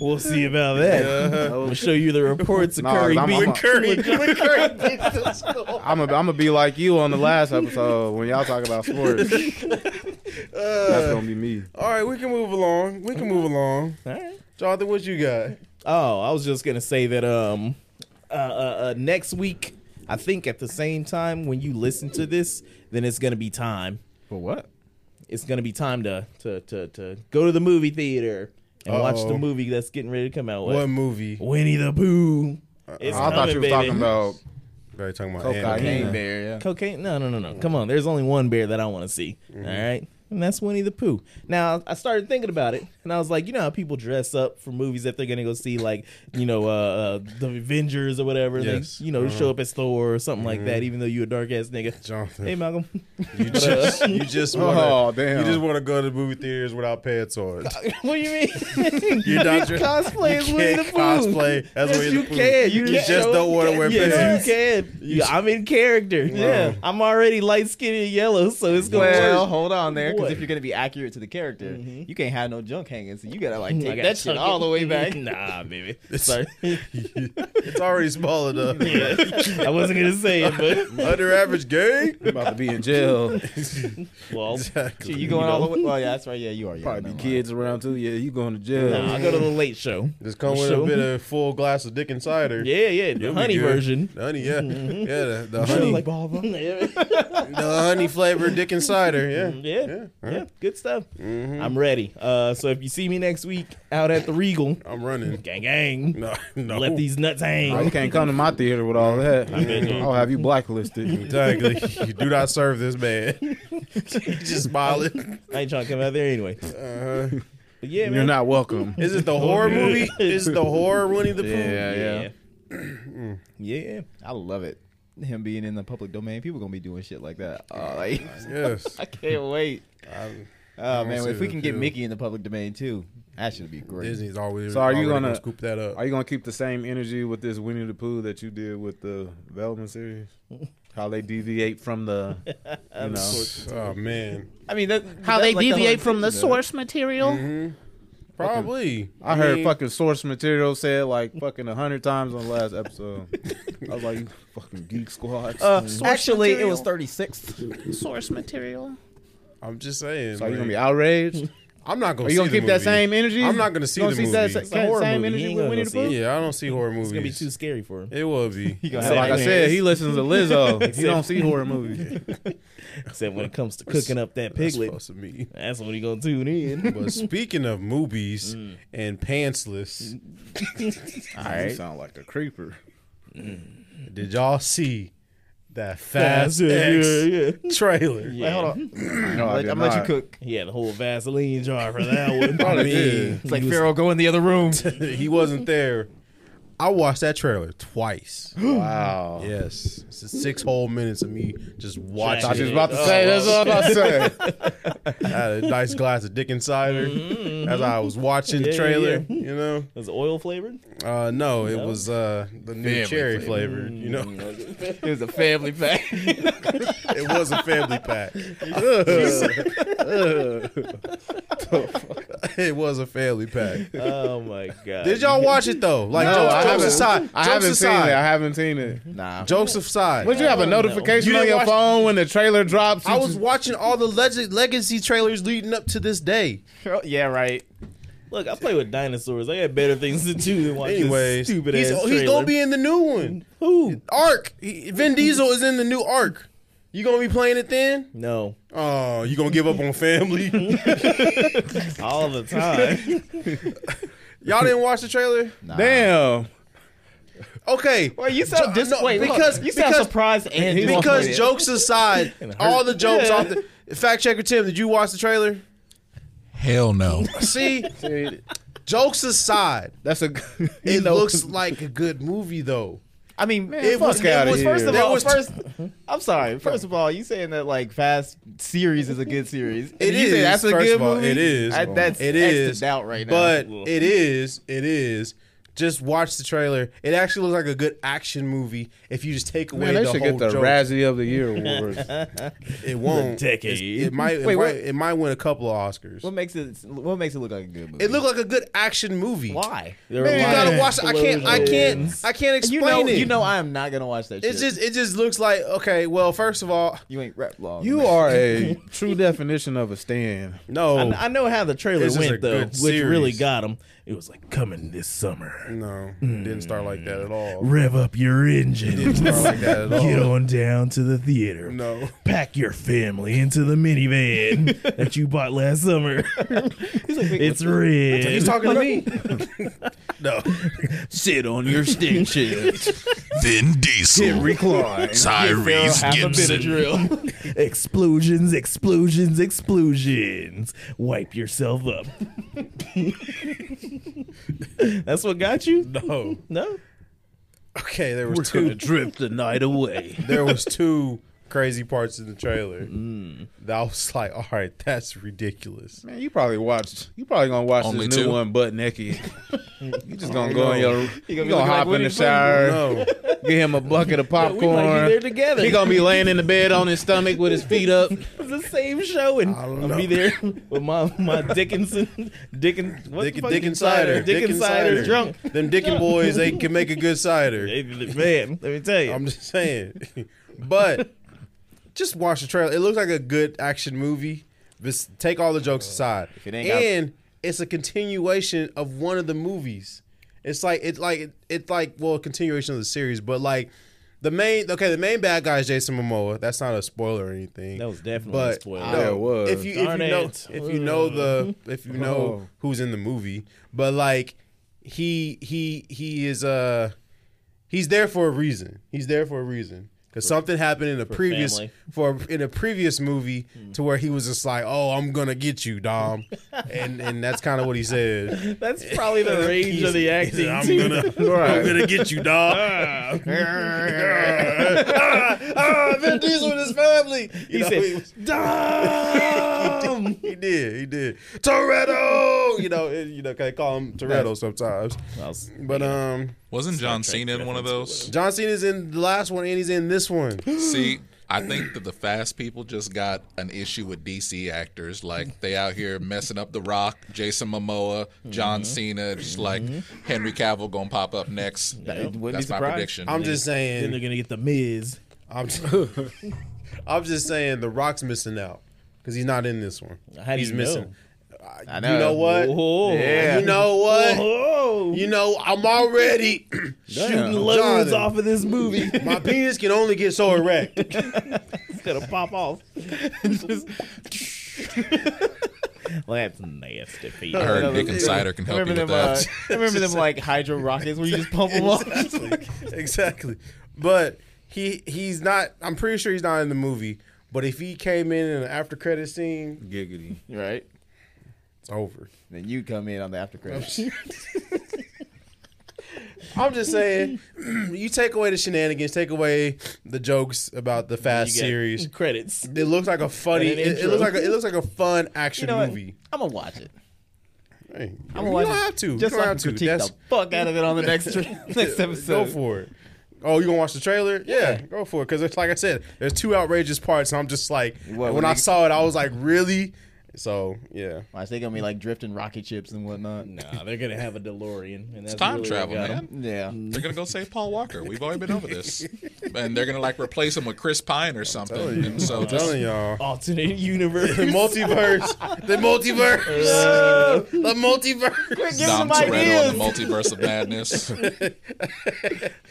Speaker 4: We'll see about that. [LAUGHS] I'm gonna show you the reports of
Speaker 2: Nah,
Speaker 4: Curry
Speaker 2: I'm-
Speaker 4: beating.
Speaker 2: I'm-
Speaker 1: When Curry, when Curry
Speaker 2: I'm gonna I'm be like you on the last episode when y'all talk
Speaker 4: [LAUGHS]
Speaker 2: about sports. That's gonna be me.
Speaker 1: All right, we can move along. We can move along.
Speaker 4: All right.
Speaker 1: Jonathan, what you got?
Speaker 4: Oh, I was just gonna say that. Um, uh, uh, uh, next week, I think at the same time when you listen to this, then it's gonna be time.
Speaker 3: For what?
Speaker 4: It's gonna be time to to to, to go to the movie theater and watch
Speaker 1: Uh-oh.
Speaker 4: the movie that's getting ready to come out.
Speaker 1: What movie?
Speaker 4: Winnie the Pooh. It's
Speaker 2: Uh-uh. I thought
Speaker 4: coming,
Speaker 2: you was
Speaker 4: baby.
Speaker 2: talking about
Speaker 1: Are you talking about
Speaker 2: Cocaine.
Speaker 1: anime?
Speaker 2: Yeah.
Speaker 5: Ain't there, yeah.
Speaker 4: Cocaine? No, no, no, no. Come on. There's only one bear that I want to see.
Speaker 1: Mm-hmm.
Speaker 4: All right. And that's Winnie the Pooh. Now, I started thinking about it, and I was like, you know how people dress up for movies that they're going to go see, like, you know, uh, uh, the Avengers or whatever. and
Speaker 1: Yes. Uh-huh.
Speaker 4: They, you know, show up as Thor or something like that, even though you're a dark ass nigga.
Speaker 1: [LAUGHS] Jonathan,
Speaker 4: Hey, Malcolm. [LAUGHS]
Speaker 1: you just you just want
Speaker 2: Oh,
Speaker 1: to
Speaker 2: damn.
Speaker 1: you just want to go to movie theaters without pants
Speaker 4: [LAUGHS]
Speaker 1: on.
Speaker 4: what do
Speaker 1: [LAUGHS]
Speaker 4: you mean?
Speaker 1: You're not dre-
Speaker 4: cosplay as
Speaker 1: you
Speaker 4: Winnie the
Speaker 1: can't
Speaker 4: Pooh.
Speaker 1: cosplay as
Speaker 4: [LAUGHS] yes,
Speaker 1: Winnie the
Speaker 4: you
Speaker 1: Pooh.
Speaker 4: can. You,
Speaker 1: You
Speaker 4: can't
Speaker 1: just
Speaker 4: show-
Speaker 1: don't wanna wear
Speaker 4: Yes,
Speaker 1: pants.
Speaker 4: you can. You- I'm in character. Yeah, I'm already light skinned and yellow, so it's gonna work.
Speaker 3: Well, hold on there, because
Speaker 4: What?
Speaker 3: if you're gonna be accurate to the character, you can't have no junk hanging. So Mm-hmm. [LAUGHS] you gotta
Speaker 4: I
Speaker 3: like take
Speaker 4: gotta
Speaker 3: that shit
Speaker 4: tuck
Speaker 3: all
Speaker 4: it.
Speaker 3: the way [LAUGHS]
Speaker 4: [LAUGHS]
Speaker 3: back.
Speaker 4: Nah, baby. Sorry.
Speaker 1: it's already small enough.
Speaker 4: [LAUGHS] I wasn't gonna say it, but
Speaker 1: Under average
Speaker 4: [LAUGHS]
Speaker 1: gang.
Speaker 2: about to be in jail.
Speaker 4: well,
Speaker 1: Exactly.
Speaker 4: [LAUGHS]
Speaker 3: Shit, you going all the way? Well, yeah, that's right. Yeah, you are. Yeah,
Speaker 2: Probably
Speaker 3: never
Speaker 2: be
Speaker 3: mind.
Speaker 2: kids around too. Yeah, you going to jail.
Speaker 4: nah, I'll go to the late show.
Speaker 1: Just come with a
Speaker 4: Show.
Speaker 1: bit of full glass of dick and cider.
Speaker 4: Yeah, yeah, the
Speaker 1: You'll be
Speaker 4: honey
Speaker 1: good.
Speaker 4: version.
Speaker 1: The honey, yeah, yeah. The, the
Speaker 4: Sure,
Speaker 1: honey,
Speaker 4: like- [LAUGHS]
Speaker 1: the honey flavored dick and cider. Yeah.
Speaker 4: yeah, yeah, good stuff. I'm ready. Uh, so if you see me next week out at the Regal,
Speaker 1: I'm running.
Speaker 4: gang, gang,
Speaker 1: No, no.
Speaker 4: let these nuts
Speaker 2: Bro, you
Speaker 4: hang.
Speaker 2: can't come to my theater with all that. I'll have you blacklisted.
Speaker 1: [LAUGHS] Exactly. you do not serve this
Speaker 4: [LAUGHS]
Speaker 1: man. He's just smiling.
Speaker 4: I ain't trying to come out there anyway.
Speaker 1: Uh,
Speaker 4: But yeah,
Speaker 2: You're
Speaker 4: man.
Speaker 2: not welcome.
Speaker 1: is it the horror movie? Is it the horror Winnie the Pooh?
Speaker 4: Oh, yeah, yeah.
Speaker 3: I love it. Him being in the public domain, people gonna be doing shit like that. Oh, like,
Speaker 1: Yes.
Speaker 3: [LAUGHS] I can't wait.
Speaker 1: I'm-
Speaker 3: Oh
Speaker 1: don't
Speaker 3: man,
Speaker 1: see
Speaker 3: if we
Speaker 1: the
Speaker 3: can get
Speaker 1: appeal.
Speaker 3: Mickey in the public domain too, that should be great.
Speaker 1: Disney's always.
Speaker 2: So are you
Speaker 1: already
Speaker 2: gonna-
Speaker 1: scoop that up?
Speaker 2: Are you gonna keep the same energy with this Winnie the Pooh that you did with the Velma series? How they deviate from the, you know,
Speaker 1: oh man.
Speaker 3: I mean, that, how they deviate from the source.
Speaker 1: Probably.
Speaker 2: I heard
Speaker 1: mean,
Speaker 2: fucking source material said like fucking a hundred times on the last episode. I was like, you
Speaker 3: uh,
Speaker 2: fucking geek squad.
Speaker 3: actually, it was thirty six.
Speaker 7: source material.
Speaker 1: I'm just saying.
Speaker 2: So you
Speaker 1: [LAUGHS]
Speaker 2: gonna
Speaker 1: like,
Speaker 2: be outraged?
Speaker 1: I'm not gonna.
Speaker 2: Are you gonna
Speaker 1: see the
Speaker 2: keep that
Speaker 1: movie.
Speaker 2: same energy?
Speaker 1: I'm not gonna see
Speaker 2: Gonna
Speaker 1: the
Speaker 2: see that sa-
Speaker 1: movie.
Speaker 4: a horror
Speaker 2: same
Speaker 4: movie.
Speaker 2: energy
Speaker 4: You ain't
Speaker 2: with
Speaker 4: gonna
Speaker 2: Winnie
Speaker 4: go
Speaker 2: the
Speaker 4: see
Speaker 2: Pooh?
Speaker 1: Yeah, I don't see horror movies.
Speaker 4: It's gonna be too scary for him.
Speaker 1: It will
Speaker 2: [LAUGHS]
Speaker 1: be.
Speaker 3: You gonna
Speaker 2: So like I said, he listens to Lizzo. He
Speaker 4: Said-
Speaker 2: don't see [LAUGHS] horror movies.
Speaker 4: Except when it comes to cooking up that
Speaker 1: That's
Speaker 4: piglet,
Speaker 1: supposed to be.
Speaker 4: that's what he gonna tune in.
Speaker 1: But speaking of movies
Speaker 4: Mm.
Speaker 1: and pantsless,
Speaker 2: All right. You sound like a creeper.
Speaker 1: did y'all see that Fast X
Speaker 4: yeah.
Speaker 1: trailer?
Speaker 4: Like, hold on.
Speaker 2: [CLEARS THROAT] No, I
Speaker 3: I'm
Speaker 2: did
Speaker 3: gonna let you
Speaker 2: not.
Speaker 3: cook.
Speaker 4: He had a whole Vaseline jar for that one.
Speaker 1: [LAUGHS] I mean,
Speaker 3: It's like Pharaoh, go in the other room.
Speaker 1: he wasn't there. I watched that trailer [GASPS] twice.
Speaker 2: Wow.
Speaker 1: yes, it's just six whole minutes of me just watching.
Speaker 2: I was
Speaker 1: it.
Speaker 2: just about to say. That's what I was
Speaker 1: [LAUGHS]
Speaker 2: about to say.
Speaker 1: I had a nice glass of Dick and cider as I was watching the
Speaker 4: Mm-hmm. Yeah,
Speaker 1: trailer.
Speaker 4: yeah.
Speaker 1: You know,
Speaker 4: It was oil flavored.
Speaker 1: uh, no, it was uh, the new
Speaker 5: Family
Speaker 1: cherry
Speaker 5: flavor.
Speaker 1: flavor. You
Speaker 4: Mm.
Speaker 1: know,
Speaker 3: It was a family pack.
Speaker 1: it was a family
Speaker 4: [LAUGHS]
Speaker 1: pack. [LAUGHS] it was a family pack. [LAUGHS]
Speaker 4: Oh my god.
Speaker 1: Did y'all watch it though? Like
Speaker 2: No, I
Speaker 1: jokes, jokes
Speaker 2: haven't.
Speaker 1: aside,
Speaker 2: I
Speaker 1: jokes
Speaker 2: haven't seen it.
Speaker 1: aside,
Speaker 2: I haven't seen it.
Speaker 3: nah.
Speaker 1: jokes aside.
Speaker 2: Would you have a notification
Speaker 1: You
Speaker 2: on
Speaker 1: didn't
Speaker 2: your
Speaker 1: watch-
Speaker 2: phone when the trailer drops?
Speaker 1: I was watching all the leg- legacy trailers leading up to this day.
Speaker 3: Yeah, right.
Speaker 4: Look, I play with dinosaurs. I got better things to do than watch
Speaker 1: Anyways,
Speaker 4: this stupid
Speaker 1: he's,
Speaker 4: ass
Speaker 1: he's
Speaker 4: trailer.
Speaker 1: gonna be in the new one.
Speaker 4: Who?
Speaker 1: Arc. He, Vin Diesel is in the new Arc. You gonna be playing it then?
Speaker 4: No,
Speaker 1: Oh, you gonna give up on family?
Speaker 4: all the time.
Speaker 1: [LAUGHS] Y'all didn't watch the trailer?
Speaker 2: Damn.
Speaker 1: Okay.
Speaker 3: Well, you sound
Speaker 1: Jo-
Speaker 3: dis-
Speaker 1: no,
Speaker 3: wait,
Speaker 1: because-
Speaker 3: because you sound
Speaker 1: because-
Speaker 3: surprised and
Speaker 1: Because
Speaker 3: disappointed.
Speaker 1: jokes aside,
Speaker 4: [LAUGHS]
Speaker 1: all the jokes
Speaker 4: Yeah.
Speaker 1: off the fact checker Tim, did you watch the
Speaker 4: [LAUGHS]
Speaker 1: trailer?
Speaker 5: Hell no.
Speaker 1: See, jokes aside,
Speaker 2: That's a.
Speaker 1: it looks like a good movie though.
Speaker 3: I mean,
Speaker 1: It was-
Speaker 3: fuck
Speaker 1: it
Speaker 3: outta
Speaker 1: was-
Speaker 3: here. first of
Speaker 1: there
Speaker 3: all,
Speaker 1: was-
Speaker 3: first. [LAUGHS] I'm sorry. First of all, you saying that like Fast series is a good series.
Speaker 1: It
Speaker 3: And you say
Speaker 1: is,
Speaker 3: That's a
Speaker 1: first
Speaker 3: good
Speaker 1: of all,
Speaker 3: movie.
Speaker 1: it is.
Speaker 3: I, that's
Speaker 1: It
Speaker 3: X'd
Speaker 1: is,
Speaker 3: out right now.
Speaker 1: But it is, it is. Just watch the trailer. It actually looks like a good action movie if you just take away
Speaker 2: Man, they
Speaker 1: the
Speaker 2: should
Speaker 1: whole
Speaker 2: get the
Speaker 1: joke.
Speaker 2: Razzie of the Year awards.
Speaker 1: it
Speaker 4: [LAUGHS]
Speaker 1: won't.
Speaker 4: decade.
Speaker 1: It's- It might. It,
Speaker 3: Wait,
Speaker 1: might
Speaker 3: what?
Speaker 1: it might win a couple of Oscars.
Speaker 3: what makes it? What makes it look like a good movie?
Speaker 1: It looked like a good action movie.
Speaker 3: why?
Speaker 4: There
Speaker 1: Man,
Speaker 4: were
Speaker 1: you
Speaker 4: lions,
Speaker 1: gotta watch. it. I can't. I can't.
Speaker 4: explosions.
Speaker 1: I can't
Speaker 3: And [LAUGHS] you
Speaker 1: explain
Speaker 3: know,
Speaker 1: it.
Speaker 3: you know, I am not gonna watch that.
Speaker 1: It's
Speaker 3: shit.
Speaker 1: just. It just looks like okay. Well, first of all,
Speaker 3: you ain't rep long.
Speaker 2: You are a true definition of a stand.
Speaker 1: no,
Speaker 4: I, I know how the trailer
Speaker 1: Oh. This is a
Speaker 4: went though,
Speaker 1: good
Speaker 4: which really
Speaker 1: series.
Speaker 4: got him. It was like coming this summer.
Speaker 1: no, didn't start like
Speaker 4: Mm.
Speaker 1: that at all.
Speaker 4: Rev up your
Speaker 1: Didn't
Speaker 4: engine.
Speaker 1: start like that
Speaker 4: [LAUGHS]
Speaker 1: at
Speaker 4: Get
Speaker 1: all.
Speaker 4: on down to the theater.
Speaker 1: No.
Speaker 4: Pack your family into
Speaker 1: [LAUGHS]
Speaker 4: the minivan that you bought last summer. it's red.
Speaker 1: He's talking [LAUGHS] to me. no,
Speaker 4: [LAUGHS] Sit on your stick shift.
Speaker 5: Vin Diesel.
Speaker 2: Recline.
Speaker 5: Tyrese
Speaker 4: explosions, explosions, explosions. Wipe yourself up. [LAUGHS] That's what got you?
Speaker 1: no.
Speaker 4: [LAUGHS] No.
Speaker 1: Okay, there was two.
Speaker 4: drift the night away.
Speaker 1: There was two crazy parts in the trailer. That I was like, all right, that's ridiculous.
Speaker 2: Man, you probably watched. You probably gonna watch
Speaker 5: Only
Speaker 2: this new
Speaker 5: two?
Speaker 2: one butt naked. you just gonna go in your. You gonna,
Speaker 3: looking like
Speaker 2: hop in
Speaker 3: Winnie
Speaker 2: the
Speaker 3: the Pooh.
Speaker 2: shower.
Speaker 1: No,
Speaker 2: Get him a bucket of popcorn.
Speaker 4: we might be there together.
Speaker 2: He gonna be laying in the bed on his stomach with his feet up.
Speaker 4: It's the same show, and
Speaker 1: don't
Speaker 4: I'll
Speaker 1: know.
Speaker 4: be there with my my Dickinson, Dickin, what
Speaker 1: Dick,
Speaker 4: the fuck
Speaker 1: Dick
Speaker 4: is
Speaker 1: and cider,
Speaker 4: Dick and cider, drunk.
Speaker 1: Them Dickin boys, they can make a good cider.
Speaker 4: Hey, Man, let me tell you,
Speaker 1: I'm just saying. [LAUGHS] but just watch the trailer. It looks like a good action movie. Just take all the jokes aside.
Speaker 3: it ain't got-
Speaker 1: and it's a continuation of one of the movies. It's like it's like it's like well, a continuation of the series, but like the main okay, the main bad guy is Jason Momoa. That's not a spoiler or anything.
Speaker 4: that was definitely
Speaker 1: but
Speaker 4: a spoiler.
Speaker 1: no,
Speaker 2: Yeah, it was.
Speaker 1: if you if you
Speaker 4: Darn
Speaker 1: know
Speaker 4: it.
Speaker 1: if you know
Speaker 4: [LAUGHS]
Speaker 1: the if you know
Speaker 2: Oh.
Speaker 1: who's in the movie, but like he he he is uh he's there for a reason. He's there for a reason because something happened in a previous
Speaker 4: family. Hmm.
Speaker 1: for in a previous movie to where he was just like, "Oh, I'm gonna get you,
Speaker 4: [LAUGHS]
Speaker 1: Dom," and and that's kind of what he said.
Speaker 4: That's probably
Speaker 3: [LAUGHS]
Speaker 4: the range of the
Speaker 1: He said, [LAUGHS]
Speaker 4: acting.
Speaker 1: I'm
Speaker 4: too.
Speaker 1: gonna, I'm gonna get you,
Speaker 4: [LAUGHS]
Speaker 1: Dom. ah, ah, Vin Diesel and his family. You
Speaker 4: he
Speaker 1: know,
Speaker 4: said,
Speaker 1: he [LAUGHS] was-
Speaker 4: "Dumb."
Speaker 1: he did. He did. Toretto. You know. and, You know. They call him Toretto sometimes. But um,
Speaker 5: Wasn't John Cena in one of those?
Speaker 1: John Cena's in the last one, and he's in this
Speaker 4: [GASPS]
Speaker 1: one.
Speaker 5: See, I think that the fast people just got an issue with DC actors. Like they out here messing up The Rock, Jason Momoa, John Cena. Just like Henry Cavill gonna pop up next.
Speaker 3: wouldn't be
Speaker 5: That's my
Speaker 3: surprised.
Speaker 5: prediction.
Speaker 1: I'm just [LAUGHS]
Speaker 4: then they're
Speaker 1: saying. [LAUGHS]
Speaker 4: gonna get the Miz.
Speaker 1: I'm. I'm just saying. The Rock's missing out. because he's not in this one.
Speaker 4: How do
Speaker 1: he's
Speaker 4: you
Speaker 1: missing.
Speaker 3: I
Speaker 1: You know what?
Speaker 4: Oh,
Speaker 1: You
Speaker 4: [LAUGHS]
Speaker 1: know what?
Speaker 4: oh,
Speaker 1: You know I'm already [CLEARS THROAT]
Speaker 4: shooting
Speaker 1: Damn.
Speaker 4: loads
Speaker 1: Jonathan.
Speaker 4: off of this
Speaker 1: [LAUGHS]
Speaker 4: movie.
Speaker 1: my penis can only get so erect.
Speaker 4: [LAUGHS] it's gonna pop off. Just- well, that's nasty. Pete.
Speaker 5: I heard
Speaker 3: Remember-
Speaker 5: Dick Insider can help you
Speaker 3: remember them,
Speaker 5: with that.
Speaker 3: uh, remember them like hydro rockets where you just [LAUGHS] pump them off.
Speaker 1: exactly. exactly. But he he's not. I'm pretty sure he's not in the movie. But if he came in in an after credit scene,
Speaker 2: Giggity.
Speaker 3: right?
Speaker 1: it's over.
Speaker 3: Then you come in on the after credits.
Speaker 1: I'm just saying, [CLEARS THROAT] you take away the shenanigans, take away the jokes about the Fast
Speaker 4: You got
Speaker 1: series.
Speaker 4: credits.
Speaker 1: It looks like a funny.
Speaker 4: And
Speaker 1: It,
Speaker 4: an
Speaker 1: it
Speaker 4: intro.
Speaker 1: looks like a, it looks like a fun action
Speaker 3: You know what?
Speaker 1: movie.
Speaker 3: I'm gonna watch it.
Speaker 1: Hey,
Speaker 3: I'm
Speaker 1: you
Speaker 3: gonna watch
Speaker 1: don't
Speaker 3: it.
Speaker 1: have to.
Speaker 3: Just
Speaker 1: you
Speaker 3: so
Speaker 1: don't
Speaker 3: I
Speaker 1: have
Speaker 3: can
Speaker 1: to.
Speaker 3: critique
Speaker 1: That's
Speaker 3: the fuck out of it on the
Speaker 1: [LAUGHS]
Speaker 3: next [LAUGHS] next episode.
Speaker 1: go for it. Oh, you gonna watch the trailer? Yeah, go for it. Because it's like I said, there's two outrageous parts. And I'm just like,
Speaker 3: What,
Speaker 1: when
Speaker 3: when
Speaker 1: I
Speaker 3: they-
Speaker 1: saw it, I was like, really? So yeah,
Speaker 3: Watch, they gonna be like drifting rocket ships and whatnot.
Speaker 4: Nah, they're gonna have a DeLorean. And that's really
Speaker 5: Time
Speaker 4: what
Speaker 5: travel,
Speaker 4: got 'em.
Speaker 5: man.
Speaker 3: Yeah.
Speaker 5: They're gonna go save Paul Walker. We've already been over this, and they're gonna like replace him with Chris Pine or something. And so
Speaker 1: I'm telling y'all, [LAUGHS]
Speaker 4: Alternate
Speaker 3: [LAUGHS]
Speaker 1: the
Speaker 4: universe.
Speaker 1: multiverse, the multiverse, the multiverse.
Speaker 3: Give some
Speaker 5: Dom Toretto
Speaker 3: ideas.
Speaker 5: in the multiverse of madness.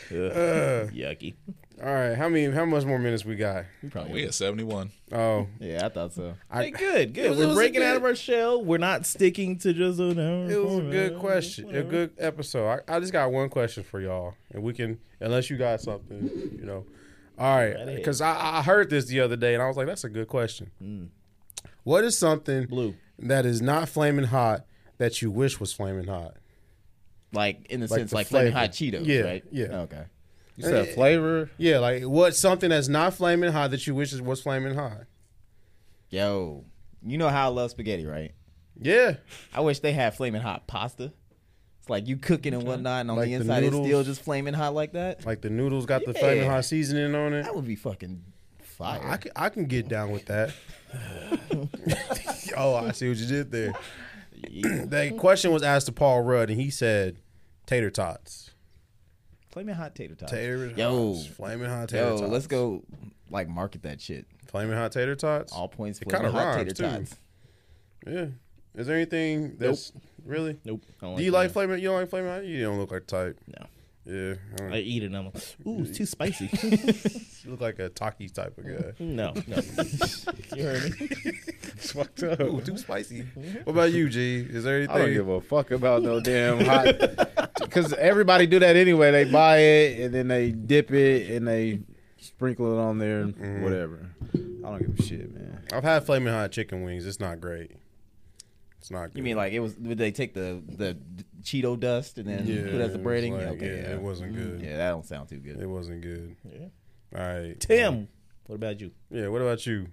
Speaker 4: Yucky.
Speaker 1: All right, how many? How much more minutes we got?
Speaker 5: we at seventy-one.
Speaker 1: Oh,
Speaker 3: Yeah, I thought so.
Speaker 1: I-
Speaker 4: Hey, good, good.
Speaker 1: was- it
Speaker 4: We're
Speaker 1: was a
Speaker 4: breaking out
Speaker 1: good-
Speaker 4: of our shell. We're not sticking to just an hour.
Speaker 1: it was a good
Speaker 4: format.
Speaker 1: question, a good episode. I, I just got one question for y'all, and we can, unless you got something, you know. All right,
Speaker 4: ahead.
Speaker 1: because I, I heard this the other day, and I was like, "That's a good question." What is something
Speaker 4: Blue.
Speaker 1: that is not flaming hot that you wish was flaming hot?
Speaker 3: Like in the
Speaker 1: Like
Speaker 3: sense,
Speaker 1: the
Speaker 3: like flaming
Speaker 1: flavor.
Speaker 3: hot Cheetos,
Speaker 1: Yeah,
Speaker 3: right?
Speaker 1: yeah.
Speaker 3: Okay.
Speaker 2: You said flavor.
Speaker 1: Yeah, like what's something that's not flaming hot that you wish was flaming hot?
Speaker 3: Yo, you know how I love spaghetti, right?
Speaker 1: Yeah,
Speaker 3: I wish they had flaming hot pasta. It's like you cooking and whatnot, and on
Speaker 1: Like
Speaker 3: the
Speaker 1: the
Speaker 3: inside it's
Speaker 1: noodles.
Speaker 3: still just flaming hot like that.
Speaker 1: like the noodles got the
Speaker 3: Yeah.
Speaker 1: flaming hot seasoning on it.
Speaker 3: That would be fucking fire.
Speaker 1: I can, I can get down with that. [LAUGHS] oh, I see what you did there. [CLEARS THROAT] that question was asked to Paul Rudd, and he said, "Tater tots,
Speaker 3: flaming hot tater tots.
Speaker 1: tater
Speaker 3: Yo.
Speaker 1: tots, flaming hot tater
Speaker 3: Yo,
Speaker 1: tots."
Speaker 3: let's go like market that shit.
Speaker 1: flaming hot tater tots.
Speaker 3: All points
Speaker 1: It
Speaker 3: flaming
Speaker 1: kinda
Speaker 3: hot tater
Speaker 1: rhymes, too.
Speaker 3: tots.
Speaker 1: Yeah. Is there anything that's really?
Speaker 4: Nope. I don't
Speaker 1: Do you like
Speaker 4: that.
Speaker 1: flaming? You don't like flaming hot? You don't look like the type.
Speaker 4: No.
Speaker 1: Yeah, I don't-
Speaker 4: I eat it. and I'm like, ooh, it's too spicy.
Speaker 1: [LAUGHS] you look like a Taki type of guy.
Speaker 3: [LAUGHS]
Speaker 4: no, no. you heard me.
Speaker 2: It's fucked up.
Speaker 1: Ooh, too spicy. What about you, G? Is there anything?
Speaker 2: I don't give a fuck about no damn hot. [LAUGHS] Because everybody do that anyway. They buy it and then they dip it and they sprinkle it on there, whatever. I don't give a shit, man.
Speaker 1: I've had flaming hot chicken wings. It's not great. It's not. Good.
Speaker 3: You mean like it was? Would they take the the Cheeto dust and then put as the
Speaker 1: it was
Speaker 3: breading?
Speaker 1: like,
Speaker 3: okay,
Speaker 1: yeah,
Speaker 3: yeah.
Speaker 1: it wasn't good.
Speaker 3: Yeah, that don't sound too good.
Speaker 1: It wasn't good.
Speaker 4: Yeah.
Speaker 1: All right,
Speaker 4: Tim, what about you?
Speaker 1: Yeah. What about you?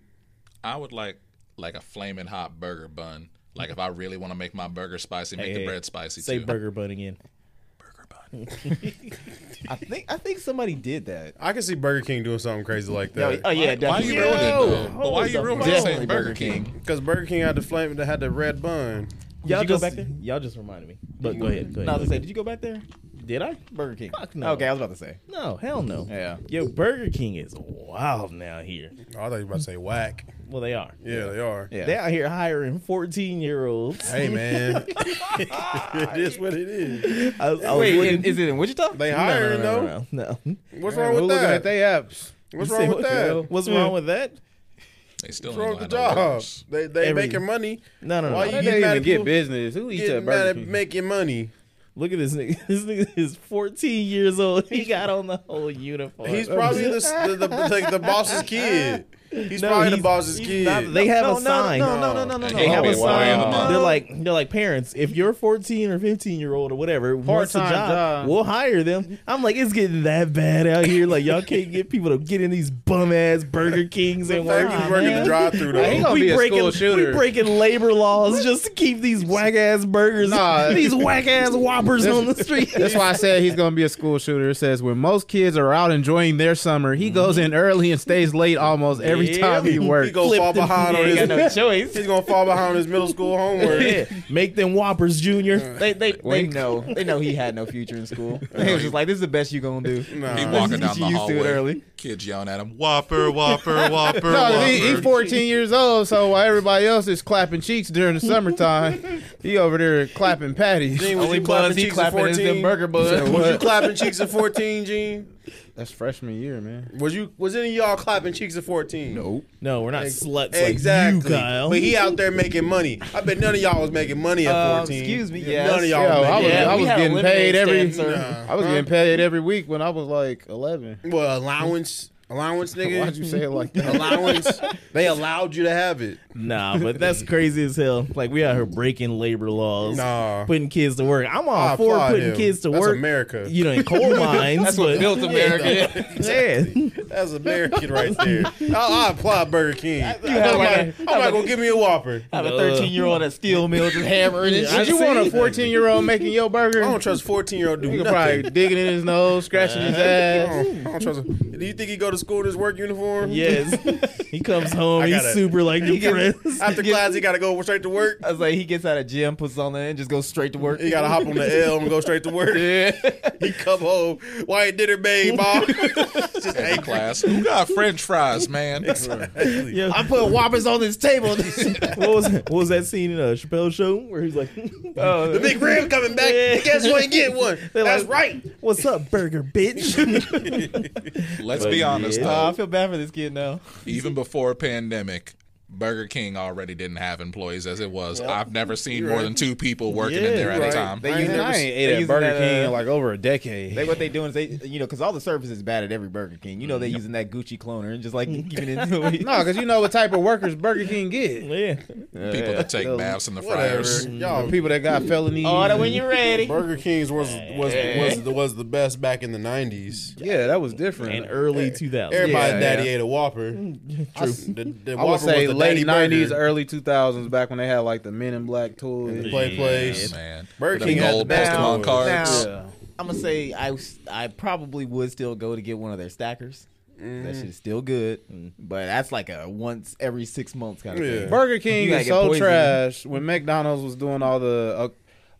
Speaker 5: I would like like a flaming hot burger bun. Like if I really want to make my burger spicy, make
Speaker 4: Hey,
Speaker 5: the
Speaker 4: hey,
Speaker 5: bread spicy
Speaker 4: Say
Speaker 5: too.
Speaker 4: burger bun again.
Speaker 5: burger bun.
Speaker 3: I think I think somebody did that.
Speaker 1: I can see Burger King doing something crazy like [LAUGHS]
Speaker 3: Yo,
Speaker 1: that.
Speaker 3: oh yeah,
Speaker 5: Why you
Speaker 3: definitely.
Speaker 5: ruining it?
Speaker 4: Yo,
Speaker 5: though? But why
Speaker 4: hold
Speaker 5: you
Speaker 4: the
Speaker 5: ruining
Speaker 4: fuck.
Speaker 5: it
Speaker 3: Definitely
Speaker 5: saying Burger
Speaker 3: Burger
Speaker 5: King?
Speaker 1: Because Burger King had the flame that had the red bun.
Speaker 4: Y'all
Speaker 3: you go
Speaker 4: just,
Speaker 3: back there?
Speaker 4: Y'all just reminded me. But go ahead. Go
Speaker 3: No, I was
Speaker 4: ahead.
Speaker 3: gonna say, did you go back there?
Speaker 4: Did I?
Speaker 3: Burger King.
Speaker 4: Fuck no.
Speaker 3: Okay, I was about to say.
Speaker 4: No, hell no.
Speaker 3: Yeah.
Speaker 4: Yo, Burger King is wild now here.
Speaker 1: Oh, I thought you were about to say whack.
Speaker 4: Well, they are.
Speaker 1: Yeah, they are.
Speaker 3: Yeah.
Speaker 4: They out here hiring 14 year olds. [LAUGHS]
Speaker 1: Hey man, it is what it is.
Speaker 4: I, I was
Speaker 3: Wait,
Speaker 4: looking-
Speaker 3: in- is it in Wichita?
Speaker 1: They
Speaker 4: no, no,
Speaker 1: hiring
Speaker 4: no,
Speaker 1: though.
Speaker 4: no, no, no.
Speaker 1: What's
Speaker 2: We're
Speaker 1: wrong with
Speaker 2: looking
Speaker 1: that?
Speaker 2: at their apps.
Speaker 1: What's
Speaker 4: [LAUGHS] You
Speaker 1: wrong
Speaker 4: [LAUGHS] say,
Speaker 1: with
Speaker 4: what the hell?
Speaker 1: that?
Speaker 4: What's wrong with that?
Speaker 5: They still
Speaker 1: What's wrong with
Speaker 5: ain't
Speaker 1: the
Speaker 5: gonna have no
Speaker 1: job?
Speaker 5: workers.
Speaker 1: They they
Speaker 4: Every-
Speaker 1: making money.
Speaker 4: No, no, no.
Speaker 1: Why
Speaker 2: They
Speaker 1: you
Speaker 2: didn't
Speaker 1: getting mad
Speaker 2: even
Speaker 1: at
Speaker 2: get
Speaker 1: people?
Speaker 2: business. Who eats at
Speaker 1: Getting mad
Speaker 2: Burger
Speaker 1: at
Speaker 2: King?
Speaker 1: making money.
Speaker 4: Look at this nigga. [LAUGHS] This nigga is 14 years old. He got on the whole uniform.
Speaker 1: He's probably the the, the, like the boss's kid. He's probably the
Speaker 4: he's-
Speaker 1: boss's
Speaker 4: he's
Speaker 1: kid.
Speaker 4: not- they have
Speaker 3: No,
Speaker 4: a
Speaker 3: no,
Speaker 4: sign.
Speaker 3: no, no, no, no, no,
Speaker 5: Hey,
Speaker 3: no.
Speaker 5: he
Speaker 4: They have
Speaker 5: Oh,
Speaker 4: a
Speaker 5: wow.
Speaker 4: sign.
Speaker 5: Wow.
Speaker 4: They're like, they're like parents. If your 14 or 15 year old or whatever wants a
Speaker 2: Part-time
Speaker 4: job,
Speaker 2: job.
Speaker 4: we'll hire them. I'm like, it's getting that bad out here. Like y'all can't get people to get in these bum ass Burger Kings and
Speaker 1: Thank
Speaker 4: work.
Speaker 1: you for
Speaker 4: [LAUGHS]
Speaker 1: working the drive through though.
Speaker 2: Hey, he gonna
Speaker 4: we
Speaker 2: be a
Speaker 4: breaking,
Speaker 2: school shooter.
Speaker 4: We breaking labor laws just to keep these whack ass burgers,
Speaker 2: Nah.
Speaker 4: [LAUGHS] these whack ass whoppers on the street. [LAUGHS]
Speaker 2: That's why I said he's going to be a
Speaker 3: Mm-hmm.
Speaker 2: school shooter. It says when most kids are out enjoying their summer, he goes in early and stays late almost every every time he
Speaker 1: He
Speaker 2: works.
Speaker 1: gonna fall behind on
Speaker 3: He
Speaker 1: his.
Speaker 3: ain't got no
Speaker 1: [LAUGHS]
Speaker 4: [LAUGHS]
Speaker 3: choice.
Speaker 1: he's gonna fall behind on his middle school homework.
Speaker 3: Yeah.
Speaker 4: Make them whoppers, Junior.
Speaker 3: They they, they know they know he had no future
Speaker 1: [LAUGHS]
Speaker 3: in school. They was just like, "This is the best you gonna do."
Speaker 1: Nah.
Speaker 5: He walking down
Speaker 3: She
Speaker 5: the
Speaker 3: used to it
Speaker 5: hallway.
Speaker 3: early.
Speaker 5: Kids yelling
Speaker 1: [LAUGHS]
Speaker 5: at him, "Whopper, Whopper, Whopper,
Speaker 2: [LAUGHS] No,
Speaker 5: Whopper."
Speaker 2: he, he 14 years old, so while everybody else is clapping cheeks during the
Speaker 3: [LAUGHS]
Speaker 2: summertime, he over there clapping patties.
Speaker 1: Gene, was
Speaker 3: Only
Speaker 1: you clapping
Speaker 3: buzz he
Speaker 1: cheeks at
Speaker 3: clapping is them
Speaker 1: 14?
Speaker 3: burger buzz.
Speaker 1: Was
Speaker 3: [LAUGHS]
Speaker 1: you clapping cheeks at 14, Gene?
Speaker 2: That's freshman year, man.
Speaker 1: Was you was any of y'all clapping cheeks at 14? No.
Speaker 4: No, we're not sluts
Speaker 1: Exactly.
Speaker 4: like you, Kyle.
Speaker 1: But he out there making money. I bet none of y'all was making money at
Speaker 3: Uh,
Speaker 1: 14.
Speaker 3: excuse me,
Speaker 1: None
Speaker 3: yes.
Speaker 1: of y'all
Speaker 2: Yo,
Speaker 1: was
Speaker 2: I was,
Speaker 1: making
Speaker 3: Yeah,
Speaker 2: I
Speaker 3: we
Speaker 2: was
Speaker 3: had a
Speaker 2: getting
Speaker 3: lemonade
Speaker 2: paid every.
Speaker 3: stand, sir.
Speaker 2: [LAUGHS] I was getting paid every week when I was like
Speaker 3: [LAUGHS]
Speaker 2: 11.
Speaker 1: well, allowance. Allowance, nigga.
Speaker 2: Why'd you say it like that?
Speaker 1: allowance. They allowed you to have it.
Speaker 4: Nah, but that's crazy as hell. Like we out here breaking labor laws,
Speaker 1: Nah.
Speaker 4: putting kids to work. I'm
Speaker 1: I
Speaker 4: all for
Speaker 1: applaud
Speaker 4: putting
Speaker 1: him.
Speaker 4: kids to
Speaker 1: That's
Speaker 4: work.
Speaker 1: America.
Speaker 4: You know, in coal mines.
Speaker 3: That's what
Speaker 4: but-
Speaker 3: built America.
Speaker 4: [LAUGHS] Yeah.
Speaker 1: That's American right there. I, I applaud Burger King. I'm
Speaker 3: have like
Speaker 1: like,
Speaker 3: a-
Speaker 1: I'm like, well, give me a Whopper.
Speaker 3: I have a 13 year old at steel mill just [LAUGHS] hammering and
Speaker 2: Did
Speaker 3: shit.
Speaker 2: you want a 14 year old making your burger?
Speaker 1: I
Speaker 3: Oh,
Speaker 1: don't trust 14 year old dude.
Speaker 2: Nigga probably digging in his nose, scratching his
Speaker 1: I
Speaker 2: ass.
Speaker 1: don't, I don't trust him. Do you think he go to school in his work uniform?
Speaker 4: Yes. He comes home.
Speaker 1: I
Speaker 4: He's
Speaker 1: gotta-
Speaker 4: super like depressed.
Speaker 1: After class, he got to go straight to work.
Speaker 3: I was like, he gets out of gym, puts on that, and just goes straight
Speaker 2: [LAUGHS]
Speaker 3: to work.
Speaker 1: He got to hop on the L and go straight to work.
Speaker 3: Yeah.
Speaker 1: He come home, white dinner made, mom. Just
Speaker 5: Every
Speaker 1: angry.
Speaker 5: class. Who got French fries, man?
Speaker 4: Yeah.
Speaker 3: I'm putting whoppers on
Speaker 2: [LAUGHS]
Speaker 3: this table.
Speaker 4: What was what was that scene in a Chappelle show where he's like, [LAUGHS]
Speaker 3: [LAUGHS] oh,
Speaker 1: The big rib coming back. Guess what? You Get one.
Speaker 4: They're
Speaker 1: That's
Speaker 4: like-
Speaker 1: right.
Speaker 4: "What's up, burger bitch?" [LAUGHS]
Speaker 5: Let's be honest
Speaker 4: yeah.
Speaker 5: though.
Speaker 3: I feel bad for this kid now.
Speaker 5: even before pandemic burger king already didn't have employees as it was i've never seen more than two people working in there at a time
Speaker 3: They
Speaker 2: Man,
Speaker 3: use
Speaker 2: I
Speaker 3: their-
Speaker 2: ain't
Speaker 3: they
Speaker 2: ate at
Speaker 3: using
Speaker 2: Burger
Speaker 3: that,
Speaker 2: King
Speaker 3: uh,
Speaker 2: in like over a decade.
Speaker 3: They what they doing is they you know because all the service is bad at every Burger King. You know they using that Gucci cloner and just
Speaker 2: [LAUGHS]
Speaker 3: like keeping it.
Speaker 2: no, because Mm-hmm. you know what type of workers Burger King get.
Speaker 4: yeah.
Speaker 5: people that take baths in the
Speaker 1: Whatever.
Speaker 5: fryers
Speaker 1: Y'all,
Speaker 2: People that got felonies.
Speaker 3: Order when
Speaker 2: and-
Speaker 3: you're ready.
Speaker 1: Burger King's was was was, was, the best back in the nineties.
Speaker 2: yeah, that was different.
Speaker 4: In early 2000s.
Speaker 1: Everybody
Speaker 2: Yeah,
Speaker 1: daddy
Speaker 2: yeah.
Speaker 1: ate a Whopper. True. The, the
Speaker 2: I would
Speaker 1: Whopper
Speaker 2: say
Speaker 1: was the
Speaker 2: late
Speaker 1: daddy
Speaker 2: nineties,
Speaker 1: burger.
Speaker 2: early two thousands, back when they had like the Men in Black toys.
Speaker 1: The play place.
Speaker 5: Oh, man
Speaker 1: Burger
Speaker 5: With
Speaker 1: King
Speaker 5: them
Speaker 1: had
Speaker 5: gold
Speaker 1: the best
Speaker 5: pokemon
Speaker 1: ones.
Speaker 5: cards
Speaker 2: Yeah.
Speaker 3: I'm gonna say I s- I probably would still go to get one of their stackers. That shit is still good, but that's like a once every six months kind of
Speaker 1: Yeah.
Speaker 3: thing.
Speaker 2: Burger King
Speaker 3: You gotta
Speaker 2: is
Speaker 3: get
Speaker 2: so
Speaker 3: poisoned.
Speaker 2: trash. When McDonald's was doing all the uh,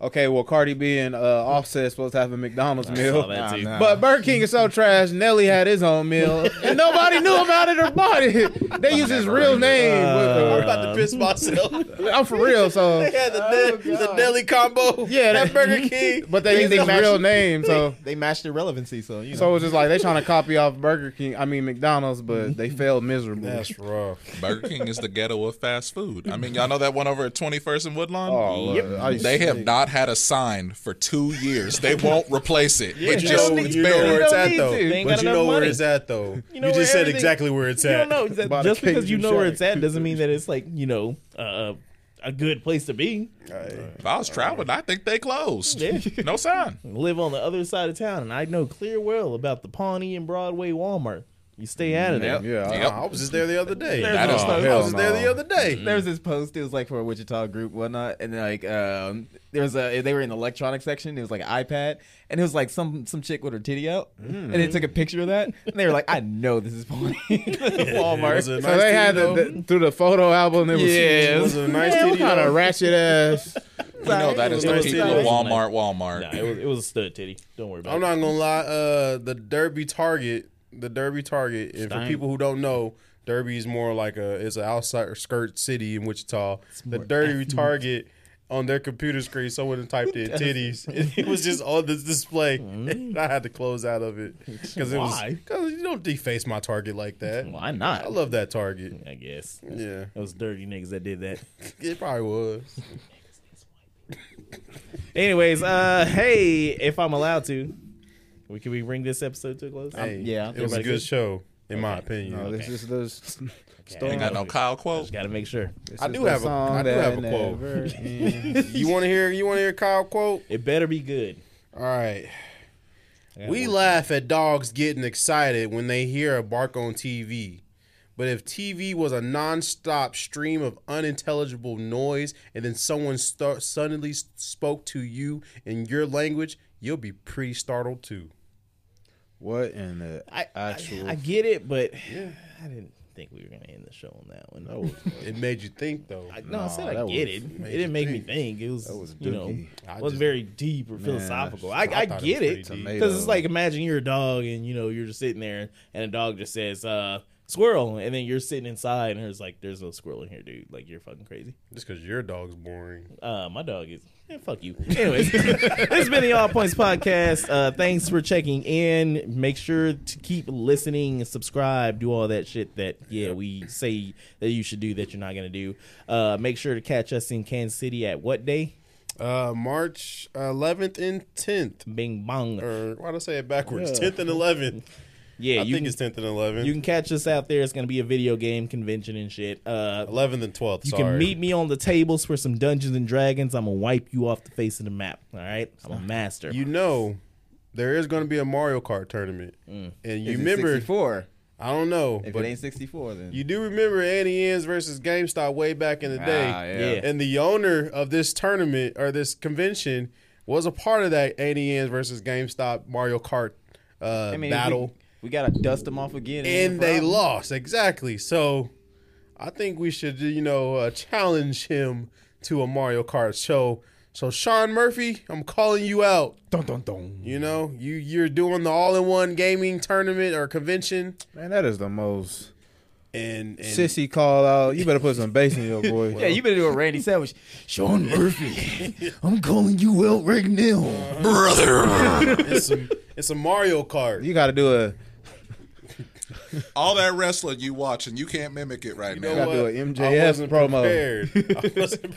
Speaker 2: okay, well Cardi B and uh, Offset supposed to have a McDonald's
Speaker 4: Saw
Speaker 2: meal.
Speaker 4: that too.
Speaker 2: But Burger King is so trash. Nelly had his own meal, and nobody knew about it or bought it. They use his real name. uh,
Speaker 1: I'm about to piss myself. [LAUGHS]
Speaker 2: I'm for real, so
Speaker 1: they had the, de- the deli combo.
Speaker 2: Yeah,
Speaker 1: at
Speaker 2: they-
Speaker 1: Burger King.
Speaker 2: but they use his real name. So
Speaker 3: They matched their relevancy, so you know.
Speaker 2: so it's just like they trying to copy off Burger King. I mean McDonald's, but they failed miserably.
Speaker 1: That's rough.
Speaker 5: burger king is the ghetto of fast food i mean y'all know that one over at 21st and woodlawn
Speaker 2: Oh, Lord. I used
Speaker 5: They
Speaker 2: to-
Speaker 5: have not had a sign for two years.
Speaker 1: [LAUGHS]
Speaker 5: They won't replace it. It
Speaker 1: But you
Speaker 5: just
Speaker 1: know,
Speaker 5: gets
Speaker 1: you know where
Speaker 5: better.
Speaker 1: it's
Speaker 4: don't
Speaker 1: at
Speaker 4: need
Speaker 1: though.
Speaker 4: to. They ain't
Speaker 1: But
Speaker 4: got
Speaker 1: you
Speaker 4: enough
Speaker 1: know where
Speaker 4: money.
Speaker 1: it's at though. You,
Speaker 4: know where
Speaker 1: just said
Speaker 4: everything-
Speaker 1: exactly where it's
Speaker 4: You
Speaker 1: at.
Speaker 4: don't know. That- [LAUGHS]
Speaker 2: By the
Speaker 4: just because you
Speaker 2: Cajun
Speaker 4: know where
Speaker 2: Shack.
Speaker 4: it's at doesn't mean that it's like you know uh, a good place to be.
Speaker 5: If I was traveling, I think they closed.
Speaker 4: Yeah.
Speaker 5: No sign.
Speaker 4: Live on the other side of town, and I know clear well about the Pawnee and Broadway Walmart. You stay out of there.
Speaker 2: Yeah, I-
Speaker 5: Yep.
Speaker 1: I was just there the other day.
Speaker 3: There's
Speaker 5: That
Speaker 3: no
Speaker 5: is
Speaker 3: snow.
Speaker 5: the
Speaker 1: I
Speaker 2: hell
Speaker 1: was just there
Speaker 2: no.
Speaker 1: the other day.
Speaker 3: There was this post. It was like for a Wichita group, whatnot, and like um, there was a they were in the electronic section. It was like an iPad, and it was like some some chick with her titty out, and they took a picture of that, and they were like, "I know this is [LAUGHS] porn." Walmart.
Speaker 1: Was it a
Speaker 2: So
Speaker 1: nice
Speaker 2: they
Speaker 1: titty,
Speaker 2: had the,
Speaker 1: though?
Speaker 2: the, through the photo album. It was,
Speaker 3: Yeah.
Speaker 1: Was it a nice
Speaker 2: Man, what
Speaker 1: titty
Speaker 2: kind [LAUGHS]
Speaker 1: though?
Speaker 2: of ratchet ass.
Speaker 5: You know that is
Speaker 1: It
Speaker 5: the
Speaker 1: was
Speaker 5: people
Speaker 1: nice.
Speaker 5: of Walmart, Walmart.
Speaker 4: Nah, it was it was a stud titty. Don't worry about
Speaker 5: Oh,
Speaker 1: I'm
Speaker 4: it.
Speaker 1: not gonna lie. Uh, the Derby Target, the Derby Target, and for people who don't know, Derby is more like a it's an outside skirt city in Wichita. The Derby Target on their computer screen, someone had typed in titties. and it was just on this display. And [LAUGHS] I had to close out of it because it was
Speaker 4: Why?
Speaker 1: because you don't deface my Target like that.
Speaker 4: Why
Speaker 1: I
Speaker 4: not?
Speaker 1: love that Target.
Speaker 4: I guess
Speaker 1: Yeah,
Speaker 4: those dirty niggas that did that.
Speaker 1: it probably was.
Speaker 4: Anyways, uh, hey, if I'm allowed to, we can we bring this episode to a close?
Speaker 1: Hey,
Speaker 3: yeah.
Speaker 1: it was a
Speaker 4: Everybody
Speaker 1: good
Speaker 4: good?
Speaker 1: show in my opinion.
Speaker 2: No, Oh, this is the
Speaker 4: Okay,
Speaker 5: Ain't got no Kyle quote.
Speaker 4: Just gotta make sure
Speaker 1: I do have a I do have a
Speaker 2: [LAUGHS]
Speaker 1: quote. [LAUGHS] You want to hear? You want to hear Kyle quote?
Speaker 4: it better be good.
Speaker 1: All right.
Speaker 4: I gotta
Speaker 1: We
Speaker 4: work.
Speaker 1: laugh at dogs getting excited when they hear a bark on TV. But if TV was a nonstop stream of unintelligible noise and then someone start, suddenly s- spoke to you in your language, you'll be pretty startled too.
Speaker 2: What in the
Speaker 4: I, I [SIGHS]
Speaker 2: actual?
Speaker 4: I get it, but I didn't. think we were gonna end the show on that one.
Speaker 2: That was,
Speaker 1: It made you think though.
Speaker 4: I, no, I said I
Speaker 2: that
Speaker 4: get
Speaker 2: was-
Speaker 4: it. It didn't make me think. It was,
Speaker 2: was
Speaker 4: you know,
Speaker 2: dookie.
Speaker 1: I
Speaker 4: it was
Speaker 1: just-
Speaker 4: very deep or philosophical. I,
Speaker 1: I
Speaker 4: I,
Speaker 1: thought it
Speaker 4: get
Speaker 1: was
Speaker 4: it
Speaker 1: pretty
Speaker 2: deep.
Speaker 4: because it's like imagine you're a dog and you know you're just sitting there and a dog just says uh, squirrel and then you're sitting inside and it's like there's no squirrel in here, dude. Like you're fucking crazy.
Speaker 1: Just because your dog's boring.
Speaker 4: Uh, my dog is. Yeah, fuck [LAUGHS] you. Anyways, it's been the All Points Podcast. Uh, thanks for checking in. Make sure to keep listening, subscribe, do all that shit that, yeah, we say that you should do that you're not going to do. Uh, make sure to catch us in Kansas City at what day?
Speaker 1: Uh, March 11th and 10th.
Speaker 4: Bing bong.
Speaker 1: Or why did I say it backwards? 10th and 11th.
Speaker 4: yeah,
Speaker 1: I
Speaker 4: you
Speaker 1: think
Speaker 4: can,
Speaker 1: it's 10th and 11th.
Speaker 4: you can catch us out there. It's going to be a video game convention and shit. Uh,
Speaker 1: 11th and 12th.
Speaker 4: you
Speaker 1: sorry.
Speaker 4: can meet me on the tables for some Dungeons and Dragons. I'm going to wipe you off the face of the map. All right? I'm a master.
Speaker 1: You know, there is going to be a Mario Kart tournament, and you
Speaker 2: Mm. Is it
Speaker 1: remember.
Speaker 2: 64?
Speaker 1: I don't know,
Speaker 2: If
Speaker 1: but
Speaker 2: it ain't 64, then
Speaker 1: you do remember Annie Ann's versus GameStop way back in the
Speaker 2: Ah,
Speaker 1: day.
Speaker 2: yeah.
Speaker 4: Yeah.
Speaker 1: And the owner of this tournament or this convention was a part of that Annie Ann's versus GameStop Mario Kart uh,
Speaker 3: I mean, we-
Speaker 1: battle,
Speaker 3: We, gotta dust them off again. ain't
Speaker 1: and
Speaker 3: no
Speaker 1: they
Speaker 3: problem.
Speaker 1: lost exactly. So, I think we should you know uh, challenge him to a Mario Kart show. So, Sean Murphy, I'm calling you out.
Speaker 4: Dun, dun, dun.
Speaker 1: You know, you you're doing the all-in-one gaming tournament or convention,
Speaker 2: man, that is the most
Speaker 1: and, and
Speaker 2: sissy call out. You better put some bass in your
Speaker 1: [LAUGHS]
Speaker 2: voice.
Speaker 3: Yeah, you better do a Randy sandwich.
Speaker 4: Sean Murphy, I'm calling you out right now.
Speaker 1: it's some it's a Mario Kart.
Speaker 2: got to do a
Speaker 5: All that wrestling you watching, you can't mimic it right
Speaker 1: You
Speaker 5: now.
Speaker 1: know
Speaker 2: gotta
Speaker 1: what?
Speaker 2: do an MJF
Speaker 1: I wasn't
Speaker 2: promo. [LAUGHS]
Speaker 1: Prepared. I wasn't,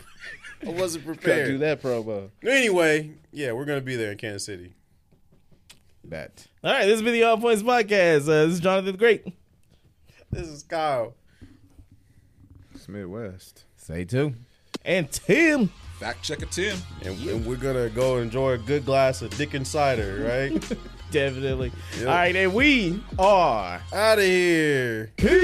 Speaker 1: I wasn't
Speaker 2: gotta do
Speaker 1: prepared.
Speaker 2: that promo.
Speaker 1: Anyway, yeah, we're gonna be there in Kansas City.
Speaker 2: That.
Speaker 4: All right, this has been the All Points Podcast. Uh, this is Jonathan the Great.
Speaker 1: This is Kyle.
Speaker 2: It's Midwest.
Speaker 3: Say two.
Speaker 4: And Tim.
Speaker 5: Fact check a 10.
Speaker 1: And, and we're gonna go enjoy a good glass of Dick and Cider, right?
Speaker 4: Definitely. All right, and we are.
Speaker 1: Out of here.
Speaker 4: Peace.